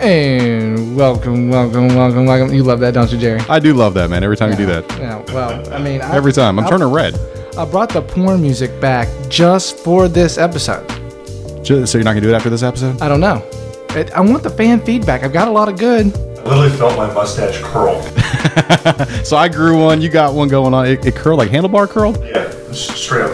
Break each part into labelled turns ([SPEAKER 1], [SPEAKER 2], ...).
[SPEAKER 1] And welcome, welcome, welcome, welcome. You love that, don't you, Jerry?
[SPEAKER 2] I do love that, man. Every time you do that.
[SPEAKER 1] Yeah, well, I mean, I,
[SPEAKER 2] Every time. I'm
[SPEAKER 1] I-
[SPEAKER 2] turning red.
[SPEAKER 1] I brought the porn music back just for this episode.
[SPEAKER 2] Ju- So you're not going to do it after this episode?
[SPEAKER 1] I don't know. It, I want the fan feedback. I've got a lot of good.
[SPEAKER 3] Literally felt my mustache curl.
[SPEAKER 2] So I grew one. You got one going on. It, it curled like handlebar curled.
[SPEAKER 3] Yeah, s- straight up.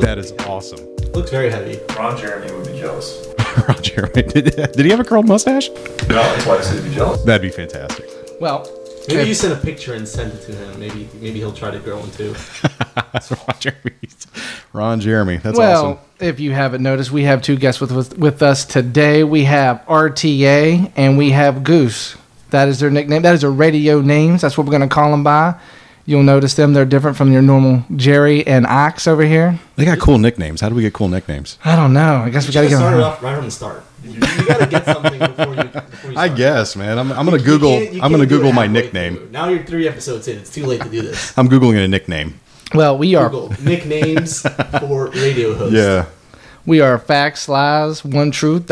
[SPEAKER 2] That is awesome.
[SPEAKER 4] Looks very heavy.
[SPEAKER 3] Ron Jeremy would be jealous.
[SPEAKER 2] Roger, wait, did, did he have a curled mustache?
[SPEAKER 3] No, that's why I said he'd be jealous.
[SPEAKER 2] That'd be fantastic.
[SPEAKER 1] Well,
[SPEAKER 4] Maybe
[SPEAKER 1] if-
[SPEAKER 4] you send a picture and send it to him. Maybe maybe he'll try to grow one too.
[SPEAKER 2] That's Ron Jeremy. Ron Jeremy. That's
[SPEAKER 1] well,
[SPEAKER 2] awesome.
[SPEAKER 1] if you haven't noticed, we have two guests with, with with us today. We have RTA and we have Goose. That is their nickname. That is their radio names. That's what we're going to call them by. You'll notice them. They're different from your normal Jerry and Ox over here.
[SPEAKER 2] They got cool nicknames. How do we get cool nicknames?
[SPEAKER 1] I don't know. I guess we got to
[SPEAKER 4] Gotta
[SPEAKER 1] get
[SPEAKER 4] start it
[SPEAKER 1] them.
[SPEAKER 4] off right from the start. You gotta get something before you. Before you
[SPEAKER 2] I
[SPEAKER 4] start.
[SPEAKER 2] guess, man. I'm, I'm gonna
[SPEAKER 4] You
[SPEAKER 2] Google.
[SPEAKER 4] can't- you
[SPEAKER 2] I'm gonna
[SPEAKER 4] can't do
[SPEAKER 2] Google
[SPEAKER 4] it
[SPEAKER 2] my
[SPEAKER 4] halfway
[SPEAKER 2] nickname.
[SPEAKER 4] through. Now you're three episodes in. It's too late to do this.
[SPEAKER 2] I'm googling a nickname.
[SPEAKER 1] Well, we are
[SPEAKER 4] Google nicknames for radio hosts.
[SPEAKER 2] Yeah.
[SPEAKER 1] We are facts, lies, one truth.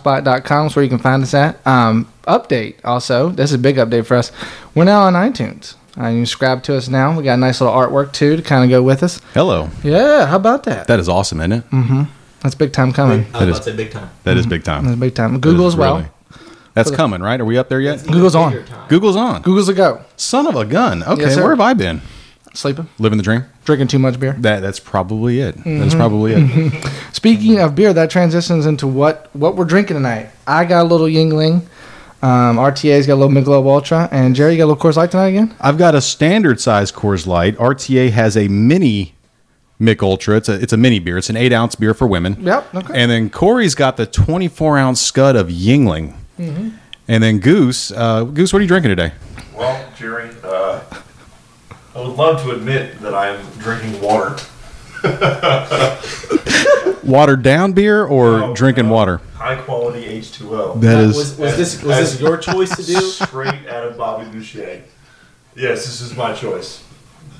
[SPEAKER 1] Blogspot.com is where you can find us at. Um, update also. This is a big update for us. We're now on iTunes. Uh, you can subscribe to us now. We got a nice little artwork too to kind of go with us.
[SPEAKER 2] Hello.
[SPEAKER 1] Yeah, how about that?
[SPEAKER 2] That is awesome, isn't it?
[SPEAKER 1] That's big time
[SPEAKER 4] I
[SPEAKER 1] coming.
[SPEAKER 4] was about
[SPEAKER 2] is-
[SPEAKER 4] to say big time.
[SPEAKER 2] That is big time.
[SPEAKER 1] That's big time.
[SPEAKER 2] That is
[SPEAKER 1] Google as well.
[SPEAKER 2] really- That's coming, right? Are we up there yet?
[SPEAKER 1] Google's on.
[SPEAKER 4] Bigger time.
[SPEAKER 2] Google's on.
[SPEAKER 1] Google's a go.
[SPEAKER 2] Son of a gun. Okay,
[SPEAKER 1] Yes, sir.
[SPEAKER 2] where have I been?
[SPEAKER 1] Sleeping,
[SPEAKER 2] Living the dream.
[SPEAKER 1] drinking too much beer.
[SPEAKER 2] That that's probably it. That
[SPEAKER 1] Mm-hmm.
[SPEAKER 2] is probably it.
[SPEAKER 1] Speaking of beer, that transitions into what what we're drinking tonight. I got a little Yingling. Um, RTA's got a little Michelob Ultra, and Jerry you got a little Coors Light tonight again.
[SPEAKER 2] I've got a standard size Coors Light. RTA has a mini Mick Ultra. It's a it's a mini beer. It's an eight ounce beer for women.
[SPEAKER 1] Yep, okay.
[SPEAKER 2] And then Corey's got the twenty four ounce scud of Yingling.
[SPEAKER 1] Mm-hmm.
[SPEAKER 2] And then Goose, uh, Goose, what are you drinking today?
[SPEAKER 3] Well, Jerry, uh, I would love to admit that I am drinking water.
[SPEAKER 2] Watered down beer or
[SPEAKER 3] No,
[SPEAKER 2] drinking
[SPEAKER 3] no.
[SPEAKER 2] water?
[SPEAKER 3] High quality H2O.
[SPEAKER 2] That
[SPEAKER 4] Uh,
[SPEAKER 2] is
[SPEAKER 4] Was, was this was this your choice to do?
[SPEAKER 3] Straight out of Bobby Boucher. Yes, this is my choice.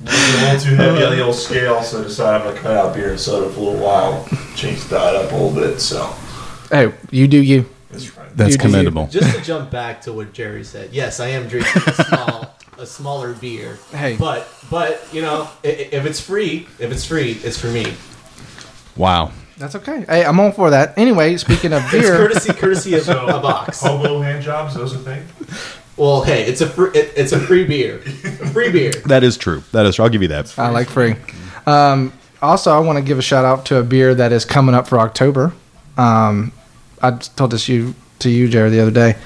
[SPEAKER 3] It was a little too heavy on the old scale, so I decided I'm going to cut out beer and soda for a little while. Change the diet up a little bit, so.
[SPEAKER 1] Hey, you do you.
[SPEAKER 3] That's right.
[SPEAKER 2] that's
[SPEAKER 1] You-
[SPEAKER 2] commendable.
[SPEAKER 4] Just to jump back to what Jerry said, yes, I am drinking a small, a smaller beer.
[SPEAKER 1] Hey.
[SPEAKER 4] but but you know, i- i- if it's free, if it's free, it's for me.
[SPEAKER 2] wow.
[SPEAKER 1] That's okay. Hey, I'm all for that. Anyway, speaking of
[SPEAKER 4] It's
[SPEAKER 1] beer,
[SPEAKER 4] courtesy, courtesy of
[SPEAKER 3] So-
[SPEAKER 4] a box.
[SPEAKER 3] Hobo hand jobs, those are things.
[SPEAKER 4] Well, hey, it's a free, it, it's a free beer, a free beer.
[SPEAKER 2] That is true. That is true. I'll give you that.
[SPEAKER 1] I like free. Um, also, I want to give a shout out to a beer that is coming up for October. Um, I told this you to you, Jared, the other day.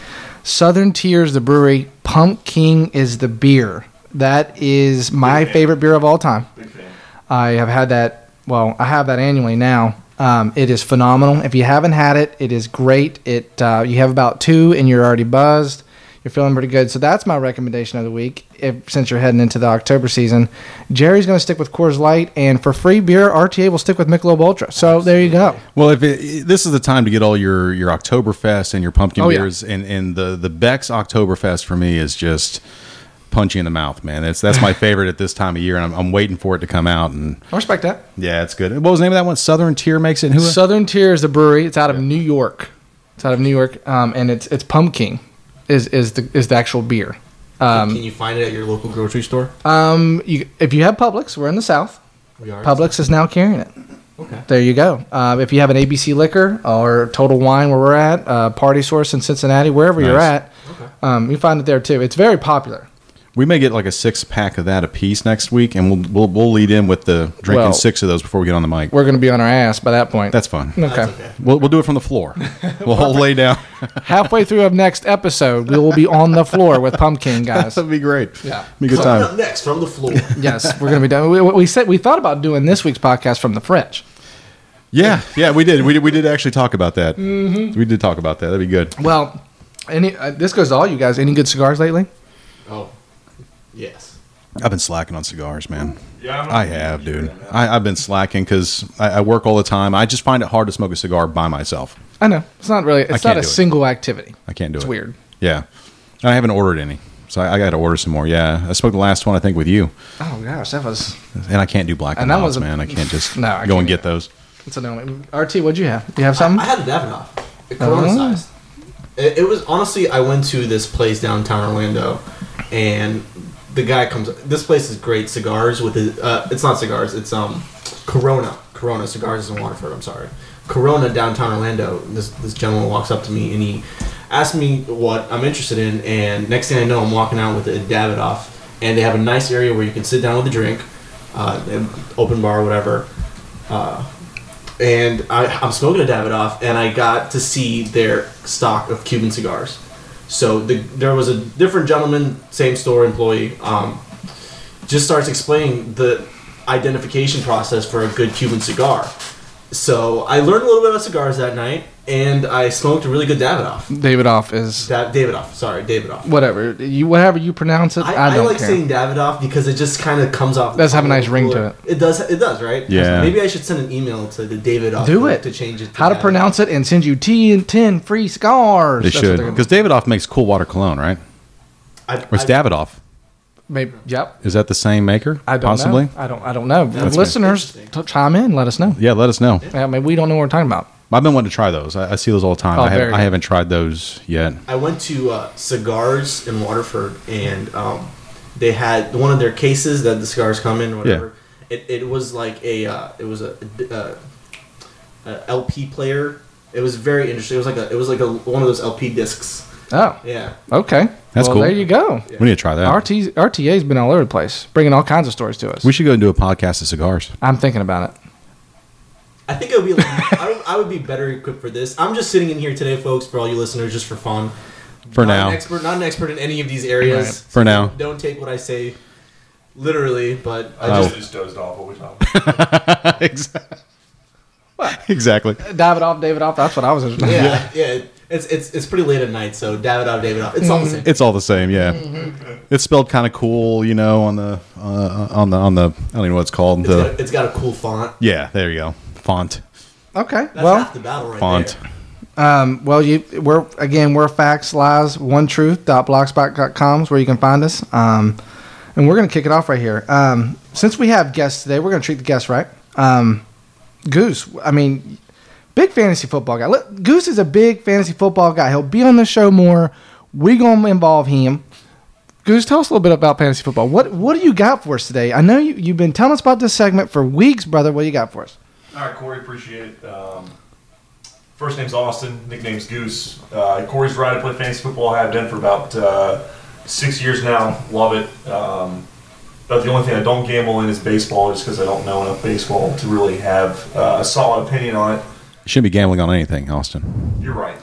[SPEAKER 1] Southern Tears, the brewery. Pump King is the beer. That is my favorite beer of all time.
[SPEAKER 3] Big fan.
[SPEAKER 1] I have had that. Well, I have that annually now. Um, it is phenomenal. If you haven't had it, it is great. It uh, you have about two and you're already buzzed. You're feeling pretty good. So that's my recommendation of the week. If since you're heading into the October season, Jerry's going to stick with Coors Light, and for free beer, RTA will stick with Michelob Ultra. So there you go.
[SPEAKER 2] Well, if it, this is the time to get all your your Oktoberfest and your pumpkin
[SPEAKER 1] Oh, yeah.
[SPEAKER 2] beers, and and the the Beck's Oktoberfest for me is just punchy in the mouth, man. That's that's my favorite at this time of year, and I'm, I'm waiting for it to come out. And
[SPEAKER 1] I respect that.
[SPEAKER 2] yeah, it's good. What was the name of that one? Southern Tier makes it. and Who?
[SPEAKER 1] Southern Tier is the brewery. It's out of New York. It's out of New York, um, and it's it's Pumpkin is is the is the actual beer.
[SPEAKER 4] Can you find it at your local grocery store?
[SPEAKER 1] Um, you, if you have Publix, we're in the South.
[SPEAKER 4] We are
[SPEAKER 1] Publix is now carrying it.
[SPEAKER 4] Okay.
[SPEAKER 1] There you go. Uh, if you have an ABC Liquor or Total Wine, where we're at, uh, Party Source in Cincinnati, wherever you're
[SPEAKER 2] Nice.
[SPEAKER 1] at, um, you find it there too. It's very popular.
[SPEAKER 2] we may get like a six pack of that a piece next week, and we'll we'll, we'll lead in with the drinking
[SPEAKER 1] Well-
[SPEAKER 2] six of those before we get on the mic.
[SPEAKER 1] We're going to be on our ass by that point.
[SPEAKER 2] That's fun.
[SPEAKER 1] okay.
[SPEAKER 4] That's okay.
[SPEAKER 2] We'll, we'll do it from the floor. We'll all lay down.
[SPEAKER 1] Halfway through of next episode, we will be on the floor with Pumpkin guys.
[SPEAKER 2] That'd be great.
[SPEAKER 1] Yeah.
[SPEAKER 2] be a good
[SPEAKER 4] Coming
[SPEAKER 2] time.
[SPEAKER 4] up next from the floor.
[SPEAKER 1] Yes, we're going to be done. We, we said we thought about doing this week's podcast from the French.
[SPEAKER 2] Yeah, yeah, we did. We did. We did actually talk about that. We did talk about that. That'd be good.
[SPEAKER 1] Well, any uh, this goes to all you guys. Any good cigars lately?
[SPEAKER 4] Oh, yes.
[SPEAKER 2] I've been slacking on cigars, man.
[SPEAKER 3] Yeah, I'm not-
[SPEAKER 2] I have, dude. I, I've been slacking because I, I work all the time. I just find it hard to smoke a cigar by myself.
[SPEAKER 1] I know it's not really. It's
[SPEAKER 2] can't
[SPEAKER 1] not a
[SPEAKER 2] do it.
[SPEAKER 1] single activity.
[SPEAKER 2] I can't do
[SPEAKER 1] It's
[SPEAKER 2] it.
[SPEAKER 1] weird.
[SPEAKER 2] Yeah, and I haven't ordered any, so I, I got to order some more. Yeah, I smoked the last one I think with you,
[SPEAKER 1] Oh gosh, that was
[SPEAKER 2] and I can't do black and
[SPEAKER 1] And that
[SPEAKER 2] miles,
[SPEAKER 1] was a-
[SPEAKER 2] man. I can't just
[SPEAKER 1] No, I
[SPEAKER 2] go
[SPEAKER 1] can't
[SPEAKER 2] and
[SPEAKER 1] do
[SPEAKER 2] get
[SPEAKER 1] that.
[SPEAKER 2] those.
[SPEAKER 1] It's annoying. RT, what'd you have? You have
[SPEAKER 4] I,
[SPEAKER 1] something?
[SPEAKER 4] I had a Davidoff. It Corona sized. It, it was honestly, I went to this place downtown Orlando, and the guy comes. This place is great cigars with his. Uh, it's not cigars. It's um, Corona. Corona cigars in Waterford. I'm sorry. Corona downtown Orlando. This this gentleman walks up to me and he asks me what I'm interested in, and next thing I know, I'm walking out with a Davidoff, and they have a nice area where you can sit down with a drink, uh, an open bar, whatever. Uh, and I, I'm smoking a Davidoff, and I got to see their stock of Cuban cigars. So the, there was a different gentleman, same store employee, um, just starts explaining the identification process for a good Cuban cigar. So I learned a little bit about cigars that night, and I smoked a really good Davidoff.
[SPEAKER 1] Davidoff is
[SPEAKER 4] Da- Davidoff, sorry, Davidoff.
[SPEAKER 1] whatever you whatever you pronounce it.
[SPEAKER 4] I,
[SPEAKER 1] I,
[SPEAKER 4] I,
[SPEAKER 1] don't
[SPEAKER 4] like
[SPEAKER 1] care.
[SPEAKER 4] saying Davidoff because it just kind of comes off.
[SPEAKER 1] Does have a nice ring to
[SPEAKER 4] cooler. It does. It does, right?
[SPEAKER 2] Yeah.
[SPEAKER 4] Maybe I should send an email to the Davidoff.
[SPEAKER 1] Do
[SPEAKER 4] to-
[SPEAKER 1] it
[SPEAKER 4] to change it.
[SPEAKER 1] How to
[SPEAKER 4] Davidoff.
[SPEAKER 1] pronounce it and send you T and ten free scars.
[SPEAKER 2] They
[SPEAKER 1] That's what
[SPEAKER 2] should
[SPEAKER 1] they're gonna-
[SPEAKER 2] because Davidoff makes Cool Water Cologne, right?
[SPEAKER 4] I,
[SPEAKER 2] Or it's
[SPEAKER 4] I-
[SPEAKER 2] Davidoff.
[SPEAKER 1] Maybe, yep.
[SPEAKER 2] Is that the same maker?
[SPEAKER 1] I don't
[SPEAKER 2] possibly.
[SPEAKER 1] know. I don't. I don't know.
[SPEAKER 4] That's
[SPEAKER 1] Listeners,
[SPEAKER 4] good.
[SPEAKER 1] t- chime in. Let us know.
[SPEAKER 2] Yeah, let us know.
[SPEAKER 1] Yeah, maybe we don't know what we're talking about.
[SPEAKER 2] I've been wanting to try those. I, I see those all the time.
[SPEAKER 1] Oh,
[SPEAKER 2] I,
[SPEAKER 1] very
[SPEAKER 2] have, I
[SPEAKER 1] good.
[SPEAKER 2] haven't tried those yet.
[SPEAKER 4] I went to uh, Cigars in Waterford, and um, they had one of their cases that the cigars come in, whatever. It, it was like a uh, it was a, uh a LP player. It was very interesting. It was like a it was like a one of those LP discs.
[SPEAKER 1] Oh,
[SPEAKER 4] Yeah,
[SPEAKER 1] okay.
[SPEAKER 2] That's
[SPEAKER 1] well,
[SPEAKER 2] cool.
[SPEAKER 1] There you go.
[SPEAKER 4] Yeah.
[SPEAKER 2] We need to try that.
[SPEAKER 1] RT, RTA's been all over the place, bringing all kinds of stories to us.
[SPEAKER 2] we should go and do a podcast of cigars.
[SPEAKER 1] I'm thinking about it.
[SPEAKER 4] I think it would be like, I, would, I would be better equipped for this. I'm just sitting in here today, folks, for all you listeners, just for fun.
[SPEAKER 2] For
[SPEAKER 4] not
[SPEAKER 2] now.
[SPEAKER 4] an expert, not an expert in any of these areas.
[SPEAKER 1] Right.
[SPEAKER 2] For now.
[SPEAKER 4] don't take what I say literally, but I
[SPEAKER 3] I
[SPEAKER 2] Uh,
[SPEAKER 4] just
[SPEAKER 3] just, just dozed off. What we talking about?
[SPEAKER 2] exactly. exactly.
[SPEAKER 1] Dive it off, David off. That's what I was.
[SPEAKER 4] yeah, yeah. It's it's it's pretty late at night, so Davidoff, Davidoff. It's all the same.
[SPEAKER 2] It's all the same, yeah.
[SPEAKER 4] Mm-hmm.
[SPEAKER 2] It's spelled kind of cool, you know, on the uh, on the on the I don't even know what it's called.
[SPEAKER 4] It's
[SPEAKER 2] the
[SPEAKER 4] got, it's got a cool font.
[SPEAKER 2] yeah, there you go. Font,
[SPEAKER 1] Okay.
[SPEAKER 4] That's
[SPEAKER 1] well,
[SPEAKER 4] half the battle right
[SPEAKER 2] font.
[SPEAKER 4] there.
[SPEAKER 1] Um, well, you we're again we're facts, lies, one truth. blogspot.com is where you can find us. Um, and we're gonna kick it off right here. Um, since we have guests today, we're gonna treat the guests right. Um, Goose, I mean, big fantasy football guy. Look, Goose is a big fantasy football guy. He'll be on the show more. We gonna involve him. Goose, tell us a little bit about fantasy football. What what do you got for us today? I know you, you've been telling us about this segment for weeks, brother. What do you got for us?
[SPEAKER 3] All right, Corey, appreciate it. Um, first name's Austin, nickname's Goose. Uh, Corey's right. I play fantasy football. I have been for about uh, six years now. Love it. Um, but the only thing I don't gamble in is baseball, just because I don't know enough baseball to really have uh, a solid opinion on it.
[SPEAKER 2] You shouldn't be gambling on anything, Austin.
[SPEAKER 3] You're right.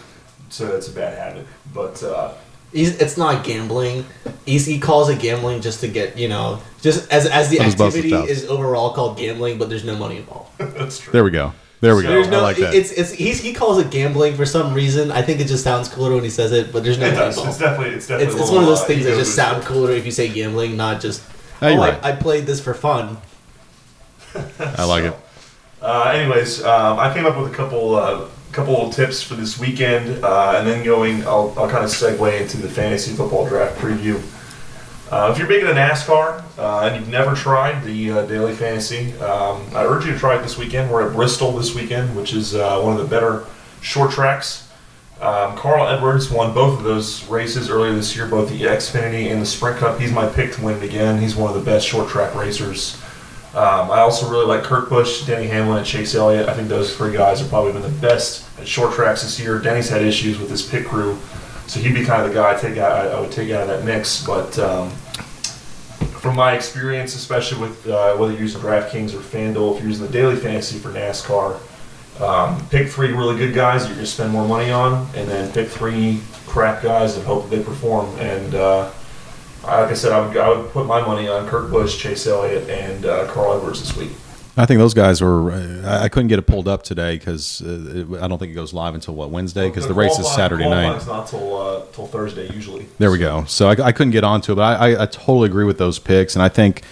[SPEAKER 3] So that's a bad habit. But uh,
[SPEAKER 4] He's, it's not gambling. He's, he calls it gambling just to get you know, just as as the
[SPEAKER 2] Let us bust it
[SPEAKER 4] activity
[SPEAKER 2] out.
[SPEAKER 4] is overall called gambling, but there's no money involved.
[SPEAKER 3] that's true.
[SPEAKER 2] There we go. There we
[SPEAKER 3] So
[SPEAKER 2] go.
[SPEAKER 4] There's
[SPEAKER 2] I
[SPEAKER 4] no.
[SPEAKER 2] like that.
[SPEAKER 4] It's it's he's, he calls it gambling for some reason. I think it just sounds cooler when he says it, but there's no
[SPEAKER 3] It
[SPEAKER 4] money
[SPEAKER 3] does. It's
[SPEAKER 4] involved.
[SPEAKER 3] definitely. It's definitely.
[SPEAKER 4] It's,
[SPEAKER 3] a
[SPEAKER 4] it's
[SPEAKER 3] little,
[SPEAKER 4] one of those
[SPEAKER 3] uh,
[SPEAKER 4] things that just
[SPEAKER 3] ego-boosting.
[SPEAKER 4] sound cooler if you say gambling, not just.
[SPEAKER 2] No, you're
[SPEAKER 4] oh,
[SPEAKER 2] right.
[SPEAKER 4] I, I played this for fun.
[SPEAKER 2] I like it.
[SPEAKER 3] Uh, anyways, um, I came up with a couple uh, couple of tips for this weekend, uh, and then going, I'll, I'll kind of segue into the fantasy football draft preview. Uh, if you're big into NASCAR uh, and you've never tried the uh, Daily Fantasy, um, I urge you to try it this weekend. We're at Bristol this weekend, which is uh, one of the better short tracks. Um, Carl Edwards won both of those races earlier this year, both the Xfinity and the Sprint Cup. He's my pick to win it again. He's one of the best short track racers. Um, I also really like Kurt Busch, Denny Hamlin, and Chase Elliott. I think those three guys have probably been the best at short tracks this year. Denny's had issues with his pit crew, so he'd be kind of the guy I take out. I, I would take out of that mix. But um, from my experience, especially with uh, whether you're using DraftKings or FanDuel, if you're using the daily fantasy for NASCAR, um, pick three really good guys that you're going to spend more money on, and then pick three crap guys and hope that they perform. And uh, I- like I said, I would, I would put my money on Kurt Busch, Chase Elliott, and uh, Carl Edwards this week.
[SPEAKER 2] I think those guys were. I I couldn't get it pulled up today because uh, it- I don't think it goes live until what Wednesday because the race is
[SPEAKER 3] qualifying-
[SPEAKER 2] Saturday night.
[SPEAKER 3] qualifying's not till uh, till Thursday usually.
[SPEAKER 2] There we go. So I, I couldn't get onto it, but I, I, I totally agree with those picks. And I think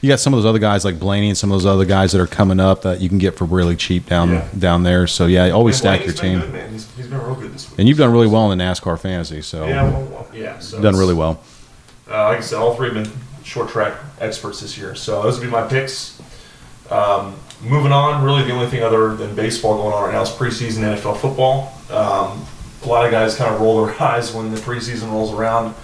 [SPEAKER 2] you got some of those other guys like Blaney and some of those other guys that are coming up that you can get for really cheap down
[SPEAKER 3] Yeah.
[SPEAKER 2] down there. So yeah, always
[SPEAKER 3] And
[SPEAKER 2] stack your team.
[SPEAKER 3] Blaney's been Good, man. He's, he's been real good this week.
[SPEAKER 2] And you've done really well in the NASCAR fantasy, so
[SPEAKER 3] yeah, well, well, yeah. So
[SPEAKER 2] done
[SPEAKER 3] it's-
[SPEAKER 2] really well.
[SPEAKER 3] Uh, like I said, all three have been short track experts this year. So those would be my picks. Um, moving on, really the only thing other than baseball going on right now is preseason NFL football. Um, a lot of guys kind of roll their eyes when the preseason rolls around.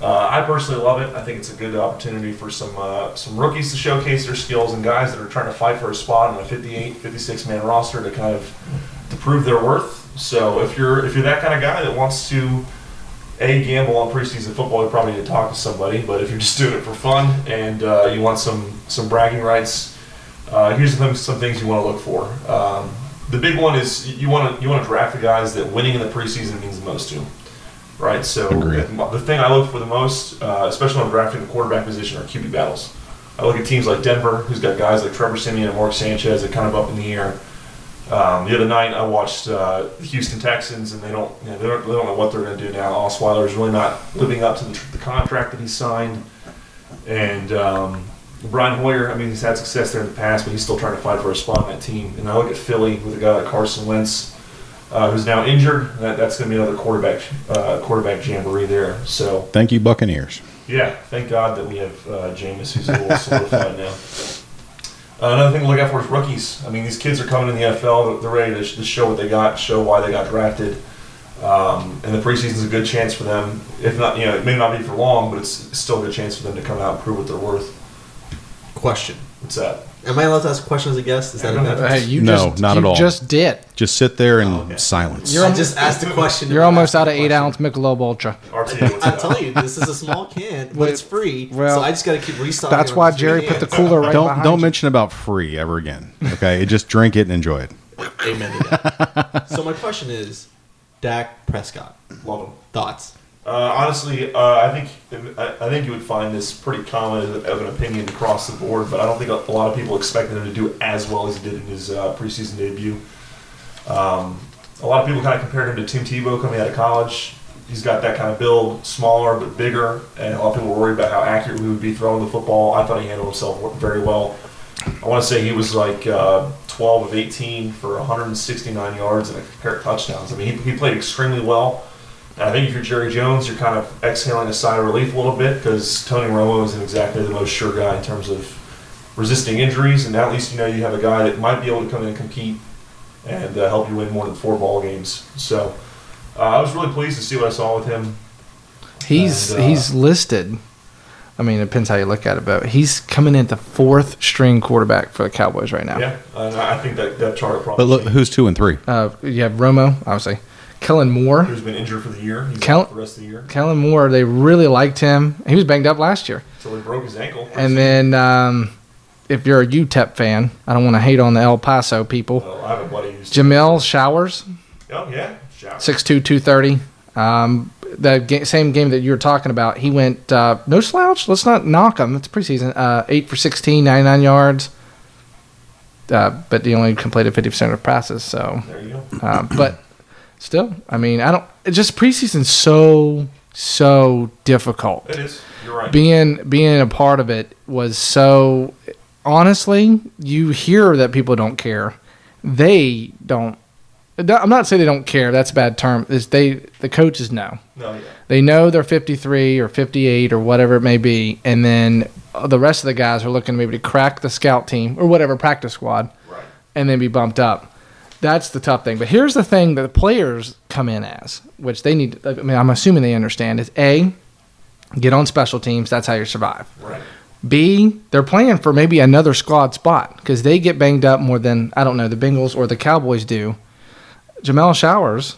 [SPEAKER 3] Uh, I personally love it. I think it's a good opportunity for some uh, some rookies to showcase their skills and guys that are trying to fight for a spot on a 58, 56 man roster to kind of to prove their worth. So if you're if you're that kind of guy that wants to a gamble on preseason football, you probably need to talk to somebody. But if you're just doing it for fun and uh, you want some some bragging rights, uh, here's some some things you want to look for. Um, the big one is you want to you want to draft the guys that winning in the preseason means the most to, 'em, right? So
[SPEAKER 2] Agreed.
[SPEAKER 3] the thing I look for the most, uh, especially when drafting the quarterback position, are QB battles. I look at teams like Denver, who's got guys like Trevor Simeon and Mark Sanchez that kind of up in the air. Um, the other night, I watched uh, the Houston Texans, and they don't, you know, they don't they don't know what they're going to do now. Osweiler is really not living up to the, the contract that he signed, and um, Brian Hoyer. I mean, he's had success there in the past, but he's still trying to fight for a spot on that team. And I look at Philly with a guy like Carson Wentz, uh, who's now injured. That, that's going to be another quarterback uh, quarterback jamboree there. So
[SPEAKER 2] Thank you, Buccaneers.
[SPEAKER 3] yeah, thank God that we have uh, Jameis, who's a little solidified now. Uh, another thing to look out for is rookies. I mean, these kids are coming in the NFL. They're ready to, sh- to show what they got, show why they got drafted. Um, and the preseason's a good chance for them. If not, you know, it may not be for long, but it's still a good chance for them to come out and prove what they're worth.
[SPEAKER 4] Question.
[SPEAKER 3] What's that?
[SPEAKER 4] Am I allowed to ask a question as a guest? Is that a
[SPEAKER 3] Yeah,
[SPEAKER 4] bad?
[SPEAKER 1] you
[SPEAKER 2] No,
[SPEAKER 1] just,
[SPEAKER 2] not at
[SPEAKER 1] you
[SPEAKER 2] all.
[SPEAKER 1] Just did.
[SPEAKER 2] Just sit there in
[SPEAKER 3] Oh, okay.
[SPEAKER 2] silence.
[SPEAKER 1] You're-
[SPEAKER 4] I just asked a question.
[SPEAKER 1] You're
[SPEAKER 4] and I
[SPEAKER 1] almost
[SPEAKER 4] asked
[SPEAKER 1] out
[SPEAKER 4] a
[SPEAKER 1] of eight
[SPEAKER 4] question.
[SPEAKER 1] ounce Michelob Ultra.
[SPEAKER 3] RT, what's
[SPEAKER 4] I'm
[SPEAKER 3] that?
[SPEAKER 4] telling you, this is a small can, but
[SPEAKER 1] Well,
[SPEAKER 4] it's free.
[SPEAKER 1] well,
[SPEAKER 4] so I just got to keep restocking.
[SPEAKER 1] That's
[SPEAKER 4] on
[SPEAKER 1] why
[SPEAKER 4] free
[SPEAKER 1] Jerry put the
[SPEAKER 4] cans.
[SPEAKER 1] cooler right
[SPEAKER 2] don't
[SPEAKER 1] behind
[SPEAKER 2] don't
[SPEAKER 1] you.
[SPEAKER 2] mention about free ever again. Okay, It- just drink it and enjoy it.
[SPEAKER 4] Amen to that. so my question is, Dak Prescott
[SPEAKER 3] Love him.
[SPEAKER 4] thoughts?
[SPEAKER 3] Uh, honestly, uh, I think I I think you would find this pretty common of an opinion across the board, but I don't think a lot of people expected him to do as well as he did in his uh, preseason debut. Um, a lot of people kind of compared him to Tim Tebow coming out of college. He's got that kind of build, smaller but bigger, and a lot of people were worried about how accurate he would be throwing the football. I thought he handled himself very well. I want to say he was like uh, 12 of 18 for 169 yards and a pair of touchdowns. I mean, he, he played extremely well. And I think if you're Jerry Jones, you're kind of exhaling a sigh of relief a little bit because Tony Romo isn't exactly the most sure guy in terms of resisting injuries, and now at least you know you have a guy that might be able to come in and compete and uh, help you win more than four ball games. So uh, I was really pleased to see what I saw with him.
[SPEAKER 1] He's
[SPEAKER 3] And, uh,
[SPEAKER 1] he's listed. I mean, it depends how you look at it, but he's coming in at the fourth string quarterback for the Cowboys right now.
[SPEAKER 3] Yeah, and I I think that that chart probably
[SPEAKER 2] But look, who's two and three?
[SPEAKER 1] Uh, you have Romo, obviously. Kellen Moore.
[SPEAKER 3] who's been injured for the year. He's
[SPEAKER 1] Count-
[SPEAKER 3] out for the rest of the year
[SPEAKER 1] Kellen Moore, they really liked him. He was banged up last year.
[SPEAKER 3] until he broke his ankle.
[SPEAKER 1] And then um, if you're a UTEP fan, I don't want to hate on the El Paso people.
[SPEAKER 3] Well, I have a buddy who's
[SPEAKER 1] Jamel Showers,
[SPEAKER 3] Oh yeah, shout.
[SPEAKER 1] 6'2", 230. Um, that ga- same game that you were talking about, he went uh, no slouch. Let's not knock him. It's preseason. Uh, eight for 16, 99 yards. Uh, but he only completed 50% of passes. So,
[SPEAKER 3] There you go.
[SPEAKER 1] uh, but still, I mean, I don't. It's just preseason so so difficult
[SPEAKER 3] It is. You're right.
[SPEAKER 1] being being a part of it was so honestly you hear that people don't care they don't i'm not saying they don't care that's a bad term is they the coaches know
[SPEAKER 3] no, yeah.
[SPEAKER 1] they know they're 53 or 58 or whatever it may be and then uh, the rest of the guys are looking maybe to crack the scout team or whatever practice squad
[SPEAKER 3] Right.
[SPEAKER 1] and then be bumped up. That's the tough thing. But here's the thing that the players come in as, which they need. I mean, I'm assuming they understand is a, get on special teams. That's how you survive.
[SPEAKER 3] Right.
[SPEAKER 1] B, they're playing for maybe another squad spot because they get banged up more than I don't know the Bengals or the Cowboys do. Jamel Showers,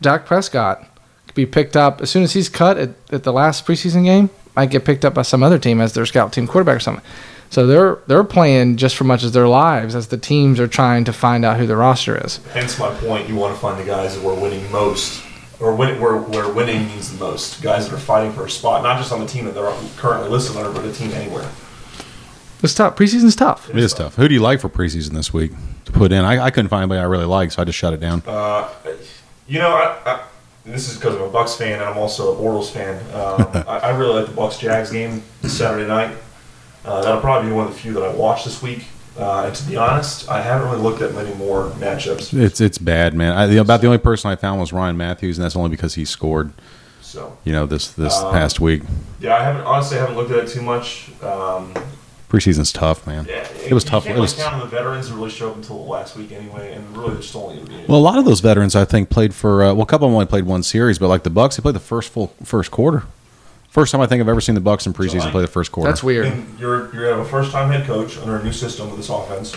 [SPEAKER 1] Dak Prescott could be picked up as soon as he's cut at, at the last preseason game. Might get picked up by some other team as their scout team quarterback or something. So they're they're playing just for much as their lives as the teams are trying to find out who the roster is.
[SPEAKER 3] Hence my point. You want to find the guys that were winning most, or win, where where winning means the most. Guys that are fighting for a spot, not just on the team that they're currently listed under, but a team anywhere.
[SPEAKER 1] It's tough. Preseason's tough.
[SPEAKER 2] It is tough. Who do you like for preseason this week to put in? I, I couldn't find anybody I really liked, so I just shut it down.
[SPEAKER 3] Uh, you know, I, I, this is because I'm a Bucks fan and I'm also a Bortles fan. Um, I, I really like the Bucks Jags game Saturday night. Uh, that'll probably be one of the few that I watched this week. Uh, and to be honest, I haven't really looked at many more matchups.
[SPEAKER 2] It's it's bad, man. I, the- about the only person I found was Ryan Matthews, and that's only because he scored.
[SPEAKER 3] So
[SPEAKER 2] You know, this this
[SPEAKER 3] Um,
[SPEAKER 1] Uh,
[SPEAKER 2] past week
[SPEAKER 3] yeah, I haven't honestly I haven't looked at it too much. Um,
[SPEAKER 2] preseason's tough, man.
[SPEAKER 3] Yeah,
[SPEAKER 2] It was tough.
[SPEAKER 3] You
[SPEAKER 2] It
[SPEAKER 3] can't
[SPEAKER 2] was
[SPEAKER 3] like, count on the veterans who really showed up until the last week anyway, and really just only. you know,
[SPEAKER 2] well. A lot of those veterans, I think, played for. Uh, well, a couple of them only played one series, but like the Bucks, they played the first full first quarter. First time I think I've ever seen the Bucks in preseason
[SPEAKER 3] July.
[SPEAKER 2] play the first quarter.
[SPEAKER 1] That's weird.
[SPEAKER 3] and you're you're gonna have a first time head coach under a new system with this offense.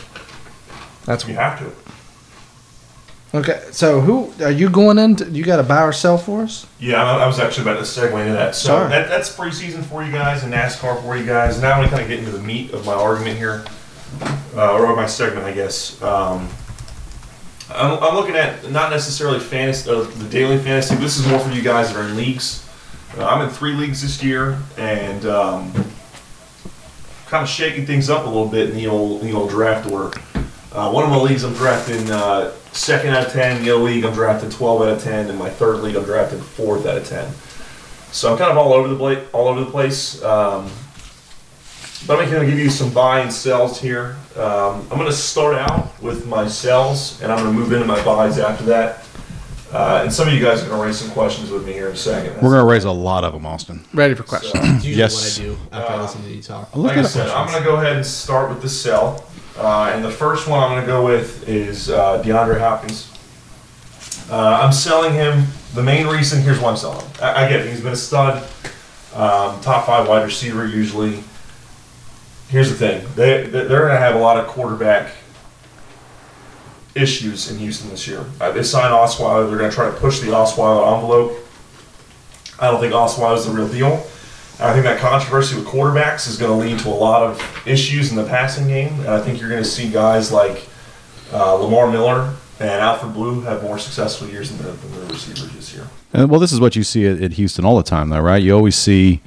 [SPEAKER 1] That's
[SPEAKER 3] You have to.
[SPEAKER 1] okay. So who are you going in? To, you got to buy or sell for us?
[SPEAKER 3] Yeah, I I was actually about to segue into that. So
[SPEAKER 1] Sorry.
[SPEAKER 3] that, that's preseason for you guys and NASCAR for you guys. Now I'm going to kind of get into the meat of my argument here, uh, or my segment, I guess. Um, I'm, I'm looking at not necessarily fantasy, uh, the daily fantasy. But this is more for you guys that are in leagues. Uh, I'm in three leagues this year, and um, kind of shaking things up a little bit in the old in the old draft order. Uh, one of my leagues, I'm drafting uh, second out of ten. The other league, I'm drafting twelve out of ten, and my third league, I'm drafting fourth out of ten. So I'm kind of all over the place. All over the place. Um, but I'm going to give you some buy and sells here. Um, I'm going to start out with my sells, and I'm going to move into my buys after that. Uh, and some of you guys are going to raise some questions with me here in a second.
[SPEAKER 2] We're gonna raise a lot of them, Austin.
[SPEAKER 1] Ready for questions?
[SPEAKER 3] So-
[SPEAKER 4] It's usually
[SPEAKER 2] Yes.
[SPEAKER 4] what I do after I
[SPEAKER 3] Uh,
[SPEAKER 4] listen to you talk.
[SPEAKER 2] Look
[SPEAKER 3] like I
[SPEAKER 2] at
[SPEAKER 3] said, I'm going to go ahead and start with the sell. Uh, and the first one I'm going to go with is uh, DeAndre Hopkins. Uh, I'm selling him. The main reason here's why I'm selling him. I, I get it. He's been a stud, um, top five wide receiver usually. Here's the thing they, they- they're going to have a lot of quarterback issues in Houston this year. Uh, they signed Osweiler. They're going to try to push the Osweiler envelope. I don't think Osweiler's the real deal. I think that controversy with quarterbacks is going to lead to a lot of issues in the passing game, and I think you're going to see guys like uh, Lamar Miller and Alfred Blue have more successful years than the, than the receivers this year.
[SPEAKER 2] And, well, this is what you see at, at Houston all the time, though, right? You always see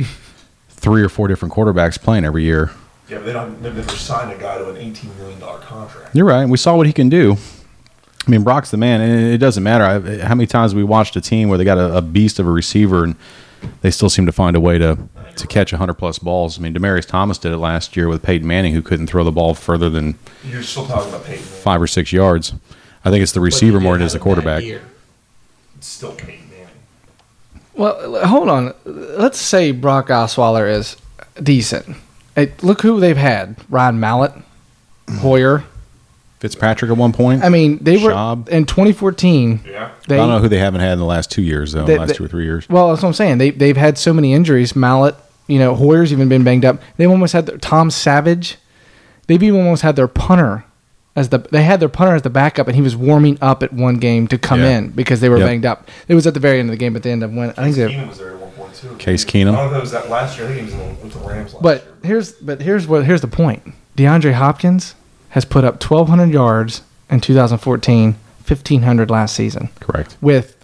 [SPEAKER 2] three or four different quarterbacks playing every year.
[SPEAKER 3] Yeah, but they don't. They've never signed a guy to an eighteen million dollar contract.
[SPEAKER 2] You're right. We saw what he can do. I mean, Brock's the man, and it doesn't matter I- how many times we watched a team where they got a, a beast of a receiver, and they still seem to find a way to to catch 100 plus balls. I mean, Demarius Thomas did it last year with Peyton Manning, who couldn't throw the ball further than
[SPEAKER 3] You're still talking about Peyton. Manning.
[SPEAKER 2] five or six yards. I think it's the
[SPEAKER 4] But
[SPEAKER 2] receiver
[SPEAKER 4] he
[SPEAKER 2] more than
[SPEAKER 4] did
[SPEAKER 2] it is the
[SPEAKER 4] have a bad
[SPEAKER 2] quarterback.
[SPEAKER 4] year.
[SPEAKER 3] It's still Peyton Manning.
[SPEAKER 1] Well, l- hold on. Let's say Brock Osweiler is decent. Hey, look who they've had: Ryan Mallett, Hoyer.
[SPEAKER 2] Fitzpatrick at one point.
[SPEAKER 1] I mean, they were
[SPEAKER 2] Schaub.
[SPEAKER 1] in 2014.
[SPEAKER 3] Yeah.
[SPEAKER 1] They,
[SPEAKER 2] I don't know who they haven't had in the last two years, though,
[SPEAKER 1] They-
[SPEAKER 2] last
[SPEAKER 1] they-
[SPEAKER 2] two or three years.
[SPEAKER 1] Well, that's what I'm saying. They they've had so many injuries. Mallet, you know, Hoyer's even been banged up. They've almost had their, Tom Savage. They've even almost had their punter as the they had their punter as the backup, and he was warming up at one game to come
[SPEAKER 2] Yeah.
[SPEAKER 1] in because they were
[SPEAKER 2] Yep.
[SPEAKER 1] banged up. It was at the very end of the game, at the end of when I think. They,
[SPEAKER 3] Keenum was there at one point too.
[SPEAKER 2] Case
[SPEAKER 3] I
[SPEAKER 2] Keenum.
[SPEAKER 3] don't know if that was that last year. I think he was in- with the Rams last
[SPEAKER 1] But
[SPEAKER 3] year.
[SPEAKER 1] here's but here's what here's the point. DeAndre Hopkins has put up 1,200 yards in 2014, 1,500 last season.
[SPEAKER 2] Correct.
[SPEAKER 1] With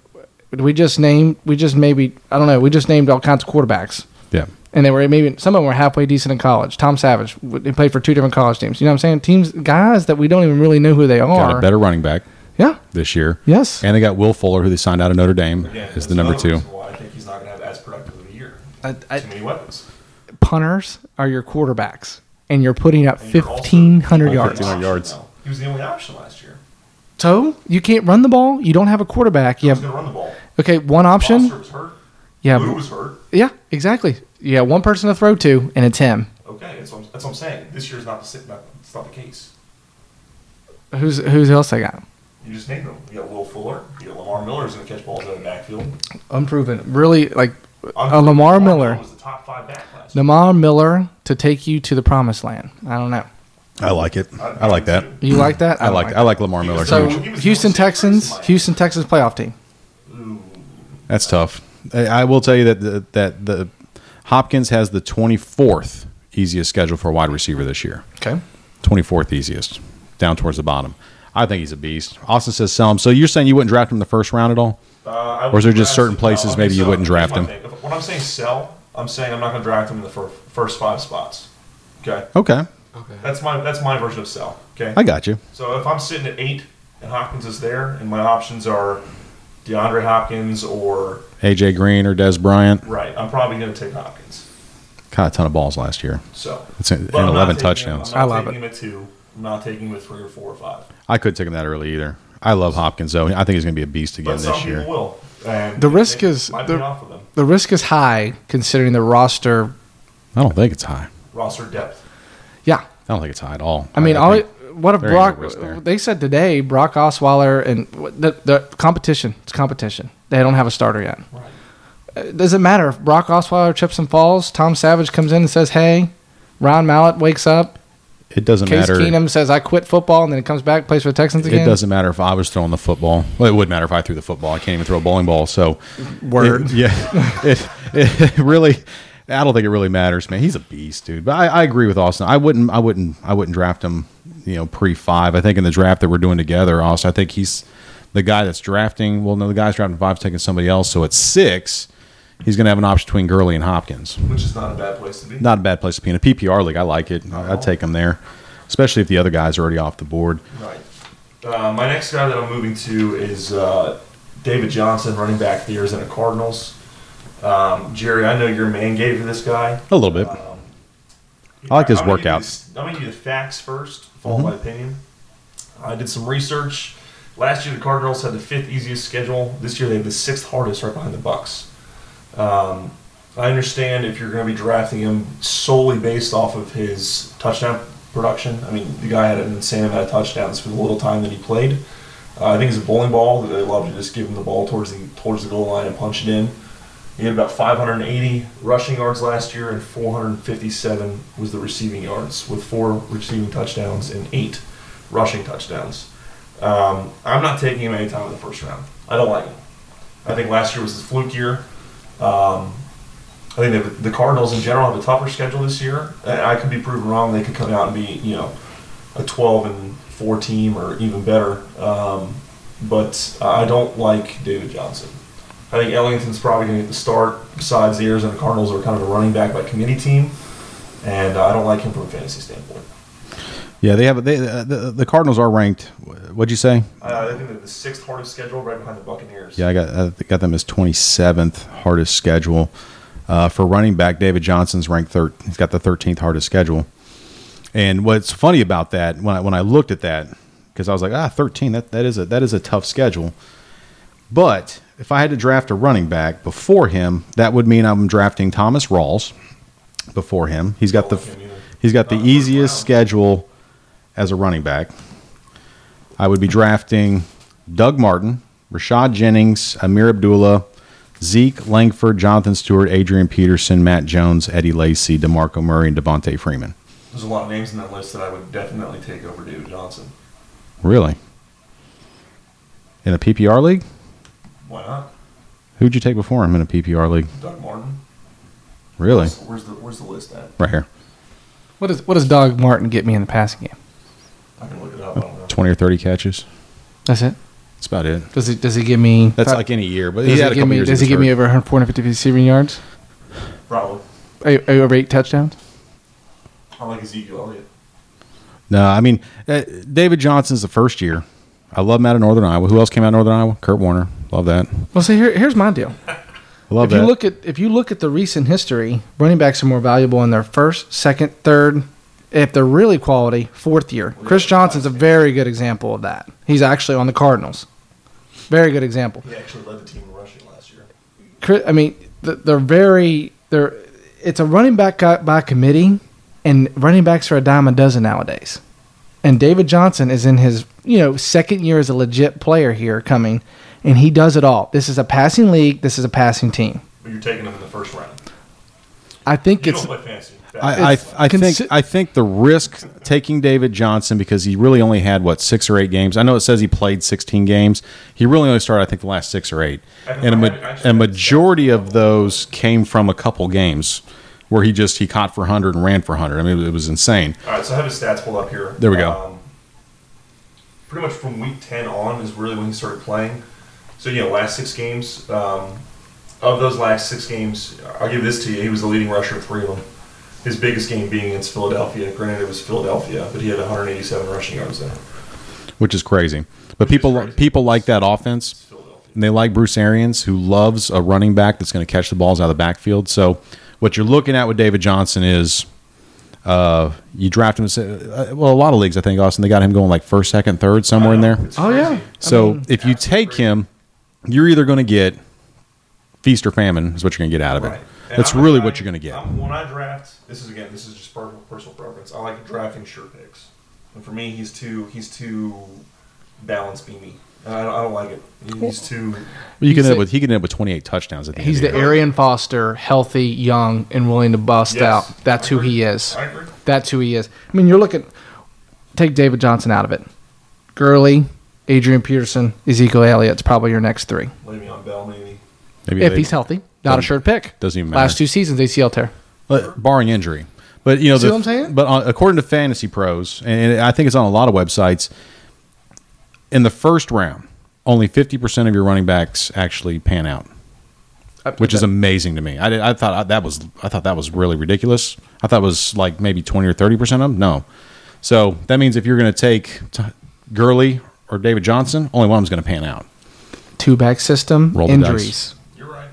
[SPEAKER 1] we just named we just maybe I don't know we just named all kinds of quarterbacks,
[SPEAKER 2] Yeah.
[SPEAKER 1] and they were maybe some of them were halfway decent in college. Tom Savage w- he played for two different college teams. You know what I'm saying? Teams guys that we don't even really know who they
[SPEAKER 2] Got a
[SPEAKER 1] are.
[SPEAKER 2] better running back
[SPEAKER 1] Yeah.
[SPEAKER 2] this year.
[SPEAKER 1] Yes.
[SPEAKER 2] And they got Will Fuller, who they signed out of Notre Dame,
[SPEAKER 3] Again,
[SPEAKER 2] is
[SPEAKER 3] that's
[SPEAKER 2] the number
[SPEAKER 3] another
[SPEAKER 2] two.
[SPEAKER 3] reason Why I think he's not going to have as productive of a year.
[SPEAKER 1] I, I,
[SPEAKER 3] Too many weapons.
[SPEAKER 1] punters are your quarterbacks, and you're putting up
[SPEAKER 3] And you're also-
[SPEAKER 1] 1,500
[SPEAKER 3] Only
[SPEAKER 1] yards.
[SPEAKER 2] 1,500 yards.
[SPEAKER 3] option, though. He was the only option last year.
[SPEAKER 1] So you can't run the ball. You don't have a quarterback. You
[SPEAKER 3] He was
[SPEAKER 1] have
[SPEAKER 3] going to run the ball.
[SPEAKER 1] okay one option.
[SPEAKER 3] Foster was hurt.
[SPEAKER 1] Yeah,
[SPEAKER 3] Lou
[SPEAKER 1] but-
[SPEAKER 3] was hurt.
[SPEAKER 1] yeah, exactly. Yeah, one person to throw to, and it's him.
[SPEAKER 3] Okay, that's what I'm, that's what I'm saying. This year's not the si- not, it's not the case.
[SPEAKER 1] Who's who's else I got?
[SPEAKER 3] You just named them. You got Will Fuller. You got Lamar Miller who's going to catch balls out of the backfield.
[SPEAKER 1] Unproven. Really, like
[SPEAKER 3] I'm-
[SPEAKER 1] Uh, Lamar Miller.
[SPEAKER 3] was the top five back last year.
[SPEAKER 1] Lamar Miller to take you to the promised land. I don't know.
[SPEAKER 2] I like it. I like that.
[SPEAKER 1] You like that?
[SPEAKER 2] Oh, I like I like Lamar Miller.
[SPEAKER 1] that. So
[SPEAKER 3] He was the
[SPEAKER 1] Houston
[SPEAKER 3] most impressive
[SPEAKER 1] Texans,
[SPEAKER 3] player.
[SPEAKER 1] Houston Texans playoff team.
[SPEAKER 2] That's tough. I, I will tell you that the, that the Hopkins has the 24th easiest schedule for a wide receiver this year.
[SPEAKER 1] Okay.
[SPEAKER 2] 24th easiest, down towards the bottom. I think he's a beast. Austin says sell him. So you're saying you wouldn't draft him the first round at all?
[SPEAKER 3] Uh, I
[SPEAKER 2] Or is there
[SPEAKER 3] wouldn't
[SPEAKER 2] just
[SPEAKER 3] draft
[SPEAKER 2] certain
[SPEAKER 3] him.
[SPEAKER 2] places
[SPEAKER 3] okay,
[SPEAKER 2] maybe you
[SPEAKER 3] so
[SPEAKER 2] wouldn't
[SPEAKER 3] here's
[SPEAKER 2] draft
[SPEAKER 3] my
[SPEAKER 2] him?
[SPEAKER 3] thing. If- When I'm saying sell, I'm saying I'm not going to draft him in the fir- first five spots. Okay,
[SPEAKER 2] Okay,
[SPEAKER 4] Okay.
[SPEAKER 3] that's my that's my version of sell. Okay,
[SPEAKER 2] I got you.
[SPEAKER 3] So if I'm sitting at eight and Hopkins is there, and my options are DeAndre Hopkins or
[SPEAKER 2] AJ Green or Des Bryant
[SPEAKER 3] right, I'm probably going to take Hopkins.
[SPEAKER 2] caught a ton of balls last year.
[SPEAKER 3] So
[SPEAKER 2] It's an,
[SPEAKER 3] But I'm
[SPEAKER 2] and
[SPEAKER 3] not
[SPEAKER 2] 11
[SPEAKER 3] taking him-
[SPEAKER 2] touchdowns.
[SPEAKER 3] I'm
[SPEAKER 1] I
[SPEAKER 3] not
[SPEAKER 1] love
[SPEAKER 3] taking him at two. I'm not taking him at three or four or five.
[SPEAKER 2] I could take him that early either. I love Hopkins though. I think he's going to be a beast
[SPEAKER 3] But
[SPEAKER 2] again
[SPEAKER 3] some
[SPEAKER 2] this
[SPEAKER 3] people
[SPEAKER 2] year.
[SPEAKER 3] will. And
[SPEAKER 1] The
[SPEAKER 3] it-
[SPEAKER 1] risk
[SPEAKER 3] it
[SPEAKER 1] is-
[SPEAKER 3] might
[SPEAKER 1] the-
[SPEAKER 3] be off of them.
[SPEAKER 1] The risk is high considering the roster.
[SPEAKER 2] I don't think it's high.
[SPEAKER 3] Roster depth.
[SPEAKER 1] Yeah.
[SPEAKER 2] I don't think it's high at all.
[SPEAKER 1] I mean, all
[SPEAKER 2] think-
[SPEAKER 1] what if
[SPEAKER 2] there ain't no
[SPEAKER 1] Brock?
[SPEAKER 2] risk there.
[SPEAKER 1] They said today Brock Osweiler and what- the, the competition. It's competition. They don't have a starter yet. Uh, Does it matter if Brock Osweiler trips and falls? Tom Savage comes in and says, "Hey." Ron Mallett wakes up.
[SPEAKER 2] it doesn't
[SPEAKER 1] Case
[SPEAKER 2] matter.
[SPEAKER 1] Keenum says, "I quit football," and then he comes back, plays for the Texans again.
[SPEAKER 2] It doesn't matter if I was throwing the football. Well, it would matter if I threw the football. I can't even throw a bowling ball. So,
[SPEAKER 1] Word.
[SPEAKER 2] It- yeah, it, it really. I don't think it really matters, man. He's a beast, dude. But I, I agree with Austin. I wouldn't. I wouldn't. I wouldn't draft him. You know, pre five. I think in the draft that we're doing together, Austin. I think he's the guy that's drafting. Well, no, the guy's drafting five's taking somebody else. So at six, he's going to have an option between Gurley and Hopkins
[SPEAKER 3] which is not a bad place to be.
[SPEAKER 2] not a bad place to be in a PPR league. I like it. I- I'd take them there, especially if the other guys are already off the board.
[SPEAKER 3] Right. Uh, my next guy that I'm moving to is uh, David Johnson, running back for the Arizona Cardinals. Um, Jerry, I know you're a man gay for this guy.
[SPEAKER 2] A little bit. I like his
[SPEAKER 3] I'm gonna give you
[SPEAKER 2] workouts. Mm-hmm.
[SPEAKER 3] the- I'm going to give you the facts first, followed by opinion. I did some research. Last year, the Cardinals had the fifth easiest schedule. This year, they have the sixth hardest, right behind the Bucks. Um, I understand if you're going to be drafting him solely based off of his touchdown production. I mean, the guy had an insane amount of touchdowns for the little time that he played. Uh, I think it's a bowling ball. They love to just give him the ball towards the towards the goal line and punch it in. He had about 580 rushing yards last year, and 457 was the receiving yards, with four receiving touchdowns and eight rushing touchdowns. Um, I'm not taking him anytime in the first round. I don't like him. I think last year was his fluke year. Um, I think the, the Cardinals in general have a tougher schedule this year. And I could be proven wrong. They could come out and be, you know, a 12 and 4 team or even better. Um, but I don't like David Johnson. I think Ellington's probably going to get the start. Besides, the Arizona Cardinals are kind of a running back by committee team, and uh, I don't like him from a fantasy standpoint.
[SPEAKER 2] Yeah, they have. They, uh, the, the Cardinals are ranked. What'd you say?
[SPEAKER 3] Uh, I think they're the sixth hardest schedule, right behind the Buccaneers.
[SPEAKER 2] Yeah, I got I got them as twenty seventh hardest schedule. Uh, for running back, David Johnson's ranked third. He's got the thirteenth hardest schedule. And what's funny about that when I when I looked at that because I was like ah thirteen that that is a that is a tough schedule. But if I had to draft a running back before him, that would mean I'm drafting Thomas Rawls before him. He's got the
[SPEAKER 3] Okay, yeah.
[SPEAKER 2] he's got the
[SPEAKER 3] Not in the first
[SPEAKER 2] easiest
[SPEAKER 3] round.
[SPEAKER 2] schedule as a running back. I would be drafting Doug Martin, Rashad Jennings, Amir Abdullah, Zeke Langford, Jonathan Stewart, Adrian Peterson, Matt Jones, Eddie Lacy, DeMarco Murray, and Devontae Freeman.
[SPEAKER 3] There's a lot of names in that list that I would definitely take over David Johnson.
[SPEAKER 2] Really? In a PPR league?
[SPEAKER 3] Why not?
[SPEAKER 2] Who'd you take before him in a PPR league?
[SPEAKER 3] Doug Martin.
[SPEAKER 2] Really?
[SPEAKER 3] Where's, where's the Where's the list at?
[SPEAKER 2] Right here.
[SPEAKER 1] What does What does Doug Martin get me in the passing game?
[SPEAKER 3] I can look it up. I don't know.
[SPEAKER 2] 20 or 30 catches.
[SPEAKER 1] That's it.
[SPEAKER 2] That's about it.
[SPEAKER 1] Does it Does he give me?
[SPEAKER 2] That's
[SPEAKER 1] fi-
[SPEAKER 2] like any year, but
[SPEAKER 1] Does
[SPEAKER 2] he
[SPEAKER 1] he,
[SPEAKER 2] had a
[SPEAKER 1] give
[SPEAKER 2] couple
[SPEAKER 1] me?
[SPEAKER 2] years.
[SPEAKER 1] Does he give me over 150 receiving yards?
[SPEAKER 3] Probably.
[SPEAKER 1] Eight- Over eight touchdowns.
[SPEAKER 3] I like Ezekiel Elliott.
[SPEAKER 2] No, I mean uh, David Johnson's the first year. I love him out of Northern Iowa. Who else came out of Northern Iowa? Kurt Warner. Love that.
[SPEAKER 1] Well, see, here, here's my deal.
[SPEAKER 2] Love
[SPEAKER 1] if
[SPEAKER 2] that.
[SPEAKER 1] you look at if you look at the recent history, running backs are more valuable in their first, second, third, if they're really quality, fourth year. Chris Johnson's a very good example of that. He's actually on the Cardinals. Very good example.
[SPEAKER 3] He actually led the team in rushing last year.
[SPEAKER 1] Chris, I mean, th- they're very they're it's a running back co- by committee, and running backs are a dime a dozen nowadays. And David Johnson is in his you know second year as a legit player here coming, and he does it all. This is a passing league. This is a passing team.
[SPEAKER 3] But you're taking him in the first round.
[SPEAKER 1] I think
[SPEAKER 3] You
[SPEAKER 1] it's
[SPEAKER 3] don't play fantasy.
[SPEAKER 2] I, I,
[SPEAKER 1] It's
[SPEAKER 2] I think
[SPEAKER 1] consi-
[SPEAKER 2] I think the risk taking David Johnson because he really only had what six or eight games. I know it says he played sixteen games. He really only started I think the last six or eight,
[SPEAKER 3] I don't
[SPEAKER 2] and a,
[SPEAKER 3] know.
[SPEAKER 2] ma-
[SPEAKER 3] I haven't actually
[SPEAKER 2] a
[SPEAKER 3] had
[SPEAKER 2] majority of those came from a couple games where he just he caught for hundred and ran for hundred. I mean it was insane.
[SPEAKER 3] All right, so I have his stats pulled up here.
[SPEAKER 2] There we go.
[SPEAKER 3] Um, pretty much from week 10 on is really when he started playing. So, you know, last six games. Um, of those last six games, I'll give this to you. He was the leading rusher in three of them. His biggest game being against Philadelphia. Granted, it was Philadelphia, but he had 187 rushing yards there.
[SPEAKER 2] which is crazy. But
[SPEAKER 3] Which is
[SPEAKER 2] people
[SPEAKER 3] crazy.
[SPEAKER 2] people like that offense,
[SPEAKER 3] It's Philadelphia.
[SPEAKER 2] and they like Bruce Arians, who loves a running back that's going to catch the balls out of the backfield. So what you're looking at with David Johnson is. Uh, you draft him. uh, Well, a lot of leagues, I think, Austin, they got him going like first, second, third, somewhere in there.
[SPEAKER 3] It's
[SPEAKER 1] Oh,
[SPEAKER 3] crazy.
[SPEAKER 1] yeah.
[SPEAKER 2] So
[SPEAKER 1] I mean-
[SPEAKER 2] if you take him, you're either going to get feast or famine is what you're going to get out of it.
[SPEAKER 3] Right. And
[SPEAKER 2] That's
[SPEAKER 3] I'm a
[SPEAKER 2] really
[SPEAKER 3] guy-
[SPEAKER 2] what you're gonna get.
[SPEAKER 3] I'm- when I draft, this is again, this is just per- personal preference. I like drafting sure picks, and for me, he's too he's too balance beamy. And I don't, I don't like it. He's too.
[SPEAKER 2] Well, you
[SPEAKER 1] He's
[SPEAKER 2] can end up
[SPEAKER 1] the-
[SPEAKER 2] with he can end up with 28 touchdowns at the
[SPEAKER 1] He's
[SPEAKER 2] end. of
[SPEAKER 1] the
[SPEAKER 2] year.
[SPEAKER 1] Arian Foster, healthy, young, and willing to bust
[SPEAKER 3] Yes.
[SPEAKER 1] out. That's who he is.
[SPEAKER 3] I agree.
[SPEAKER 1] That's who he is. I mean, you're looking. Take David Johnson out of it. Gurley, Adrian Peterson, Ezekiel Elliott's probably your next three
[SPEAKER 3] Le'Veon Bell, maybe.
[SPEAKER 2] Maybe
[SPEAKER 1] if
[SPEAKER 2] they-
[SPEAKER 1] he's healthy. Not a
[SPEAKER 2] Doesn't-
[SPEAKER 1] sure pick.
[SPEAKER 2] doesn't even
[SPEAKER 1] Last
[SPEAKER 2] matter.
[SPEAKER 1] two seasons ACL tear.
[SPEAKER 2] But barring injury. But you know,
[SPEAKER 1] See
[SPEAKER 2] the,
[SPEAKER 1] what I'm saying?
[SPEAKER 2] But on, according to Fantasy Pros, and I think it's on a lot of websites, in the first round, only 50 percent of your running backs actually pan out, which is amazing to me. I, did, I thought I, that was I thought that was really ridiculous. I thought it was like maybe 20 or 30 percent of them. No, so that means if you're going to take t- Gurley or David Johnson, only one of them's going to pan out.
[SPEAKER 1] two back system
[SPEAKER 2] Roll the
[SPEAKER 1] injuries.
[SPEAKER 3] You're right.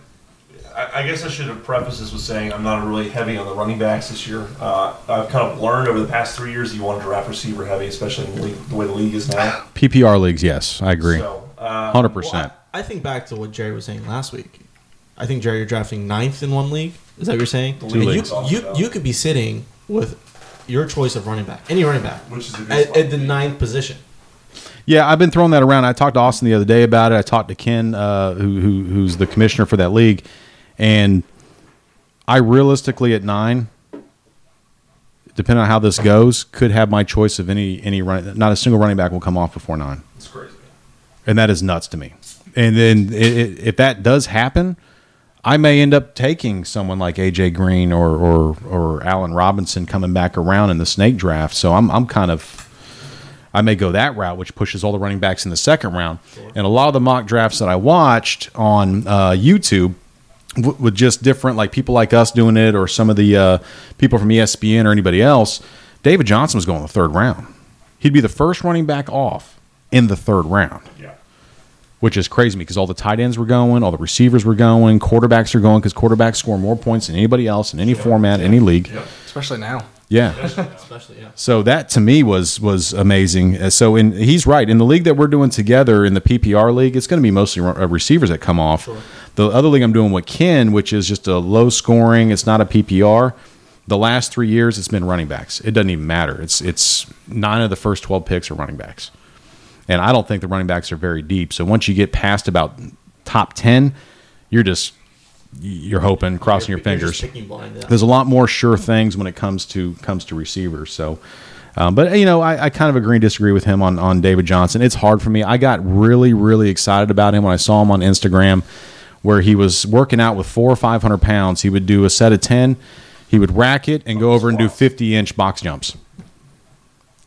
[SPEAKER 3] I, I guess I should have prefaced this with saying I'm not really heavy on the running backs this year. Uh, I've kind of learned over the past three years you want to draft receiver heavy, especially in the, league, the way the league is now.
[SPEAKER 2] PPR leagues, yes, I agree,
[SPEAKER 3] So, uh,
[SPEAKER 2] 100
[SPEAKER 4] Well,
[SPEAKER 2] percent.
[SPEAKER 4] I, I think back to what Jerry was saying last week. I think Jerry, you're drafting ninth in one league. Is that what you're saying?
[SPEAKER 3] Two
[SPEAKER 4] And you,
[SPEAKER 3] leagues.
[SPEAKER 4] you you could be sitting with your choice of running back, any running back,
[SPEAKER 3] Which is a good
[SPEAKER 4] at,
[SPEAKER 3] spot.
[SPEAKER 4] at the ninth position.
[SPEAKER 2] Yeah, I've been throwing that around. I talked to Austin the other day about it. I talked to Ken, uh, who, who who's the commissioner for that league, and I realistically at nine, depending on how this goes, could have my choice of any any run. Not a single running back will come off before nine,
[SPEAKER 3] it's crazy.
[SPEAKER 2] and that is nuts to me. And then i i if that does happen, I may end up taking someone like AJ Green or or or Allen Robinson coming back around in the snake draft. So I'm I'm kind of I may go that route, which pushes all the running backs in the second round. And a lot of the mock drafts that I watched on uh, YouTube w- with just different like people like us doing it, or some of the uh, people from ESPN or anybody else. David Johnson was going in the third round. He'd be the first running back off in the third round
[SPEAKER 3] Yeah.
[SPEAKER 2] which is crazy to me because all the tight ends were going, all the receivers were going, quarterbacks are going because quarterbacks score more points than anybody else in any format, any league.
[SPEAKER 3] Yep.
[SPEAKER 1] Especially now.
[SPEAKER 2] Yeah.
[SPEAKER 4] Especially, yeah.
[SPEAKER 2] So that to me was was amazing. Uh, So in he's right in the league that we're doing together in the PPR league, it's going to be mostly re- uh, receivers that come off. The other league I'm doing with Ken, which is just a low scoring, it's not a PPR. The last three years, it's been running backs. It doesn't even matter. It's it's nine of the first twelve picks are running backs, and I don't think the running backs are very deep. So once you get past about top ten, you're just you're hoping, crossing
[SPEAKER 4] You're-
[SPEAKER 2] your
[SPEAKER 4] you're
[SPEAKER 2] fingers
[SPEAKER 4] just picking blind, yeah.
[SPEAKER 2] there's a lot more sure things when it comes to comes to receivers. So, um, but you know, I, I kind of agree and disagree with him on on David Johnson. It's hard for me. I got really really excited about him when I saw him on Instagram, where he was working out with four or five hundred pounds. He would do a set of ten, he would rack it and go over and do fifty inch box jumps.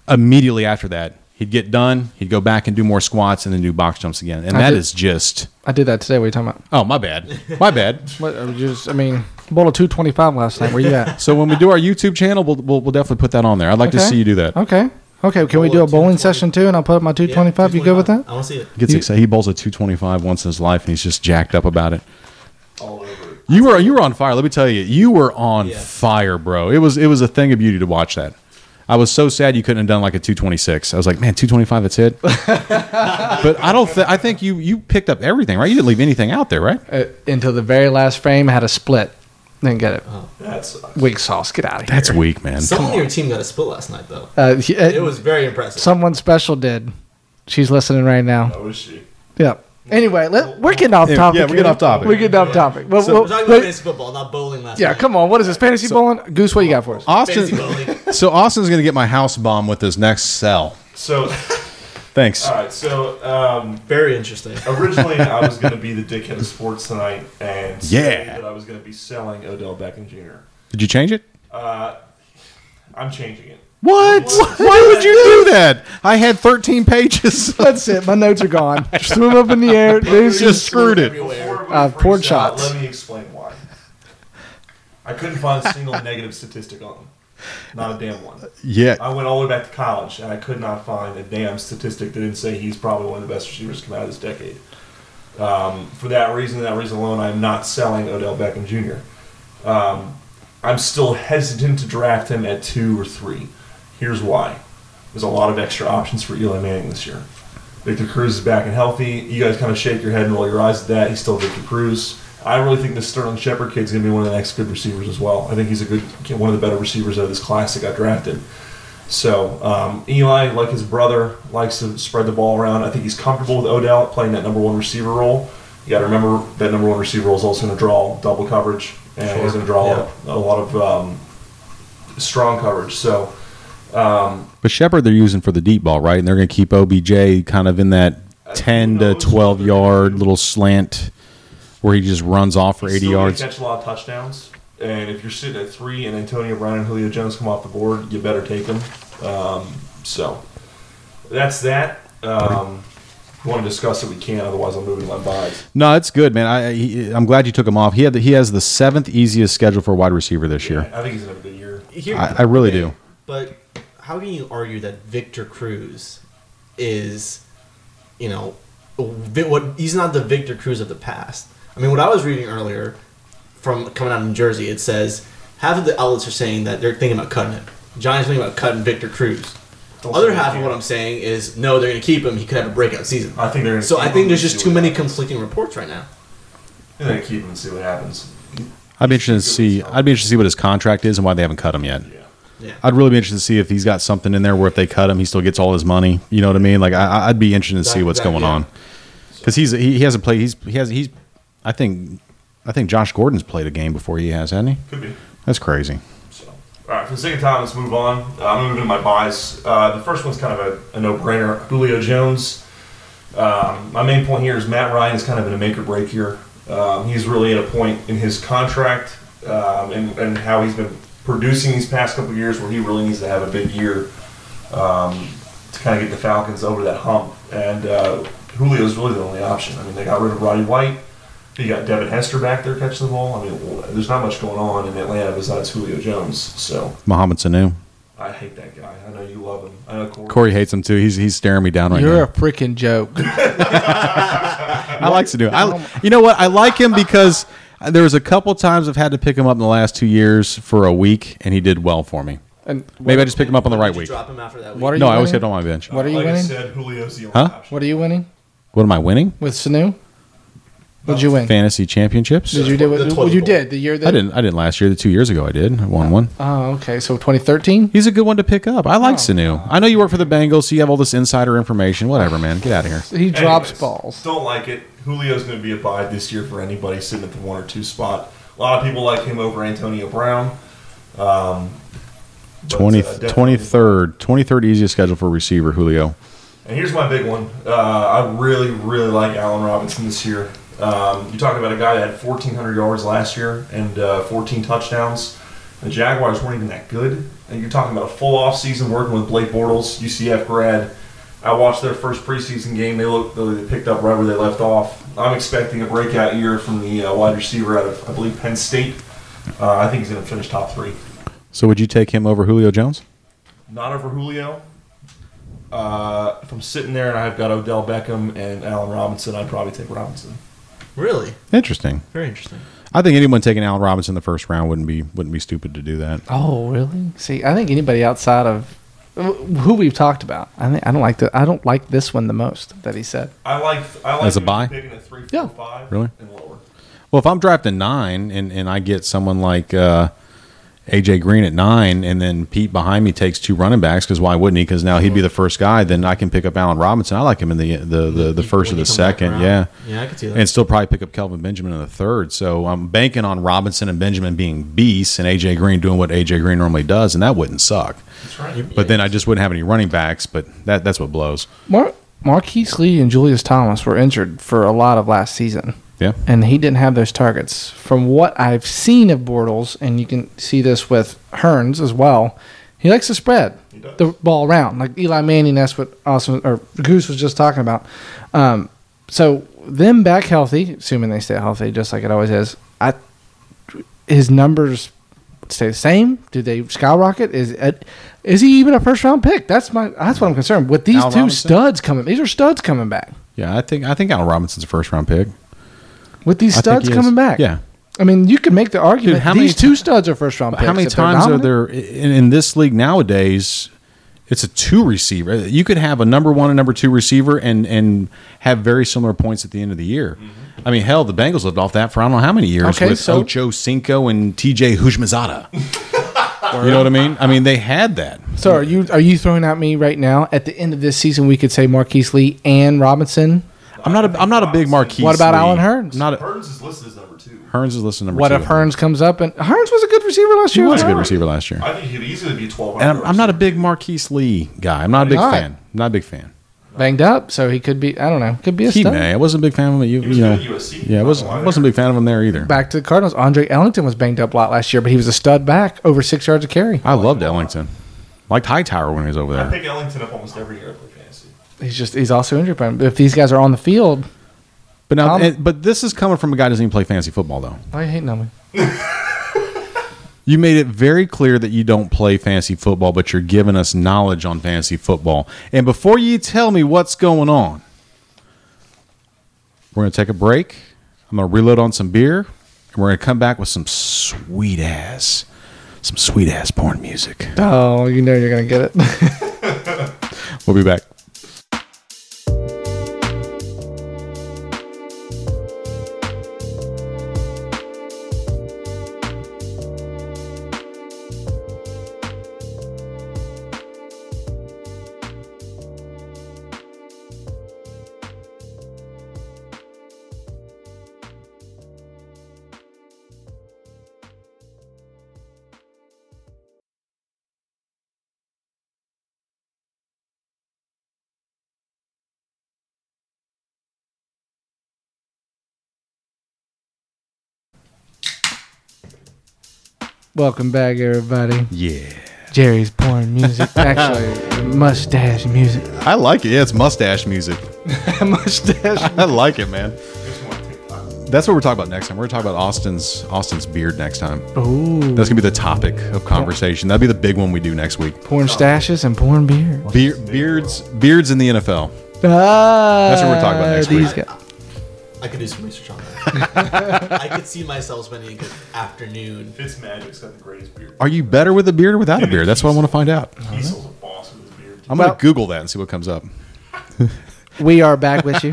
[SPEAKER 2] Immediately after that, he'd get done. He'd go back and do more squats and then do box jumps again. And
[SPEAKER 1] I
[SPEAKER 2] that
[SPEAKER 1] did-
[SPEAKER 2] is just
[SPEAKER 1] I did that today. What are you talking about?
[SPEAKER 2] oh my bad, my bad.
[SPEAKER 1] What, I, just, I mean, bowl of 225 last night. Where you at?
[SPEAKER 2] So when we do our YouTube channel, we'll we'll, we'll definitely put that on there. I'd like to
[SPEAKER 1] Okay.
[SPEAKER 2] see you do that.
[SPEAKER 1] Okay. Okay. Can we do a bowling session too? And I'll put up my
[SPEAKER 4] Yeah,
[SPEAKER 1] 225. you good with that?
[SPEAKER 4] I want to see it.
[SPEAKER 2] Gets
[SPEAKER 1] You-
[SPEAKER 2] excited. He bowls a 225 once in his life, and he's just jacked up about it.
[SPEAKER 3] All over. it.
[SPEAKER 2] You were you were on fire. Let me tell you, you were on
[SPEAKER 4] Yeah.
[SPEAKER 2] fire, bro. It was it was a thing of beauty to watch that. I was so sad you couldn't have done like a 226. I was like, man, 225, that's it. but I don't. Th- I think you you picked up everything, right? You didn't leave anything out there, right?
[SPEAKER 1] Uh, until the very last frame, I had a split. Didn't get it.
[SPEAKER 3] That's
[SPEAKER 1] Weak sauce. Get out of here.
[SPEAKER 2] That's weak, man.
[SPEAKER 4] Someone on your team got a split last night, though.
[SPEAKER 1] Uh, he- uh,
[SPEAKER 4] It was very impressive.
[SPEAKER 1] someone special did. She's listening right now.
[SPEAKER 3] I wish she.
[SPEAKER 1] Yep. Anyway, let, we're getting off
[SPEAKER 2] Yeah,
[SPEAKER 1] topic.
[SPEAKER 2] yeah, we're getting
[SPEAKER 1] here.
[SPEAKER 2] off topic.
[SPEAKER 1] We're getting off topic. Well, well,
[SPEAKER 4] We're talking
[SPEAKER 1] let-
[SPEAKER 4] about fantasy football, not bowling last
[SPEAKER 1] yeah,
[SPEAKER 4] night.
[SPEAKER 1] come on. What is this? Fantasy bowling? Goose, what you got for us?
[SPEAKER 2] Austin.
[SPEAKER 4] Fantasy bowling.
[SPEAKER 2] So Austin's gonna get my house bomb with his next cell.
[SPEAKER 3] So,
[SPEAKER 2] Thanks.
[SPEAKER 3] all right. So, um,
[SPEAKER 4] Very interesting.
[SPEAKER 3] originally I was going to be the dickhead of sports tonight, and say
[SPEAKER 2] Yeah.
[SPEAKER 3] that I was going to be selling Odell Beckham Jr.
[SPEAKER 2] Did you change it?
[SPEAKER 3] Uh, I'm changing it.
[SPEAKER 2] What? Why would you do that? I had 13 pages.
[SPEAKER 1] That's it. My notes are gone. Just threw them up in the air. Deuces.
[SPEAKER 2] just screwed it.
[SPEAKER 4] Everywhere.
[SPEAKER 3] Before we
[SPEAKER 1] Uh,
[SPEAKER 3] freeze
[SPEAKER 1] porn
[SPEAKER 3] out,
[SPEAKER 1] shots.
[SPEAKER 3] Let me explain why. I couldn't find a single negative statistic on him. Not a damn one.
[SPEAKER 2] Yeah.
[SPEAKER 3] I went all the way back to college, and I could not find a damn statistic that didn't say he's probably one of the best receivers to come out of this decade. Um, for that reason, that reason alone, I'm not selling Odell Beckham Jr. Um, I'm still hesitant to draft him at two or three. Here's why: there's a lot of extra options for Eli Manning this year. Victor Cruz is back and healthy. You guys kind of shake your head and roll your eyes at that. He's still Victor Cruz. I really think this Sterling Shepard kid's going to be one of the next good receivers as well. I think he's a good, one of the better receivers out of this class that got drafted. So um, Eli, like his brother, likes to spread the ball around. I think he's comfortable with Odell playing that number one receiver role. You got to remember that number one receiver role is also going to draw double coverage and he's going to draw a lot of um, strong coverage. So
[SPEAKER 2] But Shepard, they're using for the deep ball, right? And they're going to keep OBJ kind of in that ten to
[SPEAKER 3] knows?
[SPEAKER 2] twelve yard little slant where he just runs off for
[SPEAKER 3] He's
[SPEAKER 2] eighty
[SPEAKER 3] still gonna
[SPEAKER 2] yards.
[SPEAKER 3] catch a lot of touchdowns. And if you're sitting at three and Antonio Brown and Julio Jones come off the board, you better take them. Um, so that's that. Um, we want to discuss it, we can. Otherwise, I'm moving my buys.
[SPEAKER 2] No, it's good, man. I, I he, I'm glad you took him off. He had the, he has the seventh easiest schedule for a wide receiver this year.
[SPEAKER 3] I think he's gonna have a good year.
[SPEAKER 4] Here-
[SPEAKER 2] I, I really do.
[SPEAKER 4] But how can you argue that Victor Cruz is, you know, vi- what he's not the Victor Cruz of the past? I mean, what I was reading earlier from coming out in Jersey, it says half of the outlets are saying that they're thinking about cutting him. Giants thinking about cutting Victor Cruz. The
[SPEAKER 3] Also,
[SPEAKER 4] other half of
[SPEAKER 3] yeah.
[SPEAKER 4] what I'm saying is no, they're going to keep him. He could have a breakout season.
[SPEAKER 3] I think they're gonna
[SPEAKER 4] So I
[SPEAKER 3] keep
[SPEAKER 4] think
[SPEAKER 3] him
[SPEAKER 4] there's
[SPEAKER 3] and
[SPEAKER 4] just
[SPEAKER 3] see
[SPEAKER 4] too
[SPEAKER 3] what
[SPEAKER 4] many
[SPEAKER 3] happens.
[SPEAKER 4] conflicting reports right now.
[SPEAKER 3] And then keep him and see what happens.
[SPEAKER 2] I'd be interested to see. I'd be interested to see what his contract is and why they haven't cut him yet.
[SPEAKER 3] Yeah.
[SPEAKER 4] Yeah.
[SPEAKER 2] I'd really be interested to see if he's got something in there where if they cut him, he still gets all his money. You know what I mean? Like I, I- I'd be interested to see
[SPEAKER 4] That-
[SPEAKER 2] what's
[SPEAKER 4] that-
[SPEAKER 2] going
[SPEAKER 4] yeah.
[SPEAKER 2] on because he's he, he hasn't played. He's he has he's. I think I think Josh Gordon's played a game before he has, hasn't he?
[SPEAKER 3] Could be.
[SPEAKER 2] That's crazy.
[SPEAKER 3] So, all right, for the sake of time, let's move on. Uh, I'm gonna move into my buys. Uh, the first one's kind of a, a no-brainer. Julio Jones. Um, my main point here is Matt Ryan is kind of in a make or break here. Um, he's really at a point in his contract um, and, and how he's been producing these past couple years where he really needs to have a big year um, to kind of get the Falcons over that hump. And uh, Julio's really the only option. I mean, they got rid of Roddy White. You got Devin Hester back there catching the ball. I mean, w- there's not much going on in Atlanta besides Julio Jones. So
[SPEAKER 2] Mohamed Sanu.
[SPEAKER 3] I hate that guy. I know you love him. I know Corey.
[SPEAKER 2] Corey hates him too. He's he's staring me down right
[SPEAKER 1] You're a
[SPEAKER 2] now.
[SPEAKER 1] freaking joke.
[SPEAKER 2] I like Sanu. I you know what? I like him because there was a couple times I've had to pick him up in the last two years for a week, and he did well for me.
[SPEAKER 1] And
[SPEAKER 2] Maybe I just picked him up on the right
[SPEAKER 4] Did you
[SPEAKER 2] week.
[SPEAKER 4] Drop him after that week.
[SPEAKER 1] What are you
[SPEAKER 2] No, I always
[SPEAKER 1] winning?
[SPEAKER 2] kept him on my bench.
[SPEAKER 1] What are you
[SPEAKER 3] like I
[SPEAKER 1] winning?
[SPEAKER 3] said, Julio's the only
[SPEAKER 2] Huh?
[SPEAKER 3] option.
[SPEAKER 1] What are you winning
[SPEAKER 2] What am I winning?
[SPEAKER 1] with Sanu? What'd you win?
[SPEAKER 2] Fantasy championships?
[SPEAKER 1] Did you do
[SPEAKER 4] The
[SPEAKER 1] it?
[SPEAKER 4] toilet
[SPEAKER 1] Well, you
[SPEAKER 4] bowl.
[SPEAKER 1] did Oh, the year that.
[SPEAKER 2] I didn't. I didn't last year. The two years ago, I did. I won one.
[SPEAKER 1] Oh, okay. So 2013.
[SPEAKER 2] He's a good one to pick up. I like
[SPEAKER 1] Oh.
[SPEAKER 2] Sanu. I know you work for the Bengals, so you have all this insider information. Whatever, man. Get out of here.
[SPEAKER 1] He drops
[SPEAKER 3] Anyways,
[SPEAKER 1] balls.
[SPEAKER 3] Don't like it. Julio's going to be a buy this year for anybody sitting at the one or two spot. A lot of people like him over Antonio Brown. Um, but, uh,
[SPEAKER 2] 20,
[SPEAKER 3] definitely-
[SPEAKER 2] 23rd, 23rd easiest schedule for receiver, Julio.
[SPEAKER 3] And here's my big one. Uh, I really, really like Allen Robinson this year. Um, you talk about a guy that had 1,400 yards last year and uh, 14 touchdowns. The Jaguars weren't even that good. And you're talking about a full off season working with Blake Bortles, UCF grad. I watched their first preseason game. They looked, they picked up right where they left off. I'm expecting a breakout year from the uh, wide receiver out of, I believe, Penn State. Uh, I think he's going to finish top three.
[SPEAKER 2] So would you take him over Julio Jones?
[SPEAKER 3] Not over Julio. Uh, if I'm sitting there and I've got Odell Beckham and Allen Robinson, I'd probably take Robinson.
[SPEAKER 4] Really?
[SPEAKER 2] Interesting.
[SPEAKER 4] Very interesting.
[SPEAKER 2] I think anyone taking Allen Robinson in the first round wouldn't be wouldn't be stupid to do that.
[SPEAKER 1] Oh, really? See, I think anybody outside of who we've talked about, I think I don't like the I don't like this one the most that he said.
[SPEAKER 3] I like I like
[SPEAKER 2] As a
[SPEAKER 3] him
[SPEAKER 2] buy?
[SPEAKER 3] picking at three, four,
[SPEAKER 1] Yeah.
[SPEAKER 3] five,
[SPEAKER 2] Really?
[SPEAKER 3] and lower.
[SPEAKER 2] Well, if I'm drafting nine and, and I get someone like uh, AJ Green at nine, and then Pete behind me takes two running backs, because why wouldn't he? Because now he'd be the first guy. Then I can pick up Allen Robinson. I like him in the the the, the
[SPEAKER 4] You-
[SPEAKER 2] first or
[SPEAKER 4] when
[SPEAKER 2] the
[SPEAKER 4] you come back
[SPEAKER 2] second,
[SPEAKER 4] around.
[SPEAKER 2] yeah,
[SPEAKER 4] Yeah, I could see that.
[SPEAKER 2] and still probably pick up Kelvin Benjamin in the third. So I'm banking on Robinson and Benjamin being beasts, and AJ Green doing what AJ Green normally does, and that wouldn't suck.
[SPEAKER 3] That's right.
[SPEAKER 2] But then I just wouldn't have any running backs. But that that's what blows.
[SPEAKER 1] Mar- Marquise Lee and Julius Thomas were injured for a lot of last season.
[SPEAKER 2] Yeah.
[SPEAKER 1] and he didn't have those targets. From what I've seen of Bortles, and you can see this with Hearns as well, he likes to spread
[SPEAKER 3] He does.
[SPEAKER 1] the ball around. Like Eli Manning, that's what Austin or Goose was just talking about. Um, so them back healthy, assuming they stay healthy, just like it always is. I his numbers stay the same. Do they skyrocket? Is it, is he even a first round pick? That's my that's what I'm concerned with. These
[SPEAKER 2] Al
[SPEAKER 1] two
[SPEAKER 2] Robinson?
[SPEAKER 1] studs coming. These are studs coming back.
[SPEAKER 2] Yeah, I think I think Allen Robinson's a first round pick.
[SPEAKER 1] With these
[SPEAKER 2] I think
[SPEAKER 1] studs
[SPEAKER 2] he is.
[SPEAKER 1] coming back.
[SPEAKER 2] Yeah.
[SPEAKER 1] I mean, you can make the argument.
[SPEAKER 2] Dude, how many
[SPEAKER 1] these two
[SPEAKER 2] ti-
[SPEAKER 1] studs are first round
[SPEAKER 2] But
[SPEAKER 1] picks.
[SPEAKER 2] how many
[SPEAKER 1] if they're
[SPEAKER 2] times are
[SPEAKER 1] dominant.
[SPEAKER 2] there in, in this league nowadays? It's a two receiver. You could have a number one and number two receiver and and have very similar points at the end of the year. I mean, hell, the Bengals lived off that for I don't know how many years
[SPEAKER 1] Mm-hmm. Okay,
[SPEAKER 2] with
[SPEAKER 1] so-
[SPEAKER 2] Ocho Cinco and TJ Hujmazada. you know what I mean? I mean, they had that.
[SPEAKER 1] So are you are you throwing at me right now? At the end of this season, we could say Marquise Lee and Robinson.
[SPEAKER 2] I'm not a I'm not a big marquee.
[SPEAKER 1] What about Allen Hearns?
[SPEAKER 2] Not a,
[SPEAKER 3] Burns is listed as number two.
[SPEAKER 2] Hearns is listed number
[SPEAKER 1] What
[SPEAKER 2] two.
[SPEAKER 1] if Hearns comes up and Hearns was a good receiver last
[SPEAKER 2] He
[SPEAKER 1] year?
[SPEAKER 2] was a
[SPEAKER 1] as
[SPEAKER 2] good
[SPEAKER 1] well?
[SPEAKER 2] receiver last year.
[SPEAKER 3] I think he could easily be a 12.
[SPEAKER 2] And I'm, I'm not a big Marquise Lee guy. I'm not a big
[SPEAKER 1] Why?
[SPEAKER 2] fan. I'm not a big fan.
[SPEAKER 1] Banged up, so he could be. I don't know. Could be a
[SPEAKER 2] He
[SPEAKER 1] stud.
[SPEAKER 2] may. I wasn't a big fan of him. You,
[SPEAKER 3] He was
[SPEAKER 2] you
[SPEAKER 3] good
[SPEAKER 2] know.
[SPEAKER 3] at USC.
[SPEAKER 2] Yeah, I
[SPEAKER 3] Not
[SPEAKER 2] was,
[SPEAKER 3] gonna lie
[SPEAKER 2] I wasn't a big fan of him there either.
[SPEAKER 1] Back to the Cardinals. Andre Ellington was banged up a lot last year, but he was a stud back, over six yards of carry.
[SPEAKER 2] I loved Ellington. Liked Hightower when he was over
[SPEAKER 3] I
[SPEAKER 2] there.
[SPEAKER 3] pick Ellington up almost every year I play fantasy.
[SPEAKER 1] He's just he's also injured prone. But if these guys are on the field,
[SPEAKER 2] But now,
[SPEAKER 1] Tom-
[SPEAKER 2] and- but this is coming from a guy who doesn't even play fantasy football though.
[SPEAKER 1] why are you hating on me?
[SPEAKER 2] You made it very clear that you don't play fantasy football, but you're giving us knowledge on fantasy football. And before you tell me what's going on, we're going to take a break. I'm going to reload on some beer, and we're going to come back with some sweet ass, some sweet ass porn music.
[SPEAKER 1] Oh, you know you're gonna get it.
[SPEAKER 2] We'll be back.
[SPEAKER 1] Welcome back, everybody.
[SPEAKER 2] Yeah,
[SPEAKER 1] Jerry's porn music, actually mustache music.
[SPEAKER 2] I like it. Yeah, it's mustache music.
[SPEAKER 1] mustache.
[SPEAKER 2] I like it, man.
[SPEAKER 3] Just want to take time.
[SPEAKER 2] That's what we're talking about next time. We're going to talk about Austin's Austin's beard next time.
[SPEAKER 1] Ooh,
[SPEAKER 2] That's going to be the topic of conversation. That'll be the big one we do next week.
[SPEAKER 1] porn stashes and porn beer.
[SPEAKER 2] Beer, beards, beards in the NFL.
[SPEAKER 1] Ah,
[SPEAKER 2] That's what we're talking about next
[SPEAKER 1] these
[SPEAKER 2] week.
[SPEAKER 1] guys-
[SPEAKER 4] I could do some research on that. I could see myself spending a good afternoon.
[SPEAKER 3] Fitzmagic's got the greatest beard.
[SPEAKER 2] Are you better with a beard or without a beard? That's what I want to find out.
[SPEAKER 3] Diesel's a boss with his beard.
[SPEAKER 2] I'm
[SPEAKER 1] Well-
[SPEAKER 2] gonna Google that and see what comes up.
[SPEAKER 1] we are back with you.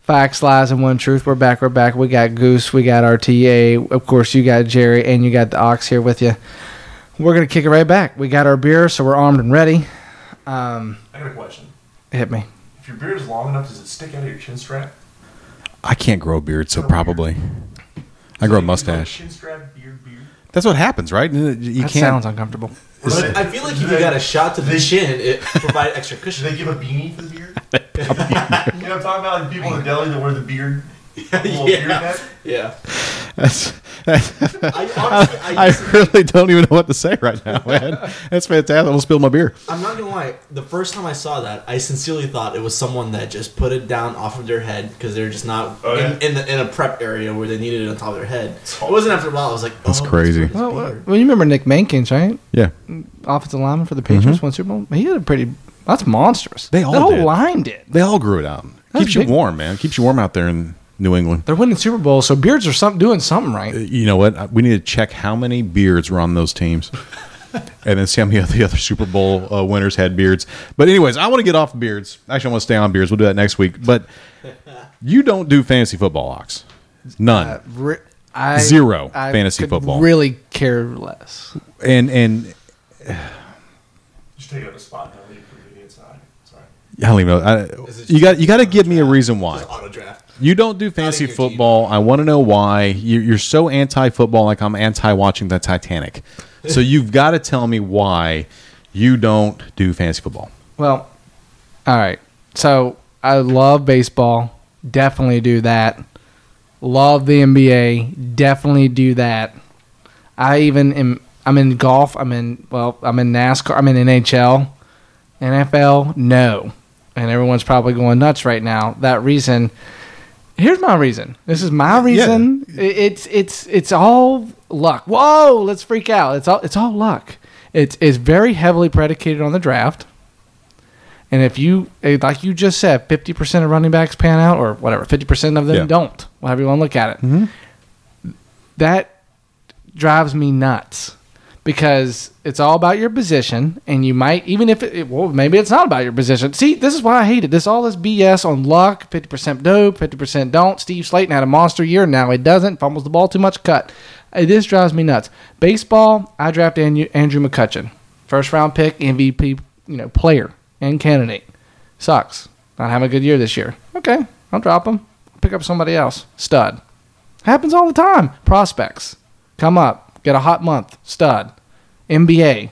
[SPEAKER 1] Facts, lies, and one truth. We're back. We're back. We got Goose. We got RTA. Of course, you got Jerry, and you got the Ox here with you. We're gonna kick it right back. We got our beer, so we're armed and ready. Um,
[SPEAKER 3] I got a question.
[SPEAKER 1] hit me.
[SPEAKER 3] If your beard is long enough, does it stick out of your chin strap?
[SPEAKER 2] I can't grow a beard, so probably I grow a
[SPEAKER 3] Is it
[SPEAKER 2] mustache.
[SPEAKER 3] Chin strap, beard, beard.
[SPEAKER 2] That's what happens, right? You
[SPEAKER 1] That
[SPEAKER 2] can't.
[SPEAKER 1] sounds uncomfortable.
[SPEAKER 4] But I feel like if you got a shot to the chin, it provide extra
[SPEAKER 3] Should they give
[SPEAKER 4] cushion.
[SPEAKER 3] a beanie for the beard? you know, I'm talking about like people in the deli that wear the beard. the little beard
[SPEAKER 4] yeah.
[SPEAKER 3] net.
[SPEAKER 4] yeah.
[SPEAKER 2] That's,
[SPEAKER 4] I, honestly, I,
[SPEAKER 2] I really don't even know what to say right now, man. That's fantastic. I almost spilled my beer.
[SPEAKER 4] I'm not gonna lie. The first time I saw that, I sincerely thought it was someone that just put it down off of their head because they're just not
[SPEAKER 3] Oh, yeah.
[SPEAKER 4] in, in, the, in a prep area where they needed it on top of their head.
[SPEAKER 3] It's
[SPEAKER 4] It wasn't after a while. I was like, oh,
[SPEAKER 2] That's crazy.
[SPEAKER 4] it's
[SPEAKER 1] Well, well,
[SPEAKER 4] weird.
[SPEAKER 1] well, you remember Nick Mankins, right?
[SPEAKER 2] Yeah,
[SPEAKER 1] Offensive lineman for the Patriots, won Super Bowl. He had a pretty. That's monstrous.
[SPEAKER 2] Mm-hmm. They
[SPEAKER 1] that
[SPEAKER 2] all
[SPEAKER 1] whole
[SPEAKER 2] did.
[SPEAKER 1] line did.
[SPEAKER 2] they all grew it out.
[SPEAKER 1] That's
[SPEAKER 2] Keeps you
[SPEAKER 1] big.
[SPEAKER 2] warm, man. Keeps you warm out there in New England.
[SPEAKER 1] They're winning Super Bowl, so beards are some doing something right.
[SPEAKER 2] You know what? We need to check how many beards were on those teams. And then see how many of the other Super Bowl uh, winners had beards. But anyways, I want to get off beards. Actually, I want to stay on beards. We'll do that next week. But you don't do fantasy football, Ox. None.
[SPEAKER 1] Uh, Re- I,
[SPEAKER 2] Zero fantasy football.
[SPEAKER 1] Really care less.
[SPEAKER 2] and and
[SPEAKER 3] Just take up a spot and I'll leave for the media inside. Sorry.
[SPEAKER 2] I don't even know. I,
[SPEAKER 4] Is it
[SPEAKER 2] you
[SPEAKER 4] just-
[SPEAKER 2] got you got to give me a reason why.
[SPEAKER 4] Just auto draft.
[SPEAKER 2] You don't do fantasy
[SPEAKER 4] your team.
[SPEAKER 2] football. I want to know why. You- You're so anti football, like I'm anti watching the Titanic. So you've got to tell me why you don't do fantasy football.
[SPEAKER 1] Well, all right. So I love baseball. Definitely do that. Love the NBA. Definitely do that. I even am. I'm in golf. I'm in. Well, I'm in NASCAR. I'm in NHL, NFL. No, and everyone's probably going nuts right now. That reason. Here's my reason. This is my reason. I- It's it's it's all luck. Whoa, let's freak out. It's all it's all luck. It's it's very heavily predicated on the draft. And if you, eh, like you just said, 50% of running backs pan out or whatever, 50% of them
[SPEAKER 2] Yeah.
[SPEAKER 1] don't, however you want to look at it. That drives me nuts. because it's all about your position, and you might even if it, it- well maybe it's not about your position. See, this is why I hate it. This all this BS on luck, fifty percent dope, fifty percent don't. Steve Slayton had a monster year, now he doesn't. Fumbles the ball too much, cut. Uh, This drives me nuts. Baseball, I draft Andrew, Andrew McCutcheon, first round pick, MVP, you know, player and candidate. Sucks. Not having a good year this year. Okay, I'll drop him. Pick up somebody else. Stud. Happens all the time. Prospects come up, get a hot month. Stud. NBA.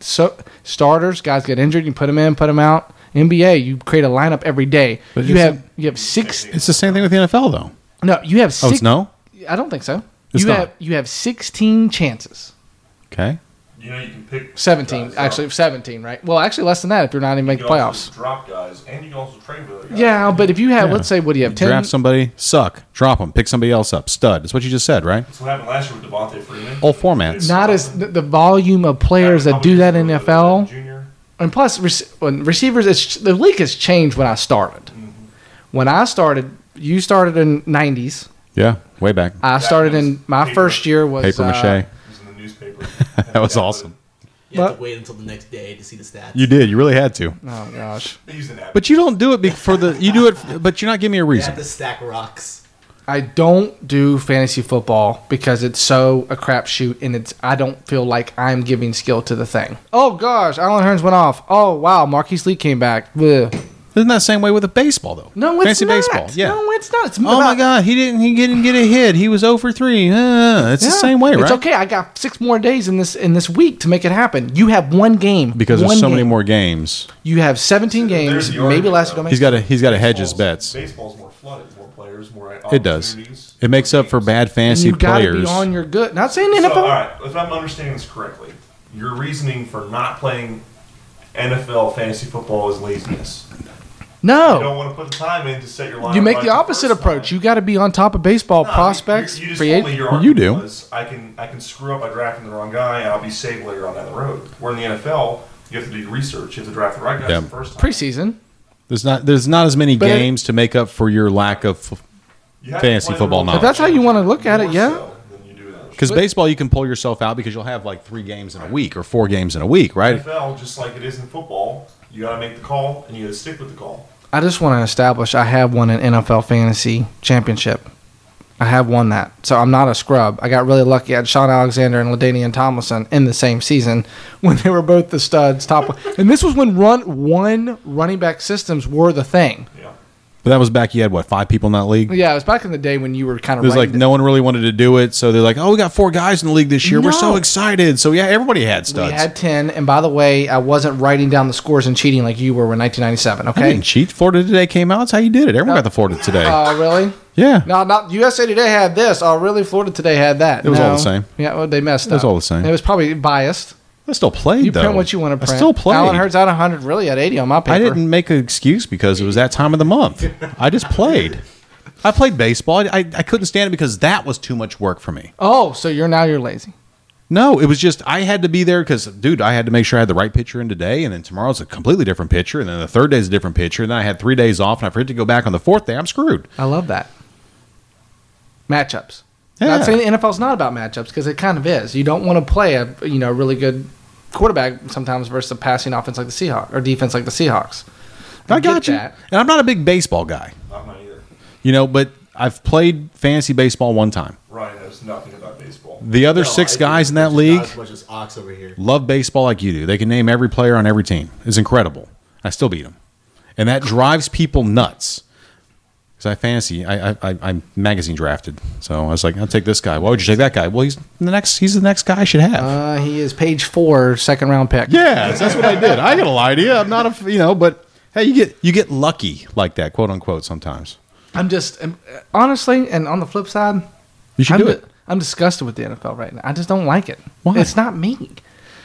[SPEAKER 1] So starters, guys get injured, you put them in, put them out. NBA, you create a lineup every day.
[SPEAKER 2] But
[SPEAKER 1] you
[SPEAKER 2] isn't-
[SPEAKER 1] have you have six.
[SPEAKER 2] It's the same thing with the NFL though.
[SPEAKER 1] No, you have
[SPEAKER 2] Oh,
[SPEAKER 1] six.
[SPEAKER 2] it's no.
[SPEAKER 1] I don't think so.
[SPEAKER 2] It's
[SPEAKER 1] you
[SPEAKER 2] not.
[SPEAKER 1] have you have sixteen chances.
[SPEAKER 2] Okay.
[SPEAKER 3] You know, you can pick
[SPEAKER 1] Seventeen,
[SPEAKER 3] guys up.
[SPEAKER 1] actually seventeen, right? Well, actually less than that if you're not even
[SPEAKER 3] You
[SPEAKER 1] making
[SPEAKER 3] can
[SPEAKER 1] the
[SPEAKER 3] also
[SPEAKER 1] playoffs.
[SPEAKER 3] drop guys, and you can also trade with other guys.
[SPEAKER 1] Yeah, but if you have,
[SPEAKER 2] Yeah.
[SPEAKER 1] let's say, what do you have?
[SPEAKER 2] You
[SPEAKER 1] Ten.
[SPEAKER 2] draft somebody, suck, drop them, pick somebody else up, stud. That's what you just said, right?
[SPEAKER 3] That's what happened last year with Devontae Freeman.
[SPEAKER 2] All formats.
[SPEAKER 1] not as the, the volume of players that do that in NFL.
[SPEAKER 3] Junior.
[SPEAKER 1] and plus rec- when receivers it's the league has changed when i started when i started you started in 90s
[SPEAKER 2] Yeah, way back.
[SPEAKER 1] i started in my
[SPEAKER 3] Paper.
[SPEAKER 1] first year was
[SPEAKER 2] Paper mache.
[SPEAKER 1] uh,
[SPEAKER 3] It was in the newspaper.
[SPEAKER 2] that was awesome.
[SPEAKER 4] You have
[SPEAKER 1] But-
[SPEAKER 4] to wait until the next day to see the stats.
[SPEAKER 2] You did. You really had to.
[SPEAKER 1] oh gosh
[SPEAKER 3] They used an app.
[SPEAKER 2] But you don't do it be- for the. You do it, but you're not giving me a
[SPEAKER 4] You
[SPEAKER 2] reason.
[SPEAKER 4] have to stack rocks.
[SPEAKER 1] i don't do fantasy football because it's so a crapshoot and it's i don't feel like i'm giving skill to the thing oh gosh alan hearns went off oh wow Marquise lee came back Bleh.
[SPEAKER 2] Isn't that the same way with the baseball though?
[SPEAKER 1] no it's
[SPEAKER 2] Fantasy
[SPEAKER 1] not
[SPEAKER 2] baseball. Yeah.
[SPEAKER 1] no it's not it's
[SPEAKER 2] oh my God, he didn't. He didn't get a hit. He was 0 for three. Uh, it's the
[SPEAKER 1] Yeah.
[SPEAKER 2] same way, right?
[SPEAKER 1] It's okay. I got six more days in this in this week to make it happen. You have one game
[SPEAKER 2] Because
[SPEAKER 1] one
[SPEAKER 2] there's so many
[SPEAKER 1] game.
[SPEAKER 2] more games.
[SPEAKER 1] You have 17 games.
[SPEAKER 3] There's the
[SPEAKER 1] Maybe
[SPEAKER 3] argument,
[SPEAKER 1] last
[SPEAKER 3] though.
[SPEAKER 1] year don't make
[SPEAKER 2] He's got to. He's got to hedge his
[SPEAKER 3] Baseball's-
[SPEAKER 2] bets.
[SPEAKER 3] Baseball's more flooded, more players, more
[SPEAKER 2] It does.
[SPEAKER 3] opportunities,
[SPEAKER 2] It makes
[SPEAKER 3] more
[SPEAKER 2] up for
[SPEAKER 3] games.
[SPEAKER 2] bad
[SPEAKER 1] sense.
[SPEAKER 2] fantasy
[SPEAKER 1] You got to
[SPEAKER 2] players.
[SPEAKER 1] be on your good. Not saying
[SPEAKER 3] So,
[SPEAKER 1] NFL.
[SPEAKER 3] all right, if I'm understanding this correctly, your reasoning for not playing NFL fantasy football is laziness. You don't
[SPEAKER 1] No.
[SPEAKER 3] want to put the time in to set your
[SPEAKER 1] Oh. You,
[SPEAKER 3] lineup.
[SPEAKER 1] make
[SPEAKER 3] right
[SPEAKER 1] the opposite
[SPEAKER 3] first
[SPEAKER 1] approach.
[SPEAKER 3] time.
[SPEAKER 1] You got to be on top of baseball
[SPEAKER 3] No, you-
[SPEAKER 1] prospects.
[SPEAKER 3] You, you just
[SPEAKER 1] free
[SPEAKER 3] told
[SPEAKER 1] agent-
[SPEAKER 3] me your
[SPEAKER 2] Well,
[SPEAKER 3] argument
[SPEAKER 2] you do.
[SPEAKER 3] Was, I can I can screw up by drafting the wrong guy, and I'll be saved later on down the road. Where in the NFL, you have to do your research. You have to draft the right guys
[SPEAKER 2] Yeah.
[SPEAKER 3] the first time.
[SPEAKER 1] preseason.
[SPEAKER 2] There's not. There's not as many
[SPEAKER 1] But it-
[SPEAKER 2] games to make up for your lack of.
[SPEAKER 3] You have to
[SPEAKER 2] Fantasy
[SPEAKER 3] play the
[SPEAKER 2] football
[SPEAKER 3] rules
[SPEAKER 2] knowledge. If
[SPEAKER 1] that's how you wanna look at it,
[SPEAKER 3] more
[SPEAKER 1] yeah.
[SPEAKER 3] so than you do in other
[SPEAKER 2] Because
[SPEAKER 1] But-
[SPEAKER 2] baseball, you can pull yourself out because you'll have like three games in a week or four games in a week, right?
[SPEAKER 3] NFL, just like it is in football, you got to make the call and you got to stick with the call.
[SPEAKER 1] I just want to establish I have won an NFL fantasy championship. I have won that. So I'm not a scrub. I got really lucky. I had Sean Alexander and LaDainian Tomlinson in the same season when they were both the studs top. and this was when run one running back systems were the thing.
[SPEAKER 3] Yeah.
[SPEAKER 2] But that was back. You had what five people in that league.
[SPEAKER 1] Yeah, it was back in the day when you were kind of
[SPEAKER 2] There's like no one really wanted to do it, so they're like, "Oh, we got four guys in the league this year. We're so
[SPEAKER 1] No.
[SPEAKER 2] excited!" So yeah, everybody had
[SPEAKER 1] We
[SPEAKER 2] studs.
[SPEAKER 1] had 10. And by the way, I wasn't writing down the scores and cheating like you were in 1997,
[SPEAKER 2] I didn't
[SPEAKER 1] okay?
[SPEAKER 2] cheat. Florida Today came out. That's how you did it. Everyone got the Florida Today.
[SPEAKER 1] Oh, really?
[SPEAKER 2] yeah,
[SPEAKER 1] No, not USA Today had this. Oh, really? Florida Today had that.
[SPEAKER 2] It was all
[SPEAKER 1] No.
[SPEAKER 2] the same.
[SPEAKER 1] Yeah, well, they messed up.
[SPEAKER 2] It was all the same.
[SPEAKER 1] It was probably biased.
[SPEAKER 2] I still played.
[SPEAKER 1] You
[SPEAKER 2] though.
[SPEAKER 1] print what you want to print.
[SPEAKER 2] I still played.
[SPEAKER 1] Alan Hurts out 100, really at 80 on my paper.
[SPEAKER 2] I didn't make an excuse because it was that time of the month. I just played. I played baseball. I, I, I couldn't stand it because that was too much work for me.
[SPEAKER 1] Oh, so you're now you're lazy.
[SPEAKER 2] No, it was just I had to be there because, dude, I had to make sure I had the right pitcher in today, and then tomorrow's a completely different pitcher, and then the third day's a different pitcher, and then I had three days off, and I forget to go back on the fourth day. I'm screwed.
[SPEAKER 1] I love that. Matchups.
[SPEAKER 2] Yeah.
[SPEAKER 1] Not saying the NFL's not about matchups because it kind of is. You don't want to play a you know really good quarterback sometimes versus a passing offense like the Seahawks or defense like the Seahawks.
[SPEAKER 2] I,
[SPEAKER 1] get
[SPEAKER 2] got you.
[SPEAKER 1] that.
[SPEAKER 2] And I'm not a big baseball guy,
[SPEAKER 3] I'm not either.
[SPEAKER 2] you know, but I've played fantasy baseball one time.
[SPEAKER 3] Ryan knows nothing about baseball.
[SPEAKER 2] The other
[SPEAKER 4] No,
[SPEAKER 2] six
[SPEAKER 4] I do,
[SPEAKER 2] guys in
[SPEAKER 4] but
[SPEAKER 2] that
[SPEAKER 4] just
[SPEAKER 2] league
[SPEAKER 4] Not as much as Ox over here.
[SPEAKER 2] love baseball like you do. They can name every player on every team. It's incredible. I still beat them, and that drives people nuts. Because I fantasy, I, I, I I'm magazine drafted, so I was like, I'll take this guy. Why would you take that guy? Well, he's the next. He's the next guy I should have.
[SPEAKER 1] Uh, he is page four, second round pick.
[SPEAKER 2] yeah, that's what I did. I ain't gonna lie to you. I'm not a you know, but hey, you get you get lucky like that, quote unquote. Sometimes
[SPEAKER 1] I'm just I'm- honestly, and on the flip side,
[SPEAKER 2] you should
[SPEAKER 1] I'm
[SPEAKER 2] do
[SPEAKER 1] di-
[SPEAKER 2] it.
[SPEAKER 1] I'm disgusted with the NFL right now. I just don't like it.
[SPEAKER 2] Why?
[SPEAKER 1] It's not me.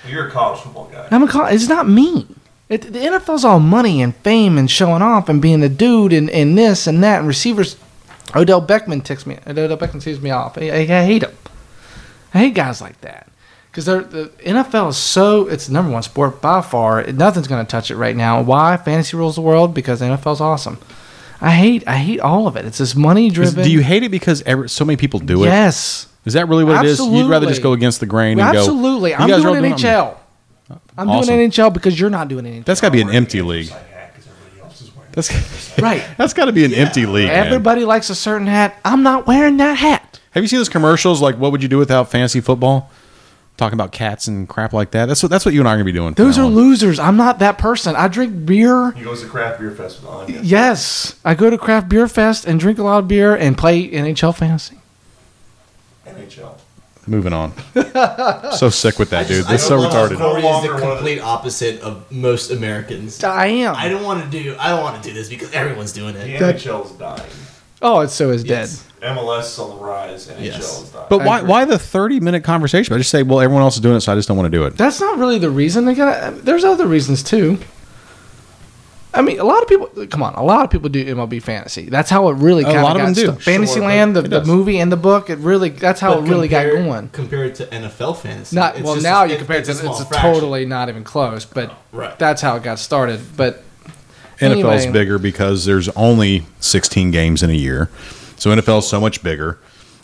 [SPEAKER 3] You're a college football guy.
[SPEAKER 1] I'm a call. It's not me. It, the NFL's all money and fame and showing off and being a dude and, and this and that and receivers. Odell Beckman ticks me. Odell Beckman ticks me off. I, I, I hate him. I hate guys like that because the NFL is so it's the number one sport by far. Nothing's going to touch it right now. Why? Fantasy rules the world because the NFL's awesome. I hate I hate all of it. It's this money
[SPEAKER 2] Is-
[SPEAKER 1] driven.
[SPEAKER 2] Do you hate it because every, so many people do it?
[SPEAKER 1] Yes.
[SPEAKER 2] Is that really what it is? You'd rather
[SPEAKER 1] Absolutely.
[SPEAKER 2] just go against the grain and
[SPEAKER 1] Absolutely.
[SPEAKER 2] go. "You
[SPEAKER 1] I'm
[SPEAKER 2] guys are all
[SPEAKER 1] doing
[SPEAKER 2] it, I'm-
[SPEAKER 1] NHL. I'm
[SPEAKER 2] Awesome.
[SPEAKER 1] doing NHL because you're not doing NHL.
[SPEAKER 2] That's got to be an empty league. That's
[SPEAKER 1] right.
[SPEAKER 2] that's got to be an empty league. man.
[SPEAKER 1] Everybody likes a certain hat. I'm not wearing that hat.
[SPEAKER 2] Have you seen those commercials? Like, what would you do without fantasy football? Talking about cats and crap like that. That's what that's what you and I are gonna be doing. from
[SPEAKER 1] Those
[SPEAKER 2] now
[SPEAKER 1] are
[SPEAKER 2] on.
[SPEAKER 1] losers. I'm not that person. I drink beer.
[SPEAKER 3] He goes to craft beer fest with Anya.
[SPEAKER 1] Yes, I go to craft beer fest and drink a lot of beer and play NHL fantasy.
[SPEAKER 3] NHL.
[SPEAKER 2] Moving on. so sick with that, dude.
[SPEAKER 4] I
[SPEAKER 2] That's so
[SPEAKER 4] don't want-
[SPEAKER 2] retarded.
[SPEAKER 4] Corey
[SPEAKER 3] No
[SPEAKER 4] is
[SPEAKER 3] longer
[SPEAKER 4] the
[SPEAKER 3] one of the-
[SPEAKER 4] complete opposite of most Americans.
[SPEAKER 1] I am.
[SPEAKER 4] I don't want to do. I don't want to do this because everyone's doing
[SPEAKER 3] The
[SPEAKER 4] it.
[SPEAKER 3] NHL's dying.
[SPEAKER 1] oh, it's so is
[SPEAKER 4] Yes.
[SPEAKER 3] MLS is on the rise. NHL
[SPEAKER 4] Yes.
[SPEAKER 3] is dying.
[SPEAKER 2] But why
[SPEAKER 1] agree.
[SPEAKER 2] why the thirty minute conversation? I just say, well, everyone else is doing it, so I just don't want to do it.
[SPEAKER 1] dead. That's not really the reason. They got. There's other reasons too. I mean, a lot of people. Come on, a lot of people do MLB fantasy. That's how it really.
[SPEAKER 2] A
[SPEAKER 1] Kinda
[SPEAKER 2] lot of
[SPEAKER 1] got
[SPEAKER 2] them do.
[SPEAKER 1] st- Fantasyland,
[SPEAKER 2] Sure,
[SPEAKER 1] the,
[SPEAKER 2] it
[SPEAKER 1] the
[SPEAKER 2] does.
[SPEAKER 1] movie and the book. It really. That's how
[SPEAKER 4] But
[SPEAKER 1] it really
[SPEAKER 4] compare-
[SPEAKER 1] got going.
[SPEAKER 4] Compare it to NFL fantasy.
[SPEAKER 1] Not
[SPEAKER 4] It's
[SPEAKER 1] well.
[SPEAKER 4] just-
[SPEAKER 1] Now you
[SPEAKER 4] it-
[SPEAKER 1] compare it to. It's,
[SPEAKER 4] small
[SPEAKER 1] a
[SPEAKER 4] fraction.
[SPEAKER 1] totally not even close. But
[SPEAKER 4] Right.
[SPEAKER 1] that's how it got started. But
[SPEAKER 2] NFL's
[SPEAKER 1] Anyway.
[SPEAKER 2] bigger because there's only 16 games in a year. So NFL's so much bigger.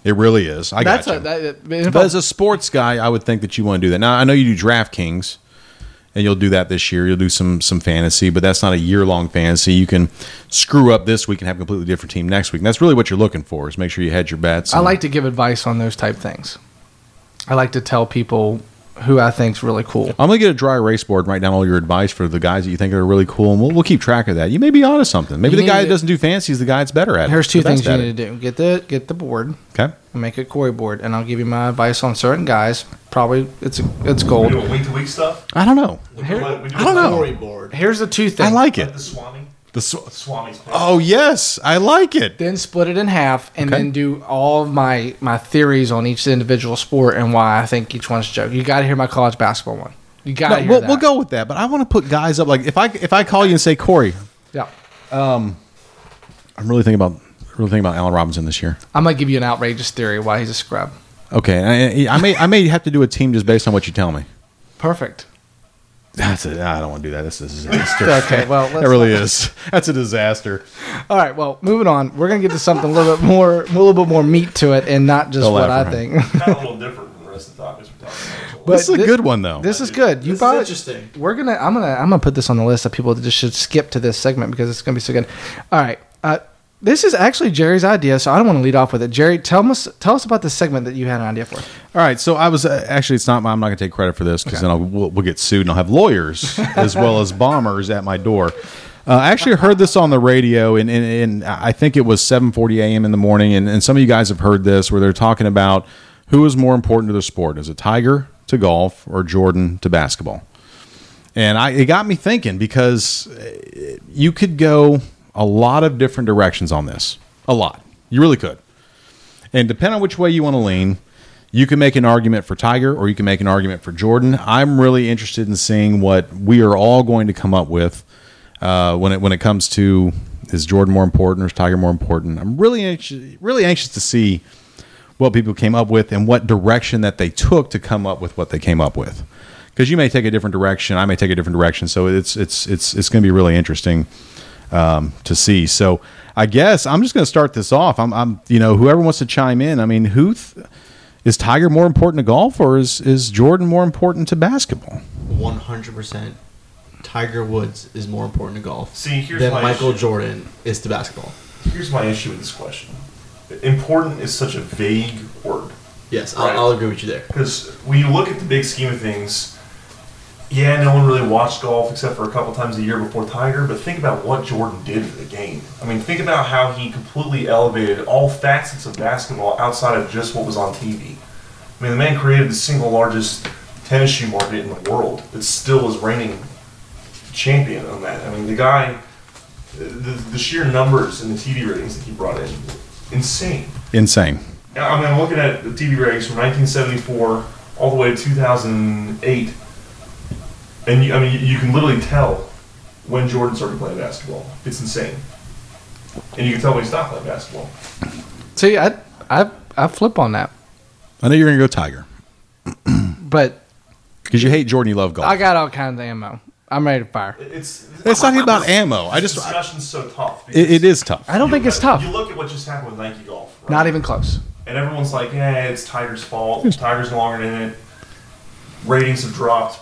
[SPEAKER 2] It really is. I got
[SPEAKER 1] that's
[SPEAKER 2] gotcha.
[SPEAKER 1] a, that,
[SPEAKER 2] But as a sports guy, I would think that you want to do that. Now, I know you do DraftKings, and you'll do that this year. You'll do some some fantasy, but that's not a year long fantasy. You can screw up this week and have a completely different team next week. And that's really what you're looking for is make sure you hedge your bets.
[SPEAKER 1] I
[SPEAKER 2] and-
[SPEAKER 1] like to give advice on those type things. I like to tell people who I think's really cool.
[SPEAKER 2] I'm gonna get a dry erase board and write down all your advice for the guys that you think are really cool, and we'll, we'll keep track of that. You may be onto something. Maybe
[SPEAKER 1] You
[SPEAKER 2] the guy
[SPEAKER 1] need
[SPEAKER 2] that
[SPEAKER 1] to-
[SPEAKER 2] doesn't do fancy is the guy that's better at it.
[SPEAKER 1] Here's two
[SPEAKER 2] the best
[SPEAKER 1] things you
[SPEAKER 2] at
[SPEAKER 1] need
[SPEAKER 2] it.
[SPEAKER 1] to do: get the get the board,
[SPEAKER 2] Okay,
[SPEAKER 1] and make a Corey board, and I'll give you my advice on certain guys. Probably it's it's
[SPEAKER 3] we
[SPEAKER 1] gold.
[SPEAKER 3] do week to week stuff.
[SPEAKER 2] I don't know.
[SPEAKER 4] We
[SPEAKER 1] Here-
[SPEAKER 4] do
[SPEAKER 3] I
[SPEAKER 4] a
[SPEAKER 3] don't
[SPEAKER 2] know.
[SPEAKER 4] storyboard.
[SPEAKER 1] Here's the two
[SPEAKER 2] I
[SPEAKER 1] things.
[SPEAKER 2] like
[SPEAKER 3] Like
[SPEAKER 2] it.
[SPEAKER 3] the Swami.
[SPEAKER 2] The sw-
[SPEAKER 3] Swami's. place.
[SPEAKER 2] oh yes, I like it.
[SPEAKER 1] then split it in half, and
[SPEAKER 2] Okay.
[SPEAKER 1] then do all of my my theories on each individual sport and why I think each one's a joke. You got to hear my college basketball one. You got to
[SPEAKER 2] No,
[SPEAKER 1] hear
[SPEAKER 2] we'll,
[SPEAKER 1] that.
[SPEAKER 2] we'll go with that. But I want to put guys up. Like if I if I call you and say Corey,
[SPEAKER 1] Yeah,
[SPEAKER 2] I'm really thinking about really thinking about Allen Robinson this year.
[SPEAKER 1] I'm gonna give you an outrageous theory why he's a scrub.
[SPEAKER 2] Okay, I, I may I may have to do a team just based on what you tell me.
[SPEAKER 1] Perfect.
[SPEAKER 2] That's it. I don't want to do that. This is a disaster.
[SPEAKER 1] Okay, well,
[SPEAKER 2] that
[SPEAKER 1] let's
[SPEAKER 2] really is. That's a disaster.
[SPEAKER 1] All right, well, moving on. We're gonna get to something a little bit more, a little bit more meat to it, and not just
[SPEAKER 2] Don't
[SPEAKER 1] what
[SPEAKER 2] laugh,
[SPEAKER 1] I
[SPEAKER 2] Ryan.
[SPEAKER 1] think.
[SPEAKER 3] kind of a little different from the rest of the topics we're talking about.
[SPEAKER 1] But
[SPEAKER 2] this is a
[SPEAKER 1] thi-
[SPEAKER 2] good one though.
[SPEAKER 1] This is good. You
[SPEAKER 4] This is
[SPEAKER 1] bought.
[SPEAKER 4] interesting.
[SPEAKER 1] We're gonna. I'm gonna. I'm gonna put this on the list of people that just should skip to this segment because it's gonna be so good. All right. Uh, this is actually Jerry's idea, so I don't want to lead off with it. Jerry, tell us tell us about the segment that you had an idea for.
[SPEAKER 2] All right, so I was uh, actually it's not my- I'm not going to take credit for this because then I'll, we'll, we'll get sued and I'll have lawyers as well as bombers at my door. Uh, I actually heard this on the radio, and, and, and I think it was 7:40 a.m. in the morning. And, and some of you guys have heard this, where they're talking about who is more important to the sport: is it Tiger to golf or Jordan to basketball? And I, it got me thinking because uh, you could go a lot of different directions on this, a lot. You really could. And depending on which way you want to lean, you can make an argument for Tiger or you can make an argument for Jordan. I'm really interested in seeing what we are all going to come up with uh, when it when it comes to is Jordan more important or is Tiger more important. I'm really anxious, really anxious to see what people came up with and what direction that they took to come up with what they came up with. Because you may take a different direction, I may take a different direction, so it's it's it's it's going to be really interesting to see. So I guess I'm just going to start this off. I'm, I'm, you know, whoever wants to chime in. I mean, who th- is Tiger more important to golf, or is is Jordan more important to basketball?
[SPEAKER 4] One hundred percent. Tiger Woods is more important to golf
[SPEAKER 3] See, here's
[SPEAKER 4] than
[SPEAKER 3] my
[SPEAKER 4] Michael
[SPEAKER 3] issue.
[SPEAKER 4] Jordan is to basketball.
[SPEAKER 3] Here's my issue with this question. Important is such a vague word.
[SPEAKER 4] Yes,
[SPEAKER 3] Right.
[SPEAKER 4] I'll, I'll agree with you there.
[SPEAKER 3] Because when you look at the big scheme of things, yeah, no one really watched golf except for a couple times a year before Tiger, but think about what Jordan did for the game. I mean, think about how he completely elevated all facets of basketball outside of just what was on TV. I mean, the man created the single largest tennis shoe market in the world that still is reigning champion on that. I mean, the guy, the, the sheer numbers and the TV ratings that he brought in, insane.
[SPEAKER 2] Insane.
[SPEAKER 3] Yeah, I mean, I'm looking at the TV ratings from 1974 all the way to 2008, and you, I mean, you can literally tell when Jordan started playing basketball. It's insane, and you can tell when he stopped playing basketball.
[SPEAKER 1] See, I I I flip on that,
[SPEAKER 2] I know you're going to go Tiger
[SPEAKER 1] but
[SPEAKER 2] because you hate Jordan, you love golf.
[SPEAKER 1] I got all kinds of ammo. I'm ready to fire.
[SPEAKER 3] It- It's
[SPEAKER 2] it's not even about ammo. I
[SPEAKER 3] This
[SPEAKER 2] just I,
[SPEAKER 3] discussion's so tough.
[SPEAKER 2] it, it is tough.
[SPEAKER 1] I don't
[SPEAKER 3] You-
[SPEAKER 1] think it's tough.
[SPEAKER 3] You look at what just happened with Nike Golf. right?
[SPEAKER 1] Not even close.
[SPEAKER 3] and everyone's like, "Yeah, it's Tiger's
[SPEAKER 1] Hmm.
[SPEAKER 3] fault. Tiger's no longer in it. Ratings have dropped.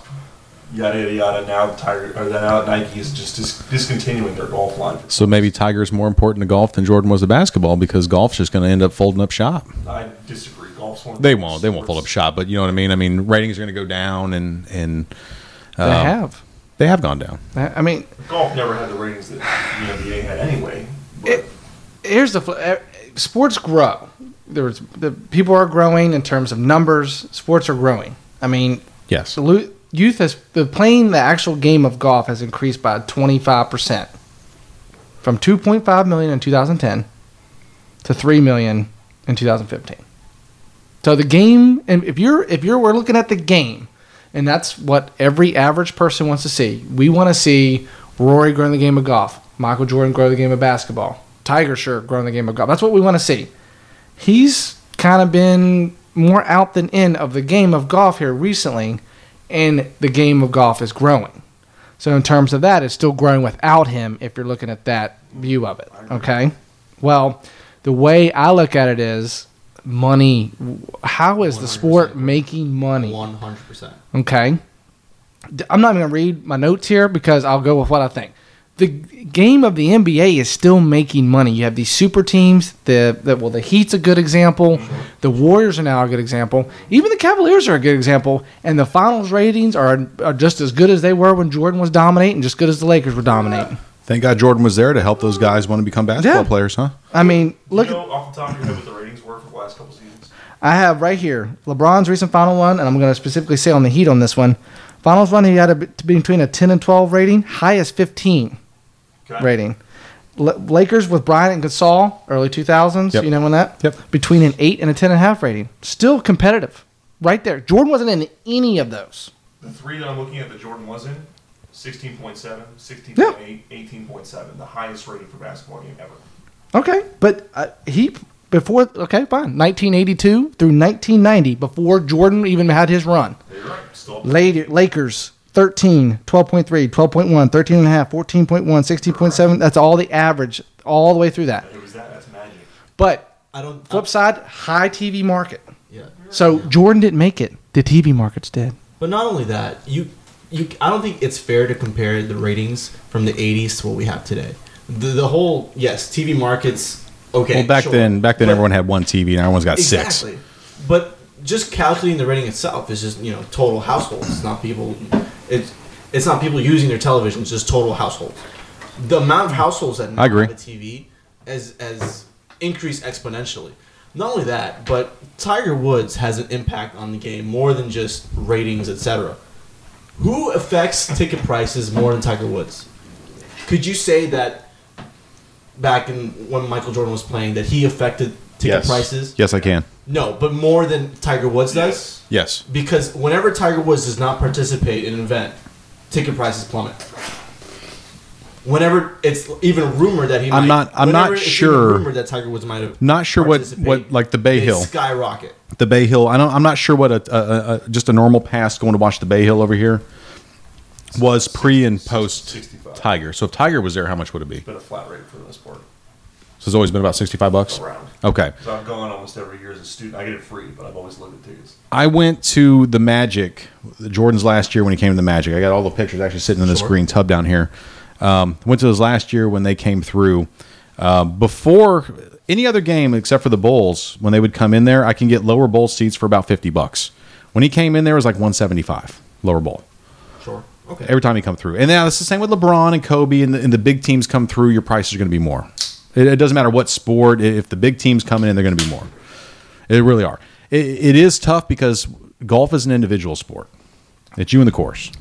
[SPEAKER 3] Yada yada yada. Now Tiger or now Nike is just dis- discontinuing their golf line.
[SPEAKER 2] So maybe Tiger's more important to golf than Jordan was to basketball because golf's just going to end up folding up shop.
[SPEAKER 3] I disagree. Golf's one. of
[SPEAKER 2] They
[SPEAKER 3] the
[SPEAKER 2] won't. They won't fold up shop, but you know what I mean. I mean, ratings are going to go down, and and
[SPEAKER 1] They
[SPEAKER 2] um,
[SPEAKER 1] have.
[SPEAKER 2] they have gone down.
[SPEAKER 1] I I mean,
[SPEAKER 3] Golf never had the ratings that the NBA had anyway. But
[SPEAKER 1] It- here's the fl- eh, sports grow. There's the people are growing in terms of numbers. Sports are growing. I mean,
[SPEAKER 2] Yes,
[SPEAKER 1] so lo- youth has the playing the actual game of golf has increased by 25 percent from 2.5 million in 2010 to 3 million in 2015. So the game, and if you're if you're we're looking at the game, and that's what every average person wants to see. We want to see Rory growing the game of golf, Michael Jordan grow the game of basketball, Tiger sure growing the game of golf. That's what we want to see. He's kind of been more out than in of the game of golf here recently, and the game of golf is growing. So in terms of that, it's still growing without him. If you're looking at that view of it, okay. Well, the way I look at it is money. How is the sport
[SPEAKER 4] 100%.
[SPEAKER 1] making money?
[SPEAKER 4] One hundred percent.
[SPEAKER 1] Okay. D- I'm not even going to read my notes here because I'll go with what I think. The g- game of the NBA is still making money. You have these super teams. The, the well, the Heat's a good example. The Warriors are now a good example. Even the Cavaliers are a good example. And the finals ratings are, are just as good as they were when Jordan was dominating, just good as the Lakers were dominating.
[SPEAKER 2] thank God Jordan was there to help those guys want to become basketball
[SPEAKER 1] Yeah.
[SPEAKER 2] players, huh?
[SPEAKER 1] I mean, look.
[SPEAKER 3] you
[SPEAKER 1] At,
[SPEAKER 3] know, off the top of your head what the ratings were for the last couple seasons.
[SPEAKER 1] I have right here LeBron's recent final one, and I'm going to specifically say on the Heat on this one. Finals run, he had a, b- between a 10 and 12 rating, highest 15.
[SPEAKER 3] Okay?
[SPEAKER 1] rating. L- Lakers with Bryant and Gasol, early 2000s,
[SPEAKER 2] Yep.
[SPEAKER 1] you know when that?
[SPEAKER 2] Yep.
[SPEAKER 1] Between an 8 and a 10.5 rating. Still competitive. Right there. Jordan wasn't in any of those.
[SPEAKER 3] The three that I'm looking at that Jordan was in 16.7, 16.8, 18.7, the highest rating for basketball game ever.
[SPEAKER 1] Okay. But uh, he, before, okay, fine. 1982 through 1990, before Jordan even had his run.
[SPEAKER 3] You're right. Still up.
[SPEAKER 1] Later, Lakers 13, 12.3, 12.1, 13.5, 14.1, 16.7. That's all the average, all the way through that.
[SPEAKER 3] It was that. That's magic.
[SPEAKER 1] But
[SPEAKER 4] I don't.
[SPEAKER 1] flip side, high TV market.
[SPEAKER 4] yeah.
[SPEAKER 1] So Jordan didn't make it. The TV markets did.
[SPEAKER 4] But not only that, you you I don't think it's fair to compare the ratings from the 80s to what we have today. The, the whole yes, TV markets okay.
[SPEAKER 2] well, back
[SPEAKER 4] sure.
[SPEAKER 2] then, back then
[SPEAKER 4] But-
[SPEAKER 2] everyone had one TV, and everyone's got
[SPEAKER 4] exactly. But just calculating the rating itself is just you know total households. It's not people. It's it's not people using their television. It's just total households. The amount of households that now
[SPEAKER 2] I agree.
[SPEAKER 4] have a TV has has increased exponentially. Not only that, but Tiger Woods has an impact on the game more than just ratings, etc. Who affects ticket prices more than Tiger Woods? Could you say that back in when Michael Jordan was playing that he affected ticket
[SPEAKER 2] six.
[SPEAKER 4] prices?
[SPEAKER 2] Yes, I can.
[SPEAKER 4] No, but more than Tiger Woods does.
[SPEAKER 2] Yes.
[SPEAKER 4] Because whenever Tiger Woods does not participate in an event, ticket prices plummet. Whenever it's even rumored that he,
[SPEAKER 2] I'm
[SPEAKER 4] might-
[SPEAKER 2] not- I'm
[SPEAKER 4] whenever
[SPEAKER 2] not
[SPEAKER 4] it's even
[SPEAKER 2] sure-
[SPEAKER 4] Rumored that Tiger Woods might have
[SPEAKER 2] Not sure what-
[SPEAKER 4] participated,
[SPEAKER 2] what, like, the Bay
[SPEAKER 4] they
[SPEAKER 2] Hill.
[SPEAKER 4] skyrocket.
[SPEAKER 2] the Bay Hill. I don't, I'm not sure what a, a, a, a just a normal pass going to watch the Bay Hill over here was pre and post
[SPEAKER 3] 65.
[SPEAKER 2] Tiger. So if Tiger was there, how much would it be?
[SPEAKER 3] It's been a flat rate for the most part.
[SPEAKER 2] So it's always been about 65 bucks.
[SPEAKER 3] Around.
[SPEAKER 2] Okay.
[SPEAKER 3] So I've gone almost every year as a student. I get it free, but I've always looked at tickets.
[SPEAKER 2] I went to the Magic, Jordan's last year when he came to the Magic. I got all the pictures actually sitting in this
[SPEAKER 4] Sure.
[SPEAKER 2] green tub down here. Um, went to his last year when they came through. Uh, before any other game except for the Bulls, when they would come in there, I can get lower bowl seats for about 50 bucks. When he came in there, it was like 175 lower bowl.
[SPEAKER 4] Sure. Okay.
[SPEAKER 2] every time you come through. And now it's the same with LeBron and Kobe, and the, and the big teams come through, your price is going to be more. It, it doesn't matter what sport. i- If the big teams come in, they're going to be more. It really are. It, it is tough because golf is an individual sport. It's you and the course.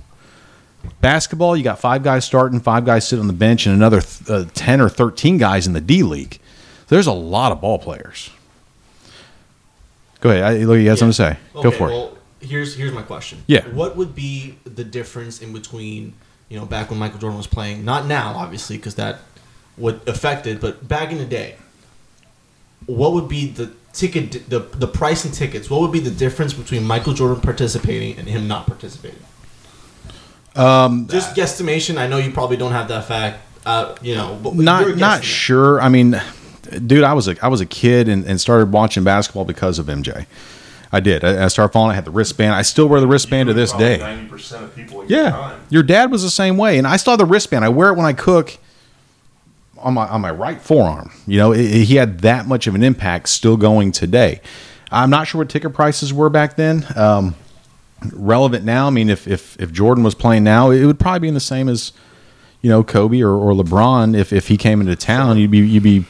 [SPEAKER 2] Basketball, you got five guys starting, five guys sit on the bench, and another th- uh, ten or thirteen guys in the D League. There's a lot of ball players. Go ahead. I, look, you had something to say. Go
[SPEAKER 4] Okay,
[SPEAKER 2] for it.
[SPEAKER 4] well, Here's here's my question.
[SPEAKER 2] Yeah.
[SPEAKER 4] What would be the difference in between you know back when Michael Jordan was playing, not now obviously because that would affected, but back in the day, what would be the ticket the the price in tickets? What would be the difference between Michael Jordan participating and him not participating? Um, just guesstimation. I know you probably don't have that fact. Uh, you know, but
[SPEAKER 2] not
[SPEAKER 4] you're
[SPEAKER 2] not
[SPEAKER 4] guessing.
[SPEAKER 2] sure. I mean, dude, I was a I was a kid and, and started watching basketball because of MJ. I did. I, I started following. I had the wristband. I still wear the wristband to this day.
[SPEAKER 3] Ninety percent of people. At Your
[SPEAKER 2] Yeah,
[SPEAKER 3] time.
[SPEAKER 2] your dad was the same way, and I still have the wristband. I wear it when I cook on my on my right forearm. You know, it, it- he had that much of an impact still going today. I'm not sure what ticket prices were back then. Um, relevant now, I mean, if if if Jordan was playing now, it would probably be the same as you know Kobe or, or LeBron. If if he came into town, you'd be you'd be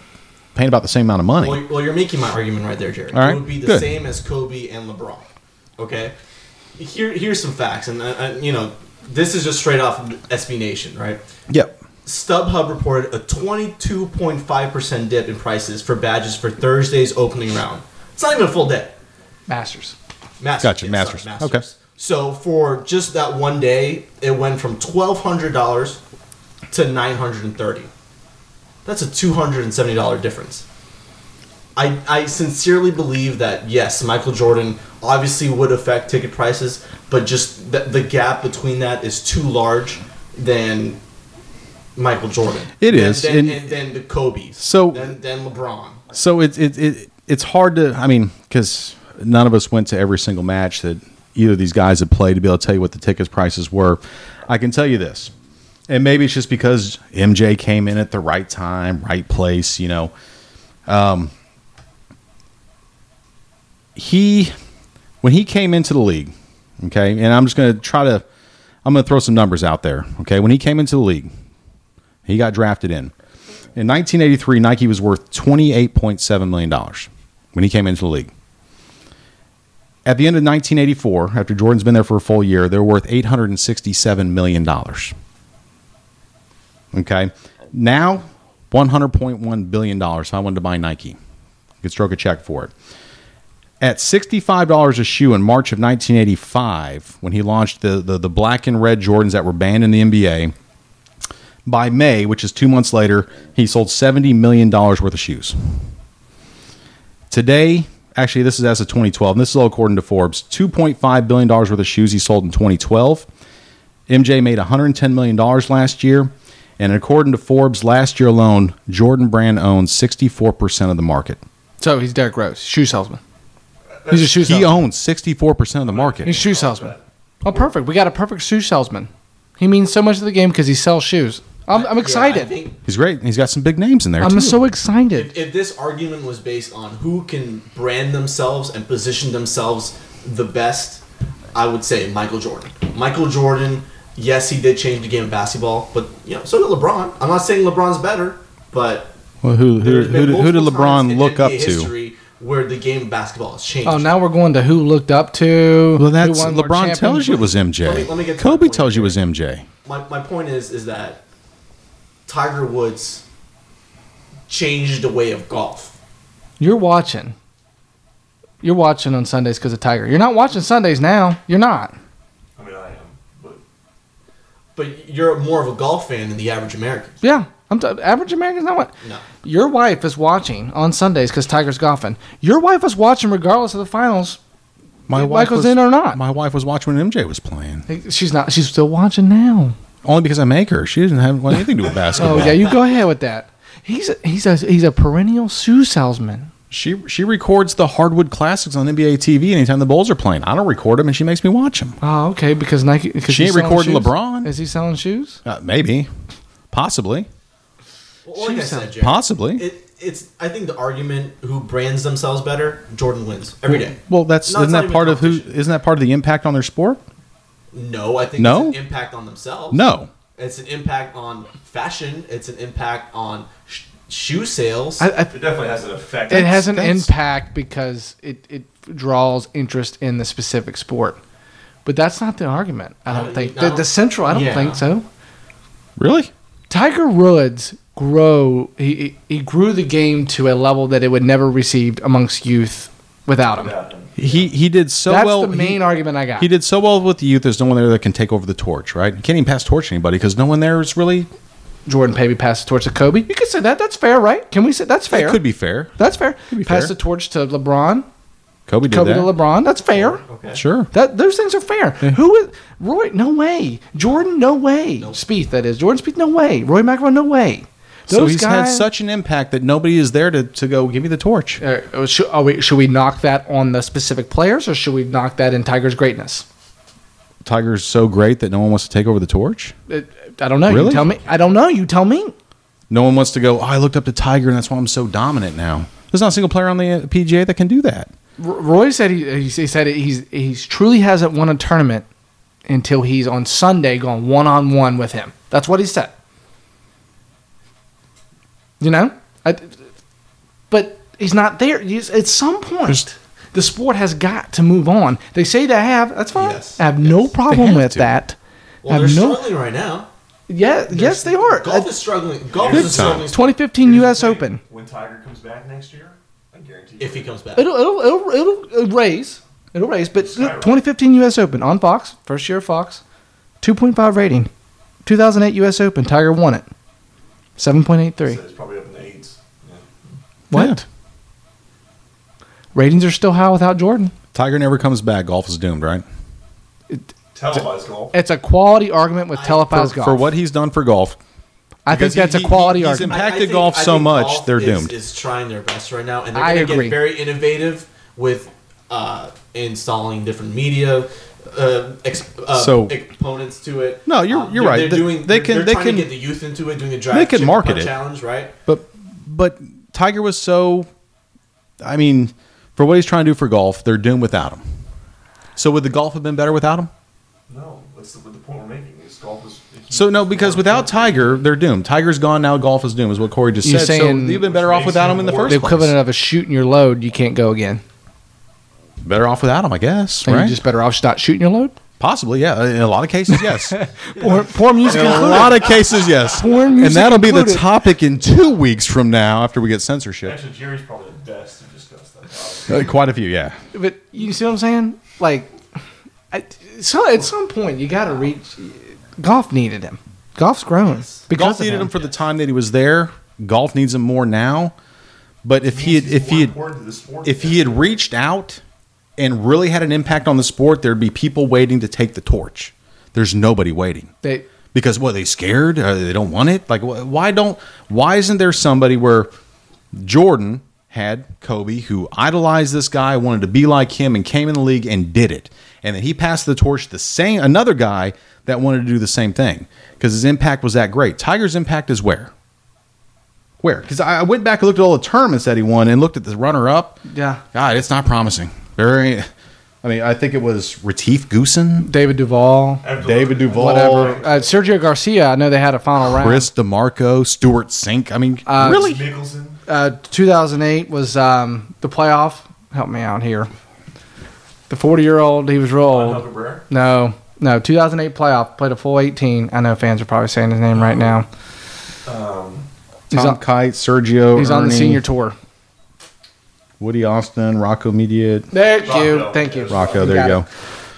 [SPEAKER 2] paying about the same amount of money.
[SPEAKER 4] Well, well, you're making my argument right there, Jared.
[SPEAKER 2] All right,
[SPEAKER 4] It would be the
[SPEAKER 2] good.
[SPEAKER 4] same as Kobe and LeBron. Okay. Here, here's some facts, and uh, uh, you know, this is just straight off of SB Nation, right?
[SPEAKER 2] yep.
[SPEAKER 4] StubHub reported a 22.5% dip in prices for badges for Thursday's opening round. It's not even a full day.
[SPEAKER 1] Masters.
[SPEAKER 4] Masters.
[SPEAKER 2] Gotcha,
[SPEAKER 4] yeah,
[SPEAKER 2] Masters.
[SPEAKER 4] sorry,
[SPEAKER 2] Okay.
[SPEAKER 4] So for just that one day, it went from twelve hundred dollars to nine hundred and thirty. That's a two hundred and seventy dollar difference. I I sincerely believe that yes, Michael Jordan obviously would affect ticket prices, but just the, the gap between that is too large than Michael Jordan.
[SPEAKER 2] It
[SPEAKER 4] It
[SPEAKER 2] is,
[SPEAKER 4] is, then,
[SPEAKER 2] and-
[SPEAKER 4] and, then the Kobe's.
[SPEAKER 2] So-
[SPEAKER 4] then, then LeBron.
[SPEAKER 2] So it's it, it it's hard to I mean because none of us went to every single match that either of these guys had played to be able to tell you what the tickets prices were. I can tell you this, and maybe it's just because MJ came in at the right time, right place. You know, um, he when he came into the league, okay, and I'm just going to try to I'm going to throw some numbers out there, okay. When he came into the league, he got drafted in. In 1983, Nike was worth $28.7 million when he came into the league. At the end of 1984, after Jordan's been there for a full year, they're worth $867 million. Okay. Now, $100.1 billion if I wanted to buy Nike. You could stroke a check for it. At $65 a shoe in March of 1985, when he launched the, the, the black and red Jordans that were banned in the NBA, by May, which is two months later, he sold $70 million worth of shoes. Today, actually, this is as of 2012, and this is all according to Forbes $2.5 billion worth of shoes he sold in 2012. MJ made $110 million last year. And according to Forbes, last year alone, Jordan Brand owned 64% of the market.
[SPEAKER 1] So he's Derek Rose, shoe salesman. He's a shoe
[SPEAKER 2] He
[SPEAKER 1] salesman.
[SPEAKER 2] owns 64% of the
[SPEAKER 1] He's
[SPEAKER 2] market.
[SPEAKER 1] a shoe salesman. Oh, perfect. We got a perfect shoe salesman. He means so much to the game because he sells shoes. I'm, I'm
[SPEAKER 4] Yeah, I
[SPEAKER 1] excited.
[SPEAKER 4] think
[SPEAKER 2] He's great. He's got some big names in there.
[SPEAKER 1] I'm
[SPEAKER 2] too.
[SPEAKER 1] so excited.
[SPEAKER 4] if, if this argument was based on who can brand themselves and position themselves the best, I would say Michael Jordan. Michael Jordan, yes, he did change the game of basketball, but you know, so did LeBron. I'm not saying LeBron's better, but
[SPEAKER 2] Well, who, who,
[SPEAKER 4] there's been
[SPEAKER 2] who, did- who did
[SPEAKER 4] multiple times
[SPEAKER 2] LeBron
[SPEAKER 4] in
[SPEAKER 2] look
[SPEAKER 4] NBA
[SPEAKER 2] up to?
[SPEAKER 4] history Where the game of basketball has changed.
[SPEAKER 1] Oh, now we're going to who looked up to.
[SPEAKER 2] Well,
[SPEAKER 1] who
[SPEAKER 2] that's
[SPEAKER 1] won more
[SPEAKER 2] LeBron tells you it
[SPEAKER 1] champions.
[SPEAKER 2] was MJ.
[SPEAKER 4] Let me- let me get to my
[SPEAKER 2] Kobe
[SPEAKER 4] point
[SPEAKER 2] tells you it
[SPEAKER 4] here.
[SPEAKER 2] was MJ.
[SPEAKER 4] my, my point is is that Tiger Woods changed the way of golf.
[SPEAKER 1] You're watching. You're watching on Sundays because of Tiger. You're not watching Sundays now. You're not.
[SPEAKER 3] I mean, I am. But
[SPEAKER 4] But you're more of a golf fan than the average American.
[SPEAKER 1] Yeah, I'm t- average American's not what.
[SPEAKER 4] No.
[SPEAKER 1] Your wife is watching on Sundays because Tiger's golfing. Your wife is watching regardless of the finals.
[SPEAKER 2] My
[SPEAKER 1] If
[SPEAKER 2] wife
[SPEAKER 1] Michael's
[SPEAKER 2] was,
[SPEAKER 1] in or not.
[SPEAKER 2] My wife was watching when MJ was playing.
[SPEAKER 1] She's not. She's still watching now.
[SPEAKER 2] Only because I make her. She doesn't have want anything to do with
[SPEAKER 1] Oh
[SPEAKER 2] basketball.
[SPEAKER 1] yeah, you go ahead with that. He's a, he's a he's a perennial shoe salesman.
[SPEAKER 2] She she records the hardwood classics on NBA TV anytime the Bulls are playing. I don't record them, and she makes me watch them.
[SPEAKER 1] Oh, okay, because Nike. Cause
[SPEAKER 2] She
[SPEAKER 1] he's
[SPEAKER 2] ain't recording
[SPEAKER 1] selling shoes?
[SPEAKER 2] LeBron.
[SPEAKER 1] Is he selling shoes?
[SPEAKER 2] Uh, maybe, possibly,
[SPEAKER 4] Well, like I
[SPEAKER 1] Shoe
[SPEAKER 4] said, Jared,
[SPEAKER 2] possibly.
[SPEAKER 4] It, it's. I think the argument who brands themselves better, Jordan wins every day.
[SPEAKER 2] well, that's
[SPEAKER 4] No, it's
[SPEAKER 2] isn't
[SPEAKER 4] not
[SPEAKER 2] that
[SPEAKER 4] even
[SPEAKER 2] part of who?
[SPEAKER 4] competition.
[SPEAKER 2] Isn't that part of the impact on their sport?
[SPEAKER 4] No, I think
[SPEAKER 2] No?
[SPEAKER 4] it's an impact on themselves.
[SPEAKER 2] No.
[SPEAKER 4] it's an impact on fashion. It's an impact on sh- shoe sales.
[SPEAKER 1] I, I,
[SPEAKER 3] it definitely has an effect.
[SPEAKER 1] it has an
[SPEAKER 2] that's-
[SPEAKER 1] impact because it, it draws interest in the specific sport. But that's not the argument. I
[SPEAKER 4] I
[SPEAKER 1] don't
[SPEAKER 4] don't-
[SPEAKER 1] think
[SPEAKER 4] I
[SPEAKER 1] the,
[SPEAKER 4] don't-
[SPEAKER 1] the central. I don't
[SPEAKER 4] Yeah.
[SPEAKER 1] think so.
[SPEAKER 2] Really?
[SPEAKER 1] Tiger Woods grow he he he grew the game to a level that it would never received amongst youth without him.
[SPEAKER 3] without him.
[SPEAKER 2] He he did so
[SPEAKER 1] That's
[SPEAKER 2] well.
[SPEAKER 1] the main
[SPEAKER 2] he,
[SPEAKER 1] argument I got.
[SPEAKER 2] he did so well with the youth. There's no one there that can take over the torch, right? You can't even pass torch to anybody because no one there is really.
[SPEAKER 1] Jordan Pavey passed the torch to Kobe. You could say that. That's fair, right? Can we say that's fair?
[SPEAKER 2] That could be fair.
[SPEAKER 1] That's fair.
[SPEAKER 2] be
[SPEAKER 1] Pass
[SPEAKER 2] fair.
[SPEAKER 1] the torch to LeBron.
[SPEAKER 2] Kobe did
[SPEAKER 1] Kobe
[SPEAKER 2] that.
[SPEAKER 1] to LeBron. That's fair.
[SPEAKER 4] okay.
[SPEAKER 2] Sure.
[SPEAKER 1] That those things are fair. Who is Roy? No way. Jordan? No way.
[SPEAKER 4] Nope.
[SPEAKER 1] Spieth, that is. Jordan Spieth? No way. Roy McIlroy? No way.
[SPEAKER 2] so
[SPEAKER 1] Those
[SPEAKER 2] he's had
[SPEAKER 1] guys-
[SPEAKER 2] such an impact that nobody is there to, to go give me the torch.
[SPEAKER 1] Uh, should, are we, should we knock that on the specific players, or should we knock that in Tiger's greatness?
[SPEAKER 2] Tiger's so great that no one wants to take over the torch.
[SPEAKER 1] It, I don't know.
[SPEAKER 2] Really?
[SPEAKER 1] You tell me. I don't know. You tell me.
[SPEAKER 2] No one wants to go. Oh, I looked up to Tiger, and that's why I'm so dominant now. There's not a single player on the uh, PGA that can do that.
[SPEAKER 1] R- Roy said he, he he said he's he's truly hasn't won a tournament until he's on Sunday going one on one with him. That's what he said. You know, I, but he's not there. He's- at some point, the sport has got to move on. They say they have. That's fine.
[SPEAKER 4] Yes,
[SPEAKER 1] I have no
[SPEAKER 4] yes.
[SPEAKER 1] problem
[SPEAKER 2] have
[SPEAKER 1] with
[SPEAKER 2] to.
[SPEAKER 1] that.
[SPEAKER 4] Well,
[SPEAKER 1] I
[SPEAKER 4] they're
[SPEAKER 1] have no.
[SPEAKER 4] struggling right now.
[SPEAKER 1] Yeah, yes, they are.
[SPEAKER 4] Golf
[SPEAKER 1] Uh,
[SPEAKER 4] is struggling. Golf
[SPEAKER 2] Big
[SPEAKER 4] is a
[SPEAKER 2] time.
[SPEAKER 4] struggling. sport
[SPEAKER 1] 2015 U.S. Open.
[SPEAKER 3] When Tiger comes back next year, I guarantee you.
[SPEAKER 4] if he comes back.
[SPEAKER 1] It'll it'll it'll, it'll it'll raise. It'll raise. But look,
[SPEAKER 3] Skyrocket.
[SPEAKER 1] 2015 U.S. Open on Fox, first year of Fox, 2.5 rating. 2008 U.S. Open, Tiger won it, 7.83.
[SPEAKER 3] So it's probably up in the eights. Yeah.
[SPEAKER 1] What?
[SPEAKER 2] Yeah.
[SPEAKER 1] Ratings are still high without Jordan.
[SPEAKER 2] Tiger never comes back. Golf is doomed, right?
[SPEAKER 3] Televised golf.
[SPEAKER 1] It's a quality argument with
[SPEAKER 4] I-
[SPEAKER 1] televised
[SPEAKER 2] for,
[SPEAKER 1] golf.
[SPEAKER 2] for what he's done for golf,
[SPEAKER 1] I think
[SPEAKER 2] because he-
[SPEAKER 1] that's
[SPEAKER 2] he-
[SPEAKER 1] a quality
[SPEAKER 2] he's
[SPEAKER 1] argument.
[SPEAKER 2] in- impacted golf so much, they're
[SPEAKER 4] is,
[SPEAKER 2] doomed.
[SPEAKER 4] Is trying their best right now, and they're
[SPEAKER 1] I
[SPEAKER 4] going to
[SPEAKER 1] agree.
[SPEAKER 4] get very innovative with uh, installing different media. Uh, ex, uh,
[SPEAKER 2] So-
[SPEAKER 4] opponents to it.
[SPEAKER 2] No, you're-
[SPEAKER 4] Um,
[SPEAKER 2] you're
[SPEAKER 4] they're-
[SPEAKER 2] right.
[SPEAKER 4] They're
[SPEAKER 2] They-
[SPEAKER 4] doing,
[SPEAKER 2] they
[SPEAKER 4] they
[SPEAKER 2] can-
[SPEAKER 4] can. They're
[SPEAKER 2] they
[SPEAKER 4] trying
[SPEAKER 2] can-
[SPEAKER 4] to get the youth into it, doing the drive.
[SPEAKER 2] they can
[SPEAKER 4] chicken
[SPEAKER 2] market
[SPEAKER 4] putt
[SPEAKER 2] it.
[SPEAKER 4] challenge, right?
[SPEAKER 2] but but Tiger was so. I mean, for what he's trying to do for golf, they're doomed without him. So would the golf have been better without him?
[SPEAKER 3] No, that's the, the point we're making. Is golf is. a huge
[SPEAKER 2] So no, because
[SPEAKER 3] part of
[SPEAKER 2] without Tiger, they're doomed. Tiger's gone now. Golf is doomed, is what Corey just
[SPEAKER 1] You're
[SPEAKER 2] said.
[SPEAKER 1] saying-
[SPEAKER 2] so they've been better off without him in the first
[SPEAKER 1] the
[SPEAKER 2] place.
[SPEAKER 1] equivalent of a shooting your load, you can't go again.
[SPEAKER 2] better off without him, I guess.
[SPEAKER 1] And
[SPEAKER 2] Right?
[SPEAKER 1] you're just better off not shooting your load.
[SPEAKER 2] Possibly, yeah. In a lot of cases, yes. in
[SPEAKER 1] Poor, poor music.
[SPEAKER 2] a
[SPEAKER 1] included.
[SPEAKER 2] lot of cases, yes.
[SPEAKER 1] Porn music
[SPEAKER 2] and that'll be the
[SPEAKER 1] included.
[SPEAKER 2] topic in two weeks from now after we get censorship.
[SPEAKER 3] Actually, Jerry's probably the best to discuss that.
[SPEAKER 2] Uh, Quite a few, yeah.
[SPEAKER 1] But you see what I'm saying? Like, I, so at some point you got to reach. Golf needed him. Golf's grown because
[SPEAKER 2] golf
[SPEAKER 1] of
[SPEAKER 2] needed him for the time that he was there. Golf needs him more now. But if he had, if he had, if he had reached out and really had an impact on the sport, there'd be people waiting to take the torch. There's nobody waiting.
[SPEAKER 1] They,
[SPEAKER 2] because what are they scared Uh they don't want it like wh- why don't why isn't there somebody where jordan had kobe who idolized this guy wanted to be like him and came in the league and did it and then he passed the torch to the same another guy that wanted to do the same thing because his impact was that great tiger's impact is where where because I, I went back and looked at all the tournaments that he won and looked at the runner-up
[SPEAKER 1] Yeah.
[SPEAKER 2] god it's not promising very i mean i think it was retief goosen
[SPEAKER 1] David Duval,
[SPEAKER 2] david duval
[SPEAKER 1] whatever.
[SPEAKER 2] Oh.
[SPEAKER 1] Uh, Sergio Garcia. I know they had a final round.
[SPEAKER 2] Chris DeMarco, Stuart Sink. I mean,
[SPEAKER 3] Really?
[SPEAKER 2] really?
[SPEAKER 3] Mickelson.
[SPEAKER 1] Uh, 2008 was um, the playoff. Help me out here. The 40 year old. He was real
[SPEAKER 3] John
[SPEAKER 1] old.
[SPEAKER 3] Huckleberry.
[SPEAKER 1] No, no. 2008 playoff. Played a full 18. I know fans are probably saying his name right now.
[SPEAKER 3] Um,
[SPEAKER 1] He's
[SPEAKER 2] Tom
[SPEAKER 1] on,
[SPEAKER 2] Kite, Sergio,
[SPEAKER 1] he's on the
[SPEAKER 2] Ernie,
[SPEAKER 1] senior tour.
[SPEAKER 2] Woody Austin, Rocco Mediate,
[SPEAKER 1] Thank you.
[SPEAKER 3] Rocco.
[SPEAKER 1] Thank you.
[SPEAKER 2] Rocco.
[SPEAKER 1] You
[SPEAKER 2] There
[SPEAKER 1] got
[SPEAKER 2] you
[SPEAKER 1] it.
[SPEAKER 2] go.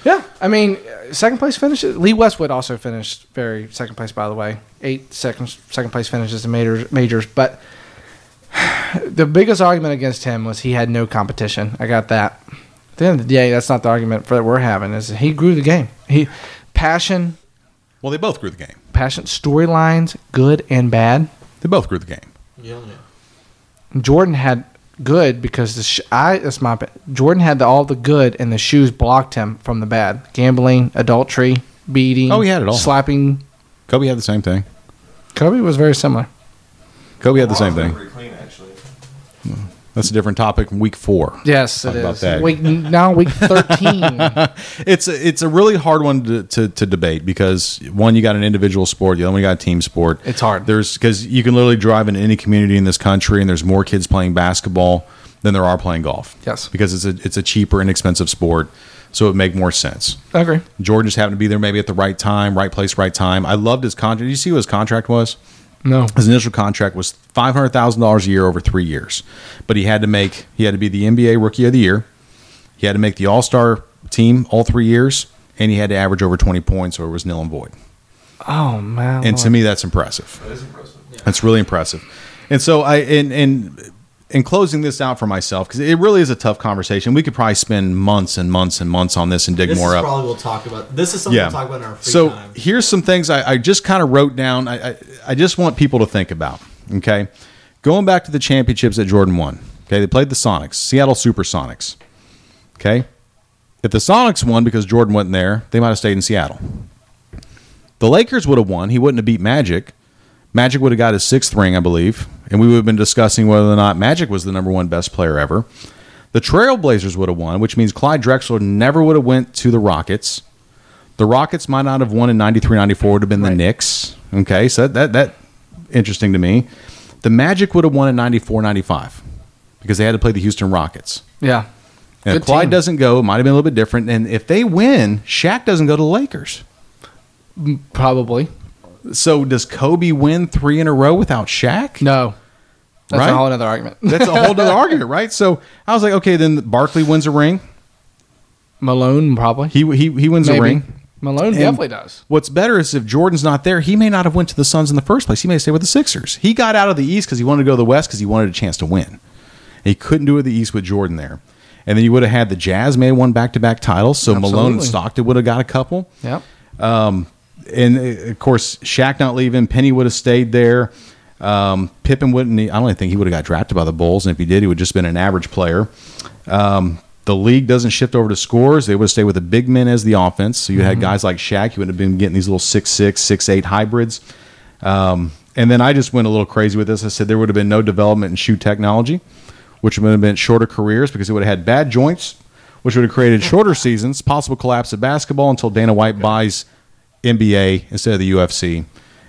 [SPEAKER 1] Yeah, I mean, uh, second place finishes. Lee Westwood also finished very second place, by the way. Eight second second place finishes in majors, majors. But the biggest argument against him was he had no competition. I got that. At the end of the day, that's not the argument for that we're having. Is he grew the game? He passion,
[SPEAKER 2] Well, they both grew the game.
[SPEAKER 1] passion storylines, good and bad.
[SPEAKER 2] They both grew the game.
[SPEAKER 4] Yeah, yeah.
[SPEAKER 1] Jordan had good because the sh- I that's my opi- Jordan had the, all the good and the shoes blocked him from the bad gambling, adultery, beating.
[SPEAKER 2] Oh, he had it all.
[SPEAKER 1] Slapping.
[SPEAKER 2] Kobe had the same thing.
[SPEAKER 1] Kobe was very similar.
[SPEAKER 2] Kobe had the same
[SPEAKER 3] Bob's
[SPEAKER 2] thing.
[SPEAKER 3] pretty Clean, actually.
[SPEAKER 2] That's a different topic from week four.
[SPEAKER 1] Yes,
[SPEAKER 2] Talk
[SPEAKER 1] it
[SPEAKER 2] about
[SPEAKER 1] is.
[SPEAKER 2] that.
[SPEAKER 1] Week now week thirteen.
[SPEAKER 2] It's a, it's a really hard one to, to, to debate because one you got an individual sport, the other one you got a team sport.
[SPEAKER 1] It's hard.
[SPEAKER 2] There's because you can literally drive into any community in this country, and there's more kids playing basketball than there are playing golf.
[SPEAKER 1] Yes.
[SPEAKER 2] because it's a it's a cheaper, inexpensive sport, so it would make more sense.
[SPEAKER 1] I agree.
[SPEAKER 2] Jordan just happened to be there maybe at the right time, right place, right time. I loved his contract. Did you see what his contract was?
[SPEAKER 1] No.
[SPEAKER 2] His initial contract was five hundred thousand dollars a year over three years, but he had to make he had to be the NBA Rookie of the Year. He had to make the All Star team all three years, and he had to average over twenty points, or it was nil and void.
[SPEAKER 1] Oh man.
[SPEAKER 2] And to me, that's impressive.
[SPEAKER 3] That is impressive.
[SPEAKER 2] That's really impressive. And so I and and in closing this out for myself because it really is a tough conversation. We could probably spend months and months and months on this and dig
[SPEAKER 4] This
[SPEAKER 2] more
[SPEAKER 4] is
[SPEAKER 2] up.
[SPEAKER 4] probably we'll talk about. This is something we'll talk about in our free
[SPEAKER 2] so
[SPEAKER 4] time.
[SPEAKER 2] here's some things I, I just kind of wrote down. I, I I just want people to think about. Okay. Going back to the championships that Jordan won. Okay. They played the Sonics, Seattle Supersonics. Okay. If the Sonics won because Jordan wasn't there, they might have stayed in Seattle. The Lakers would have won. He wouldn't have beat Magic. Magic would have got his sixth ring, I believe. And we would have been discussing whether or not Magic was the number one best player ever. The Trailblazers would have won, which means Clyde Drexler never would have went to the Rockets. The Rockets might not have won in 93, 94. Would have been the Knicks. Okay, so that, that that interesting to me. The Magic would have won in 94, 95 because they had to play the Houston Rockets.
[SPEAKER 1] Yeah.
[SPEAKER 2] And if
[SPEAKER 1] Good
[SPEAKER 2] Clyde
[SPEAKER 1] team.
[SPEAKER 2] doesn't go, it might have been a little bit different. And if they win, Shaq doesn't go to the Lakers.
[SPEAKER 1] Probably.
[SPEAKER 2] So does Kobe win three in a row without Shaq?
[SPEAKER 1] No. That's
[SPEAKER 2] Right?
[SPEAKER 1] a whole other argument.
[SPEAKER 2] That's a whole other argument, right? So I was like, okay, then Barkley wins a ring.
[SPEAKER 1] Malone probably.
[SPEAKER 2] He he he wins a ring.
[SPEAKER 1] Malone
[SPEAKER 2] And
[SPEAKER 1] definitely does.
[SPEAKER 2] What's better is if Jordan's not there, he may not have went to the Suns in the first place. He may stay with the Sixers. He got out of the East because he wanted to go to the West because he wanted a chance to win. And he couldn't do it in the East with Jordan there. And then you would have had the Jazz may have won back to back titles, so Malone and
[SPEAKER 1] Absolutely.
[SPEAKER 2] Stockton would have got a couple.
[SPEAKER 1] Yep.
[SPEAKER 2] and uh, of course, Shaq not leaving, Penny would have stayed there. Um, Pippen wouldn't. I don't even think he would have got drafted by the Bulls, and if he did, he would have just been an average player. Um, the league doesn't shift over to scores; they would have stayed with the big men as the offense. So you had guys like Shaq; you would have been getting these little six six, six eight hybrids. Um, and then I just went a little crazy with this. I said there would have been no development in shoe technology, which would have meant shorter careers because it would have had bad joints, which would have created shorter seasons, possible collapse of basketball until Dana White buys NBA instead of the UFC.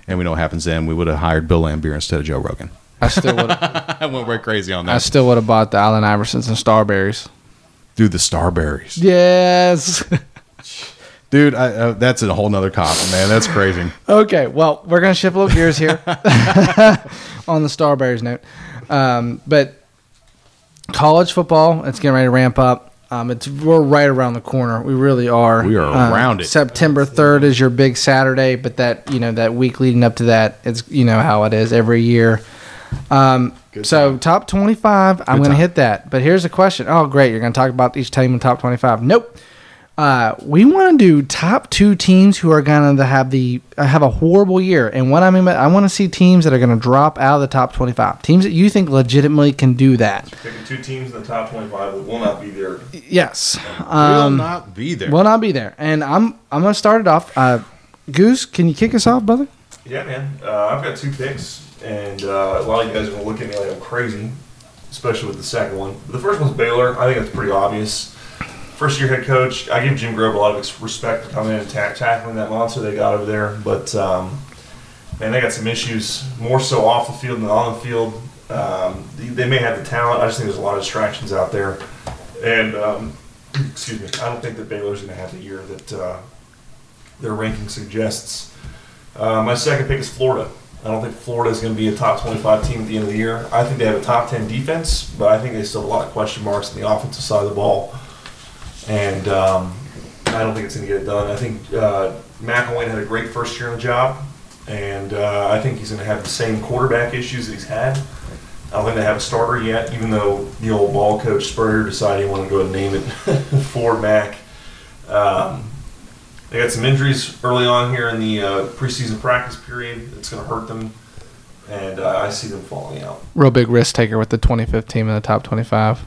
[SPEAKER 2] And we know what happens then. We would have hired Bill Lambier instead of Joe Rogan.
[SPEAKER 1] I still would have
[SPEAKER 2] I went right crazy on
[SPEAKER 1] I
[SPEAKER 2] that.
[SPEAKER 1] still would have bought the Allen Iversons and Starberries.
[SPEAKER 2] Dude, the Starberries.
[SPEAKER 1] Yes.
[SPEAKER 2] Dude, I, uh, that's a whole nother cop, man. That's crazy.
[SPEAKER 1] Okay, well, we're gonna shift a little gears here on the Starberries note, um, but college football it's getting ready to ramp up. Um, it's we're right around the corner. We really are.
[SPEAKER 2] We are
[SPEAKER 1] Um,
[SPEAKER 2] around it.
[SPEAKER 1] September third is your big Saturday, but that you know that week leading up to that, it's you know how it is every year. Um, so top twenty five, I'm gonna
[SPEAKER 2] time.
[SPEAKER 1] hit that. But here's the question. Oh, great, you're gonna talk about each team in top twenty five. Nope. Uh, we want to do top two teams who are going to have the uh, have a horrible year, and what I mean by I want to see teams that are going to drop out of the top twenty five. Teams that you think legitimately can do that.
[SPEAKER 3] Picking two teams in the top 25 that will not be there.
[SPEAKER 1] Yes,
[SPEAKER 2] will not be there.
[SPEAKER 1] Um, will not be there. And I'm I'm going to start it off. Uh, Goose, can you kick us off, brother?
[SPEAKER 3] Yeah, man. Uh, I've got two picks, and uh, a lot of you guys are going to look at me like I'm crazy, especially with the second one. But the first one's Baylor. I think that's pretty obvious. First year head coach. I give Jim Grove a lot of ex- respect for coming in and ta- tackling that monster they got over there. But, um, man, they got some issues, more so off the field than on the field. Um, they, they may have the talent. I just think there's a lot of distractions out there. And, um, excuse me, I don't think that Baylor's going to have the year that uh, their ranking suggests. Uh, my second pick is Florida. I don't think Florida is going to be a top 25 team at the end of the year. I think they have a top 10 defense, but I think they still have a lot of question marks on the offensive side of the ball. And um, I don't think it's going to get it done. I think uh, McElwain had a great first year on the job, and uh, I think he's going to have the same quarterback issues that he's had. I don't think they have a starter yet, even though the old ball coach Spurrier decided he wanted to go ahead and name it for Mac. Um, they got some injuries early on here in the uh, preseason practice period. It's going to hurt them, and uh, I see them falling out.
[SPEAKER 1] Real big risk taker with the twenty fifth team in the top twenty five.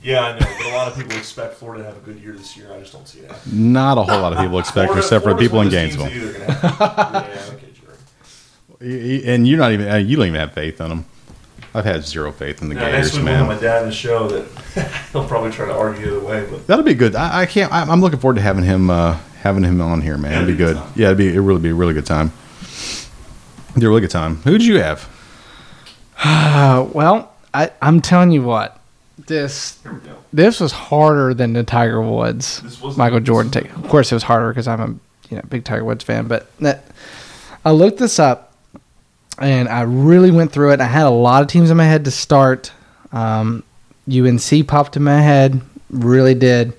[SPEAKER 3] Yeah, I know, but a lot of people expect Florida to have a good year this year. I just don't see that.
[SPEAKER 2] Not a whole lot of people expect,
[SPEAKER 3] Florida-
[SPEAKER 2] except for
[SPEAKER 3] Florida's
[SPEAKER 2] people
[SPEAKER 3] one
[SPEAKER 2] in
[SPEAKER 3] of those teams
[SPEAKER 2] Gainesville.
[SPEAKER 3] that either gonna have- yeah, okay, sure.
[SPEAKER 2] Y- y- And you're not even. uh, You don't even have faith in them. I've had zero faith in the
[SPEAKER 3] Yeah, next
[SPEAKER 2] Gators,
[SPEAKER 3] week we'll have
[SPEAKER 2] man.
[SPEAKER 3] my dad in the show that he'll probably try to argue either way, but
[SPEAKER 2] That'll be good. I, I can't. I, I'm looking forward to having him. Uh, having him on here, man.
[SPEAKER 3] Yeah,
[SPEAKER 2] It'd be
[SPEAKER 3] it'd be
[SPEAKER 2] good.
[SPEAKER 3] a good time.
[SPEAKER 2] Yeah, it'd be. It really be a really good time. It'd be a really good time. Who did you have?
[SPEAKER 1] Uh, well, I I'm telling you what, this
[SPEAKER 3] here we go.
[SPEAKER 1] this was harder than the Tiger Woods
[SPEAKER 3] This was-
[SPEAKER 1] Michael Jordan take. Of course, it was harder because I'm a you know big Tiger Woods fan. But that, I looked this up, and I really went through it. I had a lot of teams in my head to start. Um, UNC popped in my head, really did.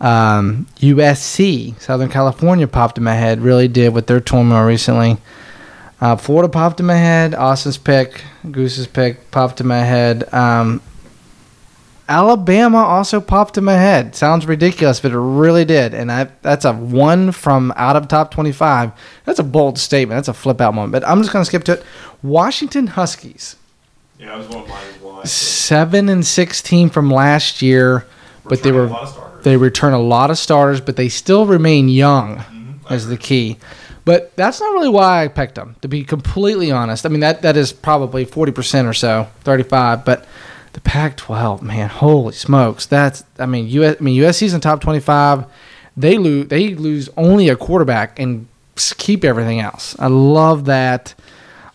[SPEAKER 1] Um, USC Southern California popped in my head, really did with their turmoil recently. Uh, Florida popped in my head. Austin's pick, Goose's pick popped in my head. Um, Alabama also popped in my head. Sounds ridiculous, but it really did. And I, that's a one from out of top 25. That's a bold statement. That's a flip out moment. But I'm just going to skip to it. Washington Huskies,
[SPEAKER 3] Yeah, I was one of mine as well.
[SPEAKER 1] 7 and 16 from last year, but they
[SPEAKER 3] Returning
[SPEAKER 1] were
[SPEAKER 3] a lot of starters.
[SPEAKER 1] they return a lot of starters, but they still remain young
[SPEAKER 3] Mm-hmm.
[SPEAKER 1] as the key. But that's not really why I picked them, to be completely honest. I mean, that, that is probably 40% or so, 35. But the Pac 12, man, holy smokes. That's, I mean, US, I mean USC's in top 25. They lose, they lose only a quarterback and s- keep everything else. I love that.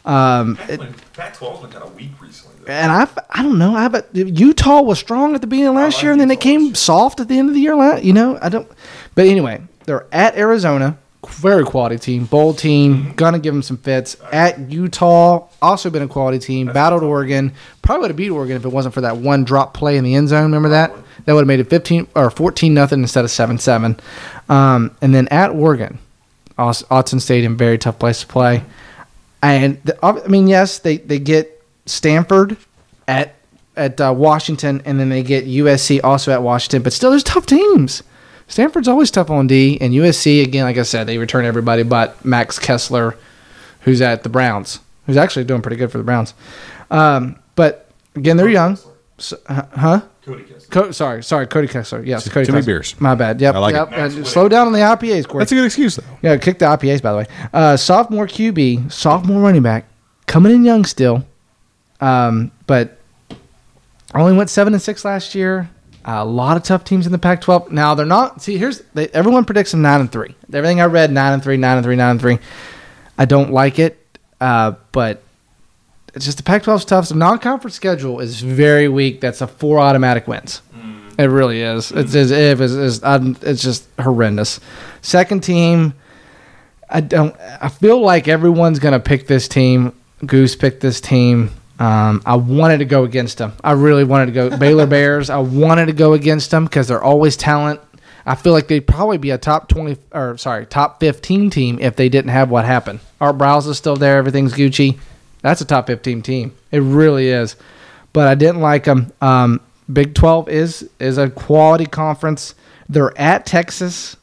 [SPEAKER 1] Um, it-
[SPEAKER 3] Pac 12's been kind of weak recently. Though.
[SPEAKER 1] and I, I don't know. I but Utah was strong at the beginning of last
[SPEAKER 3] like
[SPEAKER 1] year, and then they
[SPEAKER 3] Utah
[SPEAKER 1] came
[SPEAKER 3] this year.
[SPEAKER 1] soft at the end of the year. la- You know, I don't. But anyway, they're at Arizona, very quality team, bold team. Gonna give them some fits. At Utah, also been a quality team. Battled Oregon, probably would have beat Oregon if it wasn't for that one drop play in the end zone. Remember that? That would have made it fifteen or fourteen nothing instead of seven seven. Um, and then at Oregon, Aus- Autzen Stadium, very tough place to play. And the, I mean, yes, they, they get Stanford at at uh, Washington, and then they get USC also at Washington. But still, there's tough teams. Stanford's always tough on D, and USC again, like I said, they return everybody but Max Kessler, who's at the Browns, who's actually doing pretty good for the Browns. Um, but again, they're young. So, huh?
[SPEAKER 3] Cody Kessler.
[SPEAKER 1] Co- sorry, sorry, Cody Kessler. Yes, Cody.
[SPEAKER 2] too many
[SPEAKER 1] Kessler.
[SPEAKER 2] beers.
[SPEAKER 1] My bad. Yep.
[SPEAKER 2] I like it.
[SPEAKER 1] yep.
[SPEAKER 3] Max
[SPEAKER 1] Uh,
[SPEAKER 3] Whitaker.
[SPEAKER 1] slow down on the IPAs, Corey.
[SPEAKER 2] That's a good excuse though.
[SPEAKER 1] Yeah, kick the IPAs, by the way. Uh, sophomore QB, sophomore running back, coming in young still, um, but only went seven and six last year. A lot of tough teams in the Pac-12. Now they're not. See, here's they, everyone predicts them nine and three. Everything I read, nine and three, nine and three, nine and three. I don't like it, uh, but it's just the Pac-12 is tough. So non-conference schedule is very weak. That's a four automatic wins. It really is. It's as if it's, it's, I'm- it's just horrendous. Second team, I don't. I feel like everyone's gonna pick this team. Goose picked this team. Um, I wanted to go against them. I really wanted to go Baylor Bears. I wanted to go against them because they're always talent. I feel like they'd probably be a top twenty or sorry top fifteen team if they didn't have what happened. Art Browse is still there. Everything's Gucci. That's a top fifteen team. It really is. But I didn't like them. Um, Big Twelve is is a quality conference. They're at Texas,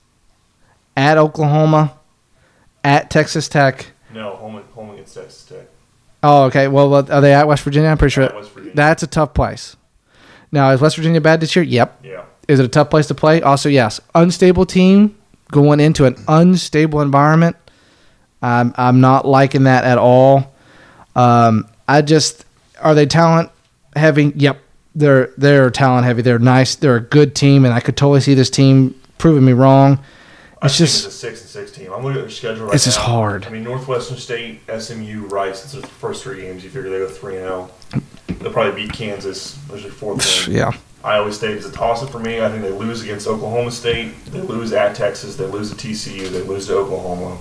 [SPEAKER 1] at Oklahoma at Texas Tech.
[SPEAKER 3] No, home, home against Texas Tech.
[SPEAKER 1] Oh, okay. Well, what- are they at West Virginia? I'm pretty sure
[SPEAKER 3] At West Virginia.
[SPEAKER 1] that's a tough place. Now, is West Virginia bad this year? Yep.
[SPEAKER 3] Yeah.
[SPEAKER 1] Is it a tough place to play? Also, yes. Unstable team going into an unstable environment. I'm I'm not liking that at all. Um, I just are they talent heavy? Yep, they're they're talent heavy. They're nice. They're a good team, and I could totally see this team proving me wrong.
[SPEAKER 3] I
[SPEAKER 1] It's
[SPEAKER 3] think
[SPEAKER 1] just-
[SPEAKER 3] it's a six and six team. I'm looking at their schedule right
[SPEAKER 1] It's
[SPEAKER 3] now.
[SPEAKER 1] just hard.
[SPEAKER 3] I mean, Northwestern State, SMU, Rice. It's the first three games. You figure they go three and zero. They'll probably beat Kansas. There's your fourth one.
[SPEAKER 1] Yeah.
[SPEAKER 3] Iowa State is a toss up for me. I think they lose against Oklahoma State. They lose at Texas. They lose to TCU. They lose to Oklahoma.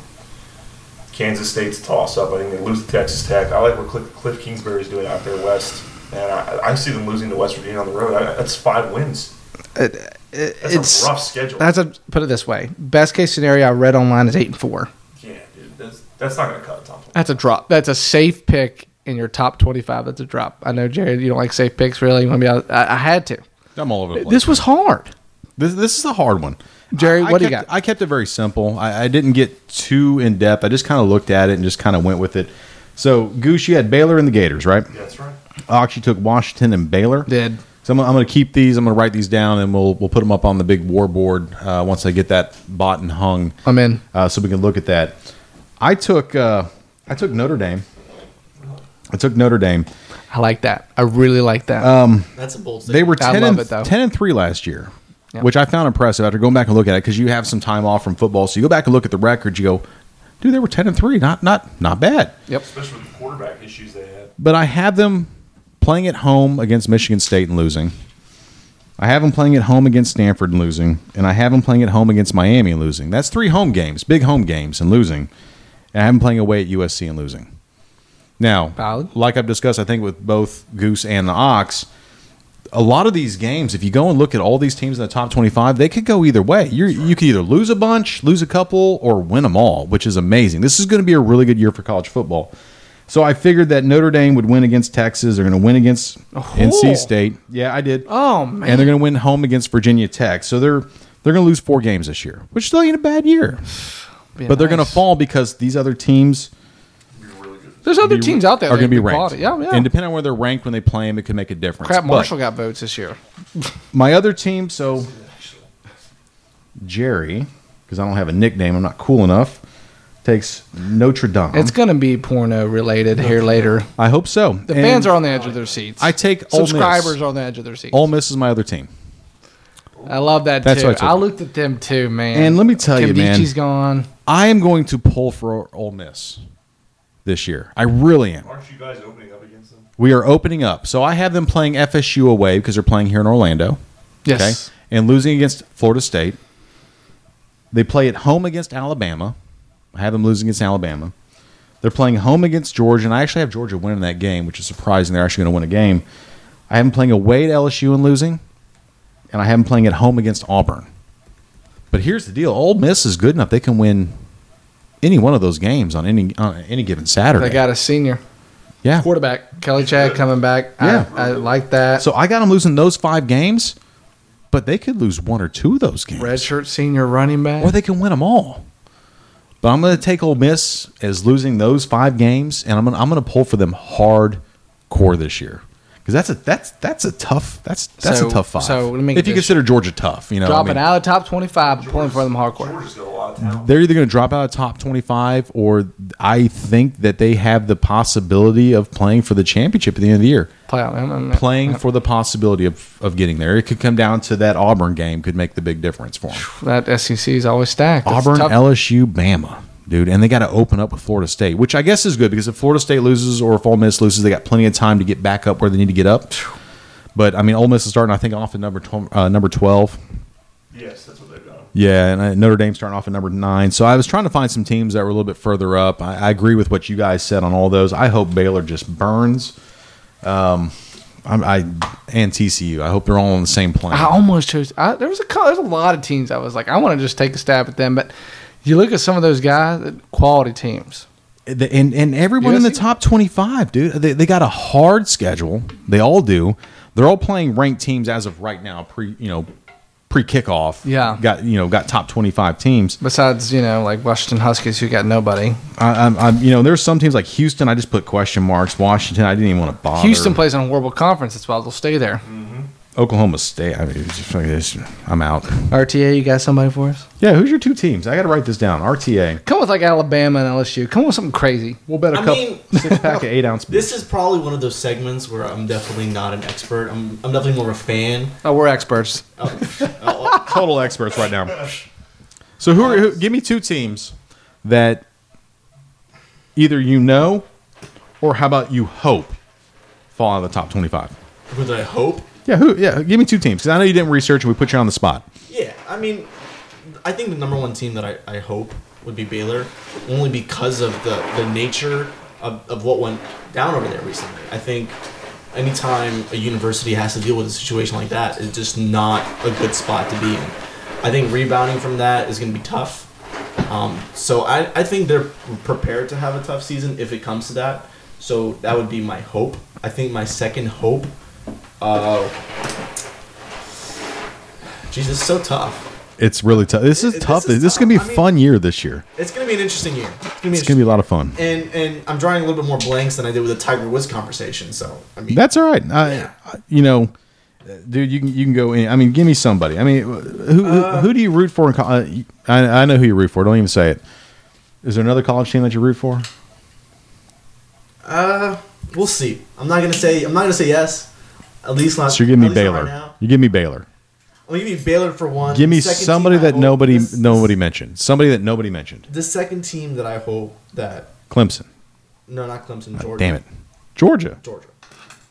[SPEAKER 3] Kansas State's a toss up. I think they lose to Texas Tech. I like what Cliff, Cliff Kingsbury's doing out there west. And I, I see them losing to West Virginia on the road. I, that's five wins.
[SPEAKER 1] It-
[SPEAKER 3] That's
[SPEAKER 1] it's
[SPEAKER 3] a rough schedule.
[SPEAKER 1] That's a put it this way. Best case scenario I read online is eight and four.
[SPEAKER 3] yeah, dude. That's, that's not going to cut a top
[SPEAKER 1] That's a drop. That's a safe pick in your top twenty five. That's a drop. I know, Jared, you don't like safe picks really. You want to be out? I, I had to.
[SPEAKER 2] I'm all over the place.
[SPEAKER 1] This was hard.
[SPEAKER 2] This, this is a hard one.
[SPEAKER 1] Jerry,
[SPEAKER 2] I- I
[SPEAKER 1] what do you
[SPEAKER 2] kept-
[SPEAKER 1] got?
[SPEAKER 2] I kept it very simple. I, I didn't get too in depth. I just kind of looked at it and just kind of went with it. So, Goose, you had Baylor and the Gators, right?
[SPEAKER 3] Yeah, that's right.
[SPEAKER 2] I actually took Washington and Baylor.
[SPEAKER 1] Did.
[SPEAKER 2] So I'm, I'm going to keep these. I'm going to write these down, and we'll we'll put them up on the big war board uh, once I get that bought and hung.
[SPEAKER 1] I'm in.
[SPEAKER 2] uh, so we can look at that. I took uh, I took Notre Dame. I took Notre Dame.
[SPEAKER 1] I like that. I really like that.
[SPEAKER 2] Um,
[SPEAKER 4] That's a bold
[SPEAKER 2] They
[SPEAKER 4] statement.
[SPEAKER 2] were
[SPEAKER 1] I
[SPEAKER 2] ten
[SPEAKER 1] love
[SPEAKER 2] and,
[SPEAKER 1] it, though.
[SPEAKER 2] ten and three last year,
[SPEAKER 1] Yeah.
[SPEAKER 2] which I found impressive after going back and looking at it because you have some time off from football, so you go back and look at the records. You go, dude, they were ten and three, not not not bad.
[SPEAKER 1] yep.
[SPEAKER 3] Especially with the quarterback issues they had.
[SPEAKER 2] But I have them playing at home against Michigan State and losing. I have them playing at home against Stanford and losing, and I have them playing at home against Miami and losing. That's three home games, big home games, and losing. And I have them playing away at USC and losing. Now,
[SPEAKER 1] Valid.
[SPEAKER 2] like I've discussed, I think with both Goose and the Ox, a lot of these games, if you go and look at all these teams in the top 25, they could go either way. You're, you could either lose a bunch, lose a couple, or win them all, which is amazing. This is going to be a really good year for college football. So I figured that Notre Dame would win against Texas. They're going to win against NC State. Yeah, I did.
[SPEAKER 1] Oh, man.
[SPEAKER 2] And they're going to win home against Virginia Tech. So they're they're going to lose four games this year, which still ain't a bad year.
[SPEAKER 1] Be
[SPEAKER 2] But they're going to
[SPEAKER 1] nice.
[SPEAKER 2] fall because these other teams
[SPEAKER 1] There's other
[SPEAKER 2] be-
[SPEAKER 1] teams out there
[SPEAKER 2] are
[SPEAKER 1] that
[SPEAKER 2] going to be
[SPEAKER 1] could
[SPEAKER 2] ranked.
[SPEAKER 1] quality. Yeah, yeah.
[SPEAKER 2] And depending on where they're ranked when they play them, it could make a difference.
[SPEAKER 1] Crap,
[SPEAKER 2] But
[SPEAKER 1] Marshall got votes this year.
[SPEAKER 2] my other team, so Jerry, because I don't have a nickname, I'm not cool enough. Takes Notre Dame.
[SPEAKER 1] It's going to be porno related here later.
[SPEAKER 2] I hope so.
[SPEAKER 1] The fans are on the edge of their seats.
[SPEAKER 2] I take Ole Miss.
[SPEAKER 1] subscribers are on the edge of their seats.
[SPEAKER 2] Ole Miss is my other team.
[SPEAKER 1] I love that
[SPEAKER 2] That's
[SPEAKER 1] too.
[SPEAKER 2] what I took.
[SPEAKER 1] I looked at them too, man.
[SPEAKER 2] And let me tell you, man.
[SPEAKER 1] Kimbichi's gone.
[SPEAKER 2] I am going to pull for Ole Miss this year. I really am.
[SPEAKER 3] Aren't you guys opening up against them?
[SPEAKER 2] We are opening up. So I have them playing FSU away because they're playing here in Orlando.
[SPEAKER 1] Yes.
[SPEAKER 2] And losing against Florida State. They play at home against Alabama. I have them losing against Alabama. They're playing home against Georgia, and I actually have Georgia winning that game, which is surprising. They're actually going to win a game. I have them playing away at LSU and losing, and I have them playing at home against Auburn. But here's the deal: Ole Miss is good enough; they can win any one of those games on any on any given Saturday.
[SPEAKER 1] They got a senior
[SPEAKER 2] yeah.
[SPEAKER 1] quarterback, Kelly Chad coming back.
[SPEAKER 2] Yeah.
[SPEAKER 1] I, I like that.
[SPEAKER 2] So I got them losing those five games, but they could lose one or two of those games.
[SPEAKER 1] redshirt senior running back.
[SPEAKER 2] or they can win them all. But I'm going to take Ole Miss as losing those five games, and I'm going to, I'm going to pull for them hardcore this year because that's a that's that's a tough that's that's
[SPEAKER 1] So-
[SPEAKER 2] a tough five.
[SPEAKER 1] so let me
[SPEAKER 2] if you
[SPEAKER 1] just-
[SPEAKER 2] consider Georgia tough, you know, I
[SPEAKER 1] dropping
[SPEAKER 2] mean,
[SPEAKER 1] out of top twenty-five, but pulling for them hardcore.
[SPEAKER 3] Georgia's got a lot of talent.
[SPEAKER 2] they're either going to drop out of top 25 or I think that they have the possibility of playing for the championship at the end of the year.
[SPEAKER 1] Playoff. I mean,
[SPEAKER 2] Playing for the possibility of, of getting there. It could come down to that Auburn game could make the big difference for them.
[SPEAKER 1] that SEC is always stacked. It's
[SPEAKER 2] Auburn,
[SPEAKER 1] tough.
[SPEAKER 2] LSU, Bama, dude, and they got to open up with Florida State, which I guess is good because if Florida State loses or if Ole Miss loses, they got plenty of time to get back up where they need to get up. But I mean, Ole Miss is starting, I think, off at number tw- uh, number twelve.
[SPEAKER 3] Yes, that's what they've got.
[SPEAKER 2] Yeah, and uh, Notre Dame's starting off at number nine. So I was trying to find some teams that were a little bit further up. I, I agree with what you guys said on all those. I hope Baylor just burns. Um, I, I and TCU. I hope they're all on the same plane.
[SPEAKER 1] I almost chose. I, there was a cou- there's a lot of teams I was like I want to just take a stab at them, but you look at some of those guys, quality teams.
[SPEAKER 2] The- and and everyone in the
[SPEAKER 1] USC?
[SPEAKER 2] top 25 dude they, they got a hard schedule they all do they're all playing ranked teams as of right now pre you know pre kickoff
[SPEAKER 1] Yeah.
[SPEAKER 2] got you know got top 25 teams
[SPEAKER 1] Besides, you know, like Washington Huskies who got nobody.
[SPEAKER 2] I, I'm, I'm you know there's some teams like houston i just put question marks washington i didn't even want to bother
[SPEAKER 1] Houston plays in a horrible conference. That's why they'll stay there.
[SPEAKER 2] oklahoma state i mean it's just, it's- i'm out
[SPEAKER 1] RTA, you got somebody for us?
[SPEAKER 2] yeah who's your two teams i gotta write this down rta
[SPEAKER 1] Come with like Alabama and LSU. Come with something crazy.
[SPEAKER 2] we'll bet a
[SPEAKER 4] I
[SPEAKER 2] couple
[SPEAKER 4] mean-
[SPEAKER 2] six pack of eight ounce
[SPEAKER 4] This is probably one of those segments where I'm definitely not an expert. I'm, I'm definitely more of a fan.
[SPEAKER 1] Oh, we're experts.
[SPEAKER 4] Oh,
[SPEAKER 2] total experts right now. So who, are, who? Give me two teams that either you know, or how about you hope fall out of the top twenty-five.
[SPEAKER 4] Would I hope?
[SPEAKER 2] Yeah, who? Yeah, give me two teams because I know you didn't research and we put you on the spot.
[SPEAKER 4] Yeah, I mean, I think the number one team that I, I hope would be Baylor, only because of the, the nature of, of what went down over there recently. I think anytime a university has to deal with a situation like that, it's just not a good spot to be in. I think rebounding from that is going to be tough. Um, so I, I think they're prepared to have a tough season if it comes to that. So that would be my hope. I think my second hope. Uh, geez, it's so tough.
[SPEAKER 2] It's really tough. This is
[SPEAKER 4] This
[SPEAKER 2] tough.
[SPEAKER 4] is
[SPEAKER 2] this is gonna be a
[SPEAKER 4] tough. I mean-
[SPEAKER 2] fun year this year.
[SPEAKER 4] It's gonna be an interesting year. It's gonna be,
[SPEAKER 2] It's gonna be a lot of fun.
[SPEAKER 4] and and I'm drawing a little bit more blanks than I did with the Tiger Woods conversation. So I mean,
[SPEAKER 2] That's all right. I, I- you know, dude, you can you can go in. I mean, give me somebody. I mean, who who, who do you root for? In co- uh, I I know who you root for. Don't even say it. Is there another college team that you root for?
[SPEAKER 4] uh, we'll see. I'm not gonna say I'm not gonna say yes. At least not.
[SPEAKER 2] So you give me
[SPEAKER 4] at least not
[SPEAKER 2] Baylor.
[SPEAKER 4] Right now.
[SPEAKER 2] you give me Baylor.
[SPEAKER 4] I'll give you Baylor for one.
[SPEAKER 2] Give me
[SPEAKER 4] The second
[SPEAKER 2] somebody
[SPEAKER 4] team I
[SPEAKER 2] that
[SPEAKER 4] hope-
[SPEAKER 2] nobody
[SPEAKER 4] this-
[SPEAKER 2] nobody mentioned. Somebody that nobody mentioned.
[SPEAKER 4] The second team that I hope that
[SPEAKER 2] Clemson.
[SPEAKER 4] no, not Clemson.
[SPEAKER 2] Ah,
[SPEAKER 4] Georgia.
[SPEAKER 2] Damn it. Georgia.
[SPEAKER 4] Georgia.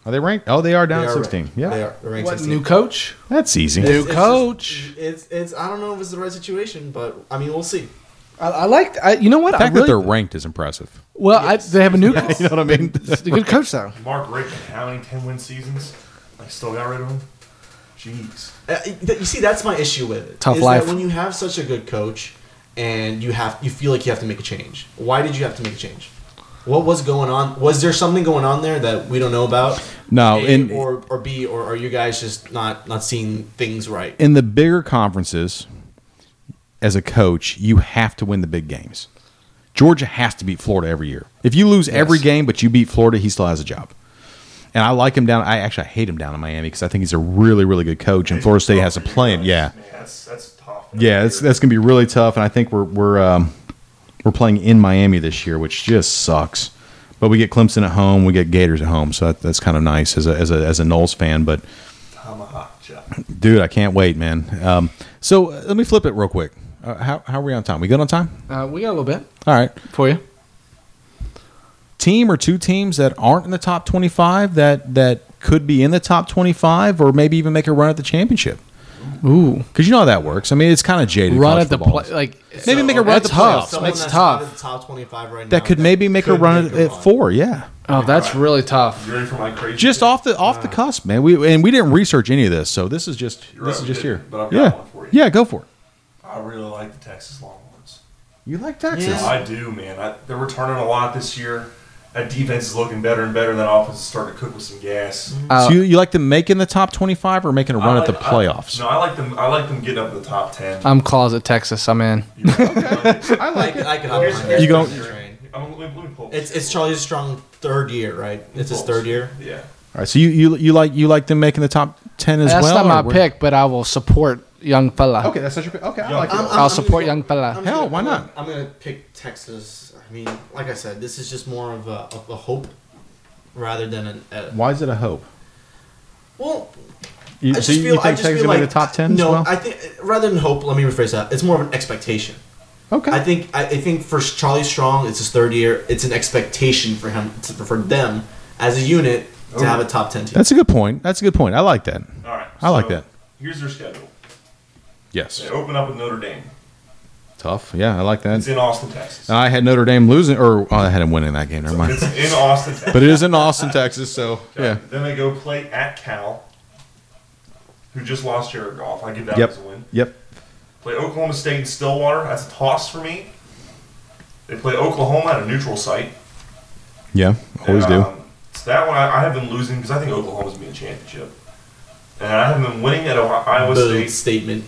[SPEAKER 2] Are they ranked? Oh, they are down
[SPEAKER 4] They are
[SPEAKER 2] 16.
[SPEAKER 4] ranked.
[SPEAKER 2] Yeah.
[SPEAKER 4] they are. They're ranked
[SPEAKER 1] What
[SPEAKER 4] 16.
[SPEAKER 1] new coach?
[SPEAKER 2] That's easy.
[SPEAKER 1] New
[SPEAKER 4] just-
[SPEAKER 1] coach.
[SPEAKER 4] it's it's I don't know if it's the right situation, but I mean we'll see.
[SPEAKER 1] I, I liked. I, you know what?
[SPEAKER 2] The
[SPEAKER 1] I
[SPEAKER 2] fact that
[SPEAKER 1] really,
[SPEAKER 2] they're ranked is impressive.
[SPEAKER 1] well, I, they have a new.
[SPEAKER 2] You know what I mean?
[SPEAKER 1] It's a good coach though.
[SPEAKER 3] Mark Rick, how many 10 win seasons? I still got rid of him? Jeez.
[SPEAKER 4] Uh, you see, that's my issue with it.
[SPEAKER 1] Tough
[SPEAKER 4] is
[SPEAKER 1] life.
[SPEAKER 4] That when you have such a good coach, and you have you feel like you have to make a change. Why did you have to make a change? What was going on? Was there something going on there that we don't know about?
[SPEAKER 2] No,
[SPEAKER 4] A,
[SPEAKER 2] and-
[SPEAKER 4] or or B, or are you guys just not not seeing things right?
[SPEAKER 2] in the bigger conferences, as a coach, you have to win the big games. Georgia has to beat Florida every year. If you lose every game but you beat Florida, he still has a job. And I like him down. I actually hate him down in Miami because I think he's a really, really good coach, and Florida State has to play him. Yeah,
[SPEAKER 3] Man, that's that's tough.
[SPEAKER 2] yeah, that's that's gonna be really tough. And I think we're we're um, we're playing in Miami this year, which just sucks. But we get Clemson at home, we get Gators at home, so that, that's kind of nice as a as a as a Knowles fan. But
[SPEAKER 3] tomahawk chop.
[SPEAKER 2] Dude, I can't wait, man. Um, so uh, let me flip it real quick. Uh, how, how are we on time? We good on time?
[SPEAKER 1] Uh, we got a little bit
[SPEAKER 2] All right.
[SPEAKER 1] for you.
[SPEAKER 2] Team or two teams that aren't in the top 25 that, that could be in the top 25 or maybe even make a run at the championship?
[SPEAKER 1] Ooh,
[SPEAKER 2] Because you know how that works. I mean, it's kind of jaded.
[SPEAKER 1] run
[SPEAKER 2] college
[SPEAKER 1] at the
[SPEAKER 2] football
[SPEAKER 1] play,
[SPEAKER 2] is.
[SPEAKER 1] like
[SPEAKER 2] Maybe make a run at the
[SPEAKER 1] that's tough.
[SPEAKER 2] playoffs.
[SPEAKER 4] Someone
[SPEAKER 1] That's
[SPEAKER 4] that's
[SPEAKER 1] tough.
[SPEAKER 4] not in the top twenty-five right now
[SPEAKER 2] that could maybe make a
[SPEAKER 4] could
[SPEAKER 2] run
[SPEAKER 4] make
[SPEAKER 2] at,
[SPEAKER 4] a
[SPEAKER 2] at
[SPEAKER 4] run.
[SPEAKER 2] four, yeah.
[SPEAKER 1] Oh, that's really tough.
[SPEAKER 3] You ready for my crazy?
[SPEAKER 2] Just
[SPEAKER 3] tip?
[SPEAKER 2] off the off the cusp, man. We and we didn't research any of this, so this is just
[SPEAKER 3] You're
[SPEAKER 2] this is
[SPEAKER 3] right, we
[SPEAKER 2] just
[SPEAKER 3] didn't,
[SPEAKER 2] here.
[SPEAKER 3] but I've got
[SPEAKER 2] yeah,
[SPEAKER 3] one for you.
[SPEAKER 2] yeah, go for it.
[SPEAKER 3] I really like the Texas Longhorns.
[SPEAKER 2] You like Texas?
[SPEAKER 4] Yeah.
[SPEAKER 3] I do, man. I, they're returning a lot this year. That defense is looking better and better. and That offense is starting to cook with some gas.
[SPEAKER 1] Uh,
[SPEAKER 2] so you, you like them making the top twenty-five or making a run
[SPEAKER 3] Uh, I
[SPEAKER 2] at the
[SPEAKER 3] like- I-
[SPEAKER 2] playoffs?
[SPEAKER 3] no, I like them. I like them getting up in the top ten.
[SPEAKER 1] I'm closet Texas. I'm in.
[SPEAKER 3] You're right.
[SPEAKER 2] I
[SPEAKER 4] I could, I could hop
[SPEAKER 3] Here's-
[SPEAKER 4] on
[SPEAKER 3] here's
[SPEAKER 4] that
[SPEAKER 2] You go-
[SPEAKER 4] train.
[SPEAKER 3] I'm, let me- let me pull.
[SPEAKER 4] It's it's Charlie Strong third year, right? It's his third year.
[SPEAKER 3] Yeah.
[SPEAKER 2] All right, so you, you you like you like them making the top ten as
[SPEAKER 1] That's
[SPEAKER 2] well?
[SPEAKER 1] not
[SPEAKER 2] or
[SPEAKER 1] my
[SPEAKER 2] what-
[SPEAKER 1] pick, but I will support young fella.
[SPEAKER 2] Okay, that's not your pick. Okay, I
[SPEAKER 3] Yeah.
[SPEAKER 2] like
[SPEAKER 3] I'm-
[SPEAKER 2] it.
[SPEAKER 1] I'll support young fella.
[SPEAKER 4] I'm
[SPEAKER 2] Hell,
[SPEAKER 4] gonna-
[SPEAKER 2] why not?
[SPEAKER 4] I'm gonna pick Texas. I mean, like I said, this is just more of a, of a hope rather than an. A,
[SPEAKER 2] Why is it a hope?
[SPEAKER 4] well,
[SPEAKER 2] You,
[SPEAKER 4] I just
[SPEAKER 2] so you
[SPEAKER 4] feel,
[SPEAKER 2] think
[SPEAKER 4] I just
[SPEAKER 2] Texas is
[SPEAKER 4] feel
[SPEAKER 2] gonna
[SPEAKER 4] like
[SPEAKER 2] be the top ten?
[SPEAKER 4] No,
[SPEAKER 2] as well?
[SPEAKER 4] I think rather than hope. Let me rephrase that. It's more of an expectation.
[SPEAKER 2] okay.
[SPEAKER 4] I think I, I think for Charlie Strong, it's his third year. It's an expectation for him to, for them as a unit to have a top ten team.
[SPEAKER 2] that's a good point. That's a good point. I like that.
[SPEAKER 3] All right.
[SPEAKER 2] I like that.
[SPEAKER 3] Here's their schedule.
[SPEAKER 2] Yes,
[SPEAKER 3] They open up with Notre Dame.
[SPEAKER 2] tough. Yeah, I like
[SPEAKER 3] It's
[SPEAKER 2] that.
[SPEAKER 3] in Austin, Texas.
[SPEAKER 2] And Oh, I had Notre Dame losing, or oh, I had him winning that game. Never mind.
[SPEAKER 3] It's in Austin, Texas.
[SPEAKER 2] But it is in Austin, Texas. So yeah,
[SPEAKER 3] Then they go play at Cal, who just lost Jared Goff. I give that
[SPEAKER 2] yep,
[SPEAKER 3] as a win.
[SPEAKER 2] yep.
[SPEAKER 3] Play Oklahoma State and Stillwater. That's a toss for me. They play Oklahoma at a neutral site.
[SPEAKER 2] Yeah, always do.
[SPEAKER 3] Um, So that one, I, I have them losing because I think Oklahoma's going to be a championship. And I have them winning at Ohio- Iowa
[SPEAKER 4] Boom,
[SPEAKER 3] State.
[SPEAKER 4] statement.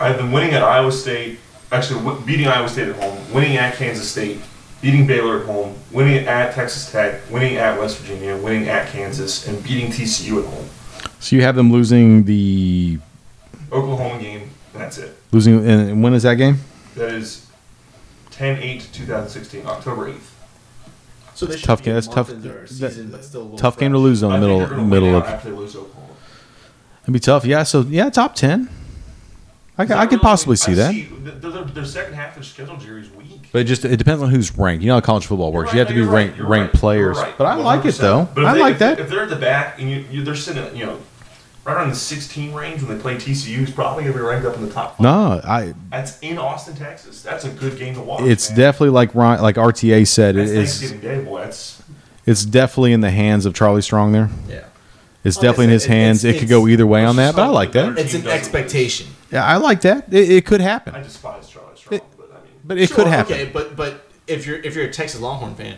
[SPEAKER 3] I have them winning at Iowa State. Actually, w- beating Iowa State at home, winning at Kansas State, beating Baylor at home, winning at Texas Tech, winning at West Virginia, winning at Kansas, and beating TCU at home.
[SPEAKER 2] So you have them losing the
[SPEAKER 3] Oklahoma game. That's it.
[SPEAKER 2] losing, and when is that game?
[SPEAKER 3] That is 10 8 2016, October 8th.
[SPEAKER 4] So they should
[SPEAKER 2] tough
[SPEAKER 4] be
[SPEAKER 2] game-
[SPEAKER 4] a
[SPEAKER 2] that's
[SPEAKER 4] month
[SPEAKER 2] tough-
[SPEAKER 4] into their
[SPEAKER 2] that-
[SPEAKER 4] season, but still a little
[SPEAKER 2] Tough game to
[SPEAKER 4] fresh.
[SPEAKER 2] lose in the
[SPEAKER 3] I think
[SPEAKER 2] middle
[SPEAKER 3] they're gonna
[SPEAKER 2] middle
[SPEAKER 3] win
[SPEAKER 2] of.
[SPEAKER 3] out after they lose Oklahoma.
[SPEAKER 2] It'd be tough. Yeah. So yeah, top ten. I, ca- I could possibly see that.
[SPEAKER 3] that. Their, their- their second half of their schedule, Jerry, is weak.
[SPEAKER 2] But it just it depends on who's ranked. You know how college football works. you
[SPEAKER 3] You're
[SPEAKER 2] have
[SPEAKER 3] right,
[SPEAKER 2] to be
[SPEAKER 3] you're
[SPEAKER 2] ranked
[SPEAKER 3] right, you're
[SPEAKER 2] ranked
[SPEAKER 3] right, you're
[SPEAKER 2] players.
[SPEAKER 3] right,
[SPEAKER 2] But I like it
[SPEAKER 3] 100%.
[SPEAKER 2] though.
[SPEAKER 3] But if
[SPEAKER 2] I
[SPEAKER 3] they-
[SPEAKER 2] like
[SPEAKER 3] if
[SPEAKER 2] that.
[SPEAKER 3] If they're at the back and you, you they're sitting, at, you know, right around the 16 range when they play TCU, is probably gonna be ranked up in the top. Five.
[SPEAKER 2] no, I.
[SPEAKER 3] That's in Austin, Texas. That's a good game to watch.
[SPEAKER 2] It's
[SPEAKER 3] man.
[SPEAKER 2] definitely like Ryan, like RTA said. It
[SPEAKER 3] That's
[SPEAKER 2] is.
[SPEAKER 3] Thanksgiving Day, boy. That's
[SPEAKER 2] It's definitely in the hands of Charlie Strong. There.
[SPEAKER 4] Yeah.
[SPEAKER 2] It's
[SPEAKER 4] Like I
[SPEAKER 2] definitely in
[SPEAKER 4] said,
[SPEAKER 2] his
[SPEAKER 4] it-
[SPEAKER 2] hands.
[SPEAKER 4] it's-
[SPEAKER 2] It could
[SPEAKER 4] it's-
[SPEAKER 2] go either way on that. But I
[SPEAKER 3] so
[SPEAKER 2] like that.
[SPEAKER 3] better.
[SPEAKER 4] It's an expectation.
[SPEAKER 2] Yeah, I like that. It, it could
[SPEAKER 3] I
[SPEAKER 2] happen.
[SPEAKER 3] despise Charlie Strong, but I mean,
[SPEAKER 2] But it could
[SPEAKER 4] Sure,
[SPEAKER 2] happen.
[SPEAKER 4] Okay, but but if you're if you're a Texas Longhorn fan,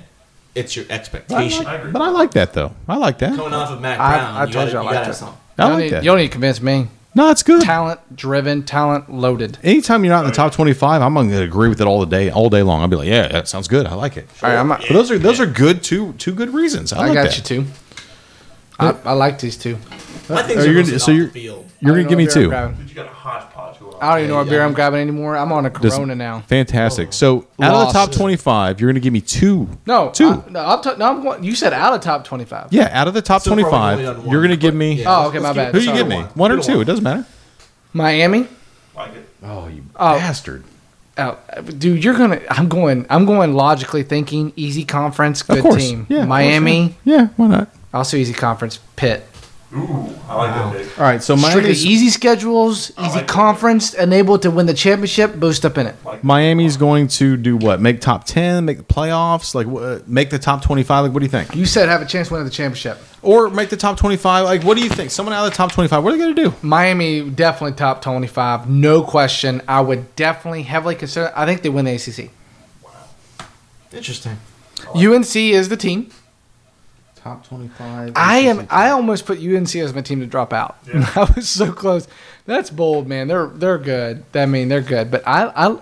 [SPEAKER 4] it's your
[SPEAKER 2] I
[SPEAKER 4] expectation.
[SPEAKER 3] I agree.
[SPEAKER 2] like, but I like that though. I like that.
[SPEAKER 4] Coming off of Mac
[SPEAKER 1] I-
[SPEAKER 4] Brown,
[SPEAKER 1] I
[SPEAKER 4] you
[SPEAKER 1] told
[SPEAKER 4] gotta,
[SPEAKER 1] you I
[SPEAKER 4] you
[SPEAKER 1] liked
[SPEAKER 4] gotta
[SPEAKER 1] it.
[SPEAKER 4] have something.
[SPEAKER 1] You
[SPEAKER 2] I
[SPEAKER 1] don't
[SPEAKER 2] like
[SPEAKER 1] need,
[SPEAKER 2] that.
[SPEAKER 1] you don't need to convince me.
[SPEAKER 2] No, it's good.
[SPEAKER 1] Talent driven, talent loaded.
[SPEAKER 2] Anytime you're not in the top 25, I'm gonna agree with it all the day, all day long. I'll be like, yeah, that sounds good. I like it.
[SPEAKER 1] All right, I'm not-
[SPEAKER 2] But those are those are good two two good reasons. I,
[SPEAKER 1] I,
[SPEAKER 2] like
[SPEAKER 1] got
[SPEAKER 2] that.
[SPEAKER 1] you too. I, I like these two.
[SPEAKER 4] My
[SPEAKER 2] Are
[SPEAKER 4] things are,
[SPEAKER 2] you gonna-
[SPEAKER 4] mostly
[SPEAKER 2] so
[SPEAKER 4] off
[SPEAKER 2] you're-
[SPEAKER 4] the field.
[SPEAKER 2] You're
[SPEAKER 1] I
[SPEAKER 2] gonna
[SPEAKER 1] don't
[SPEAKER 2] give me
[SPEAKER 1] know what beer I'm
[SPEAKER 2] two.
[SPEAKER 1] grabbing.
[SPEAKER 3] Dude, you got a hodgepodge going on.
[SPEAKER 1] I don't even know what
[SPEAKER 4] Yeah,
[SPEAKER 1] beer
[SPEAKER 4] yeah.
[SPEAKER 1] I'm grabbing anymore. I'm on a
[SPEAKER 2] Does-
[SPEAKER 1] Corona now.
[SPEAKER 2] Fantastic. So out of the top
[SPEAKER 1] Lost.
[SPEAKER 2] 25, you're going to give me two.
[SPEAKER 1] No,
[SPEAKER 2] two.
[SPEAKER 1] I, no, I'm t- no, I'm going. You said out of top 25.
[SPEAKER 2] yeah, out of the top
[SPEAKER 4] So far, we've only
[SPEAKER 2] 25,
[SPEAKER 4] done one,
[SPEAKER 2] you're going to
[SPEAKER 4] but-
[SPEAKER 2] give me.
[SPEAKER 4] yeah.
[SPEAKER 1] Oh, okay, my bad.
[SPEAKER 2] Who you
[SPEAKER 1] Sorry.
[SPEAKER 2] give me?
[SPEAKER 4] One.
[SPEAKER 2] One or
[SPEAKER 4] Either
[SPEAKER 2] two?
[SPEAKER 4] one.
[SPEAKER 2] It doesn't matter.
[SPEAKER 1] Miami.
[SPEAKER 3] Like it.
[SPEAKER 2] Oh, you
[SPEAKER 1] Oh.
[SPEAKER 2] bastard!
[SPEAKER 1] Oh, dude, you're gonna. I'm going. I'm going logically thinking. Easy conference, good
[SPEAKER 2] of course.
[SPEAKER 1] team.
[SPEAKER 2] Yeah, of course,
[SPEAKER 1] Miami,
[SPEAKER 2] yeah. yeah, why not?
[SPEAKER 1] also easy conference. Pitt.
[SPEAKER 3] Ooh, I like that pick.
[SPEAKER 2] All right, so
[SPEAKER 1] Strictly
[SPEAKER 2] Miami's,
[SPEAKER 1] easy schedules, easy
[SPEAKER 3] like that.
[SPEAKER 1] conference, enabled to win the championship. Boost up in it.
[SPEAKER 3] Like
[SPEAKER 2] Miami's going to do what? Make top 10, make the playoffs, like wha- make the top 25. Like, what do you think?
[SPEAKER 1] You said have a chance to win the championship.
[SPEAKER 2] Or make the top 25. Like, what do you think? Someone out of the top 25, what are they going to do?
[SPEAKER 1] Miami definitely top 25, no question. I would definitely heavily consider. I think they win the ACC.
[SPEAKER 4] Interesting.
[SPEAKER 1] UNC is the team.
[SPEAKER 5] Top 25.
[SPEAKER 1] I am. I almost put UNC as my team to drop out.
[SPEAKER 3] Yeah.
[SPEAKER 1] I was so close. That's bold, man. They're they're good. I mean, they're good. But I I,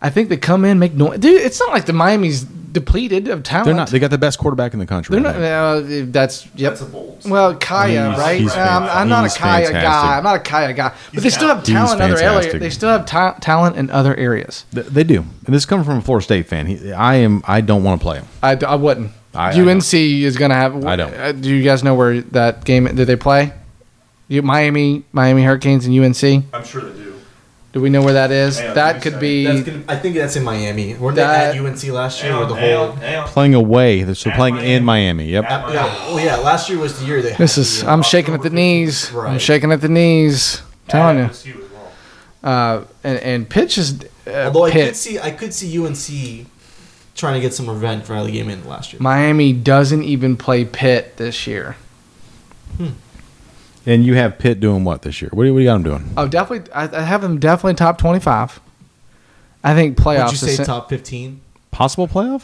[SPEAKER 1] I think they come in make noise. Dude, it's not like the Miami's depleted of talent.
[SPEAKER 2] They're not. They got the best quarterback in the country.
[SPEAKER 1] They're
[SPEAKER 2] I
[SPEAKER 1] not.
[SPEAKER 2] think.
[SPEAKER 1] Uh, that's yep.
[SPEAKER 3] That's a bold.
[SPEAKER 1] Well, Kaya,
[SPEAKER 2] He's-
[SPEAKER 1] right?
[SPEAKER 2] he's
[SPEAKER 1] I'm, I'm not a
[SPEAKER 2] fan-
[SPEAKER 1] Kaya
[SPEAKER 2] he's
[SPEAKER 1] guy.
[SPEAKER 2] fantastic.
[SPEAKER 1] I'm not a Kaya guy. But they
[SPEAKER 3] He's
[SPEAKER 1] still have
[SPEAKER 2] fantastic.
[SPEAKER 1] talent in other
[SPEAKER 2] He's
[SPEAKER 1] areas.
[SPEAKER 2] fantastic.
[SPEAKER 1] They still have ta- talent in other areas.
[SPEAKER 2] Th- They do. And this comes from a Florida State fan. He, I am. I don't want to play him.
[SPEAKER 1] I, I wouldn't.
[SPEAKER 2] I- I
[SPEAKER 1] UNC is going to have.
[SPEAKER 2] I don't.
[SPEAKER 1] Uh, do you guys know where that game? Did they play? You, Miami, Miami Hurricanes, and UNC.
[SPEAKER 3] I'm sure they do.
[SPEAKER 1] Do we know where that is?
[SPEAKER 3] Hang on, give
[SPEAKER 1] that
[SPEAKER 3] me
[SPEAKER 1] could
[SPEAKER 3] a
[SPEAKER 1] be.
[SPEAKER 4] That's gonna, I think that's in Miami. Weren't
[SPEAKER 1] That-
[SPEAKER 4] they at UNC last year?
[SPEAKER 3] Hang
[SPEAKER 4] Or
[SPEAKER 3] on,
[SPEAKER 4] the
[SPEAKER 3] hang
[SPEAKER 4] whole.
[SPEAKER 3] on, hang on.
[SPEAKER 2] Playing away. They're still
[SPEAKER 3] At
[SPEAKER 2] playing in
[SPEAKER 3] Miami.
[SPEAKER 2] Miami. Yep.
[SPEAKER 3] At
[SPEAKER 4] Yeah,
[SPEAKER 3] Miami.
[SPEAKER 4] well, yeah. Last year was the year they. had
[SPEAKER 1] This
[SPEAKER 4] the,
[SPEAKER 1] is.
[SPEAKER 4] uh,
[SPEAKER 1] I'm shaking at the knees. I'm
[SPEAKER 4] Right.
[SPEAKER 1] shaking at the knees.
[SPEAKER 3] At
[SPEAKER 1] telling you.
[SPEAKER 3] LSU as well.
[SPEAKER 1] Uh, and and pitch is. Uh,
[SPEAKER 4] Although I
[SPEAKER 1] Pitt.
[SPEAKER 4] could see, I could see UNC trying to get some revenge for how they game in last year.
[SPEAKER 1] Miami doesn't even play Pitt this year.
[SPEAKER 2] And you have Pitt doing what this year? What do you, what do you got him doing?
[SPEAKER 1] Oh, definitely. I, I have them definitely top twenty-five. I think playoffs.
[SPEAKER 4] Would you say
[SPEAKER 1] is-
[SPEAKER 4] top fifteen?
[SPEAKER 2] Possible playoff?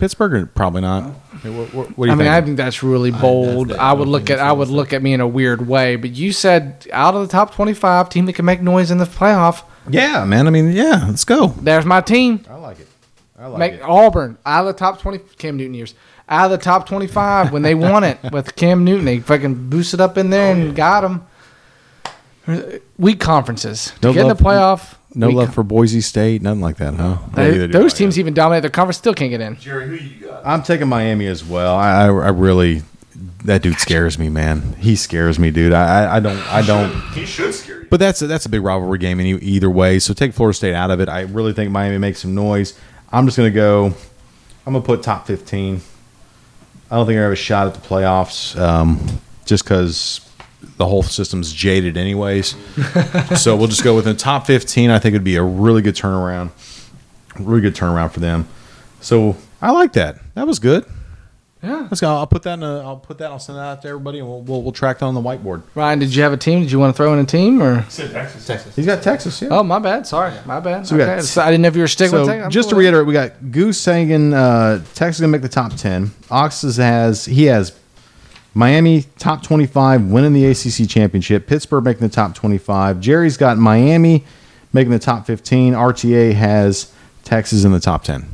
[SPEAKER 2] Pittsburgh? or- Probably not. Hey, What, what- what do you
[SPEAKER 1] I mean, I
[SPEAKER 2] think?
[SPEAKER 1] think that's really
[SPEAKER 4] I-
[SPEAKER 1] bold.
[SPEAKER 4] that's-
[SPEAKER 1] I would
[SPEAKER 4] I
[SPEAKER 1] look
[SPEAKER 4] think
[SPEAKER 1] at
[SPEAKER 4] it's
[SPEAKER 1] I would
[SPEAKER 4] realistic.
[SPEAKER 1] look at me in a weird way, but you said out of the top twenty-five team that can make noise in the playoff.
[SPEAKER 2] yeah, man. I mean, yeah. Let's go.
[SPEAKER 1] There's my team.
[SPEAKER 5] I like it. I like
[SPEAKER 1] make
[SPEAKER 5] it.
[SPEAKER 1] Auburn out of the top twenty. Cam Newton years out of the top twenty-five when they won it with Cam Newton. They fucking boosted up in
[SPEAKER 2] Oh,
[SPEAKER 1] there and got them. Weak conferences to
[SPEAKER 2] No
[SPEAKER 1] get in the
[SPEAKER 2] love-
[SPEAKER 1] playoff.
[SPEAKER 2] No
[SPEAKER 1] weak-
[SPEAKER 2] love for Boise State. Nothing like that, huh?
[SPEAKER 1] They-
[SPEAKER 2] Yeah, they do.
[SPEAKER 1] those teams even dominate their conference, still can't get in.
[SPEAKER 3] Jerry, who you got?
[SPEAKER 2] I'm taking Miami as well. I, I, I really. That dude scares me, man. He scares me, dude. I, I, I don't. I don't.
[SPEAKER 3] He should scare you.
[SPEAKER 2] But that's a, that's a big rivalry game any, either way. So take Florida State out of it. I really think Miami makes some noise. I'm just going to go. I'm going to put top 15. I don't think I have a shot at the playoffs, um, just because the whole system's jaded, anyways. so we'll just go with the top 15. I think it'd be a really good turnaround, really good turnaround for them. So I like that. That was good.
[SPEAKER 1] Yeah.
[SPEAKER 2] Let's go. I'll put that. In a, I'll put that. I'll send that out to everybody, and we'll we'll, we'll track that on the whiteboard.
[SPEAKER 1] Ryan, did you have a team? Did you want to throw in a team or?
[SPEAKER 3] He said Texas.
[SPEAKER 4] Texas.
[SPEAKER 2] He's got Texas. Yeah.
[SPEAKER 1] Oh, my bad. Sorry, my bad.
[SPEAKER 2] So we got-
[SPEAKER 1] okay. so I didn't know if you were sticking with
[SPEAKER 2] So
[SPEAKER 1] Texas. I'm
[SPEAKER 2] just to
[SPEAKER 1] cool with
[SPEAKER 2] reiterate, we got Goose Sagan, uh, Texas gonna make the top ten. Oxes has he has Miami top twenty five, winning the ACC championship. Pittsburgh making the top twenty five. Jerry's got Miami making the top fifteen. RTA has Texas in the top ten.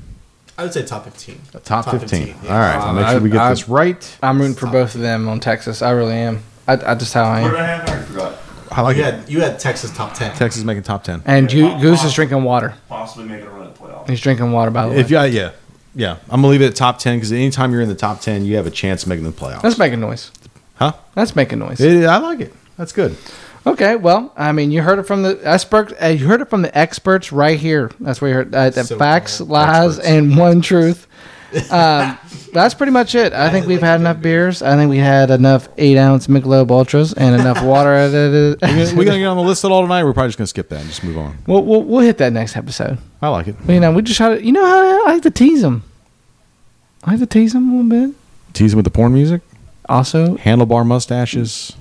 [SPEAKER 4] I would say top fifteen.
[SPEAKER 2] Top, 15.
[SPEAKER 4] yeah.
[SPEAKER 2] All right, I'll make sure we get
[SPEAKER 1] I- I-
[SPEAKER 2] this right.
[SPEAKER 1] it. I'm rooting for both of them on Texas. I really am. I, I just how I
[SPEAKER 3] What did
[SPEAKER 1] am.
[SPEAKER 3] I have? I already forgot.
[SPEAKER 2] I like
[SPEAKER 4] You
[SPEAKER 2] it.
[SPEAKER 4] had you had Texas top ten.
[SPEAKER 2] Texas making top ten.
[SPEAKER 1] And you, Goose is drinking water.
[SPEAKER 3] Possibly making a run at playoff.
[SPEAKER 1] He's drinking water by the way.
[SPEAKER 2] If yeah, yeah, yeah, I'm gonna leave it at top ten because anytime you're in the top ten, you have a chance of making the playoffs.
[SPEAKER 1] That's making noise.
[SPEAKER 2] Huh?
[SPEAKER 1] That's making noise.
[SPEAKER 2] It, I like it. That's good.
[SPEAKER 1] okay. Well, I mean, you heard it from the expert. Uh, you heard it from the experts right here. That's where you heard uh, that
[SPEAKER 4] So-called
[SPEAKER 1] facts, lies,
[SPEAKER 4] experts.
[SPEAKER 1] and one truth. Um, that's pretty much it. I think we've had enough beers. I think we had enough eight ounce Michelob Ultras and enough water. at it.
[SPEAKER 2] We're gonna get on the list at all tonight. We're probably just gonna skip that and just move on.
[SPEAKER 1] We'll, we'll, we'll hit that next episode.
[SPEAKER 2] I like it.
[SPEAKER 1] Well, You know, we just had to, you know how I like to tease them. I like to tease them a little bit.
[SPEAKER 2] Teasing with the porn music,
[SPEAKER 1] Also,
[SPEAKER 2] handlebar mustaches,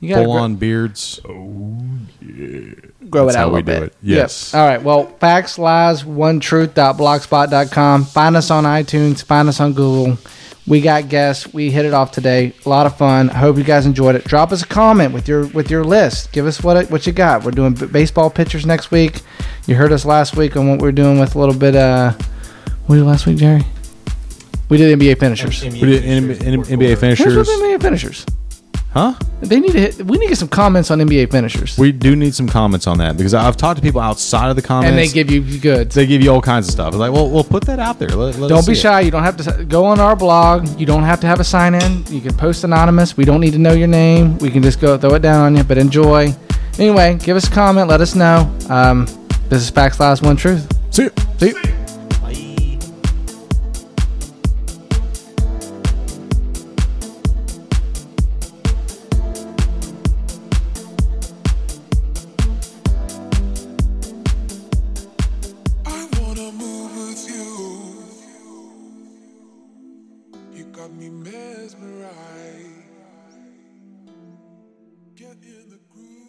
[SPEAKER 1] you got to
[SPEAKER 2] full
[SPEAKER 1] grow,
[SPEAKER 2] on beards.
[SPEAKER 1] grow
[SPEAKER 2] that's
[SPEAKER 1] it out
[SPEAKER 2] how
[SPEAKER 1] a little
[SPEAKER 2] we do
[SPEAKER 1] bit.
[SPEAKER 2] it. Yes.
[SPEAKER 1] All right. Well, facts, lies, one truth.blogspot.com. Find us on iTunes. Find us on Google. We got guests. We hit it off today. A lot of fun. Hope you guys enjoyed it. Drop us a comment with your with your list. Give us what what you got. We're doing b- baseball pitchers next week. You heard us last week on what we are doing with a little bit. Uh, what did we do last week, Jerry? We did NBA finishers.
[SPEAKER 4] NBA
[SPEAKER 2] We did
[SPEAKER 4] finishers,
[SPEAKER 2] N- N-
[SPEAKER 4] fourth
[SPEAKER 2] NBA
[SPEAKER 4] quarter.
[SPEAKER 1] Here's what
[SPEAKER 2] finishers,
[SPEAKER 1] NBA finishers.
[SPEAKER 2] huh?
[SPEAKER 1] They need to hit. We need to get some comments on NBA finishers,
[SPEAKER 2] We do need some comments on that because I've talked to people outside of the comments.
[SPEAKER 1] and they give you goods.
[SPEAKER 2] they give you all kinds of stuff. It's like, well, we'll put that out there. Let, let us
[SPEAKER 1] don't
[SPEAKER 2] see
[SPEAKER 1] be
[SPEAKER 2] it.
[SPEAKER 1] shy. You don't have to s- go on our blog. You don't have to have a sign in. You can post anonymous. We don't need to know your name. We can just go throw it down on you. But enjoy. Anyway, give us a comment. Let us know. Um, this is Facts Lies One Truth.
[SPEAKER 2] See ya.
[SPEAKER 1] See. You.
[SPEAKER 4] Bye.
[SPEAKER 6] I wanna move with you. You got me mesmerized. Get in the groove.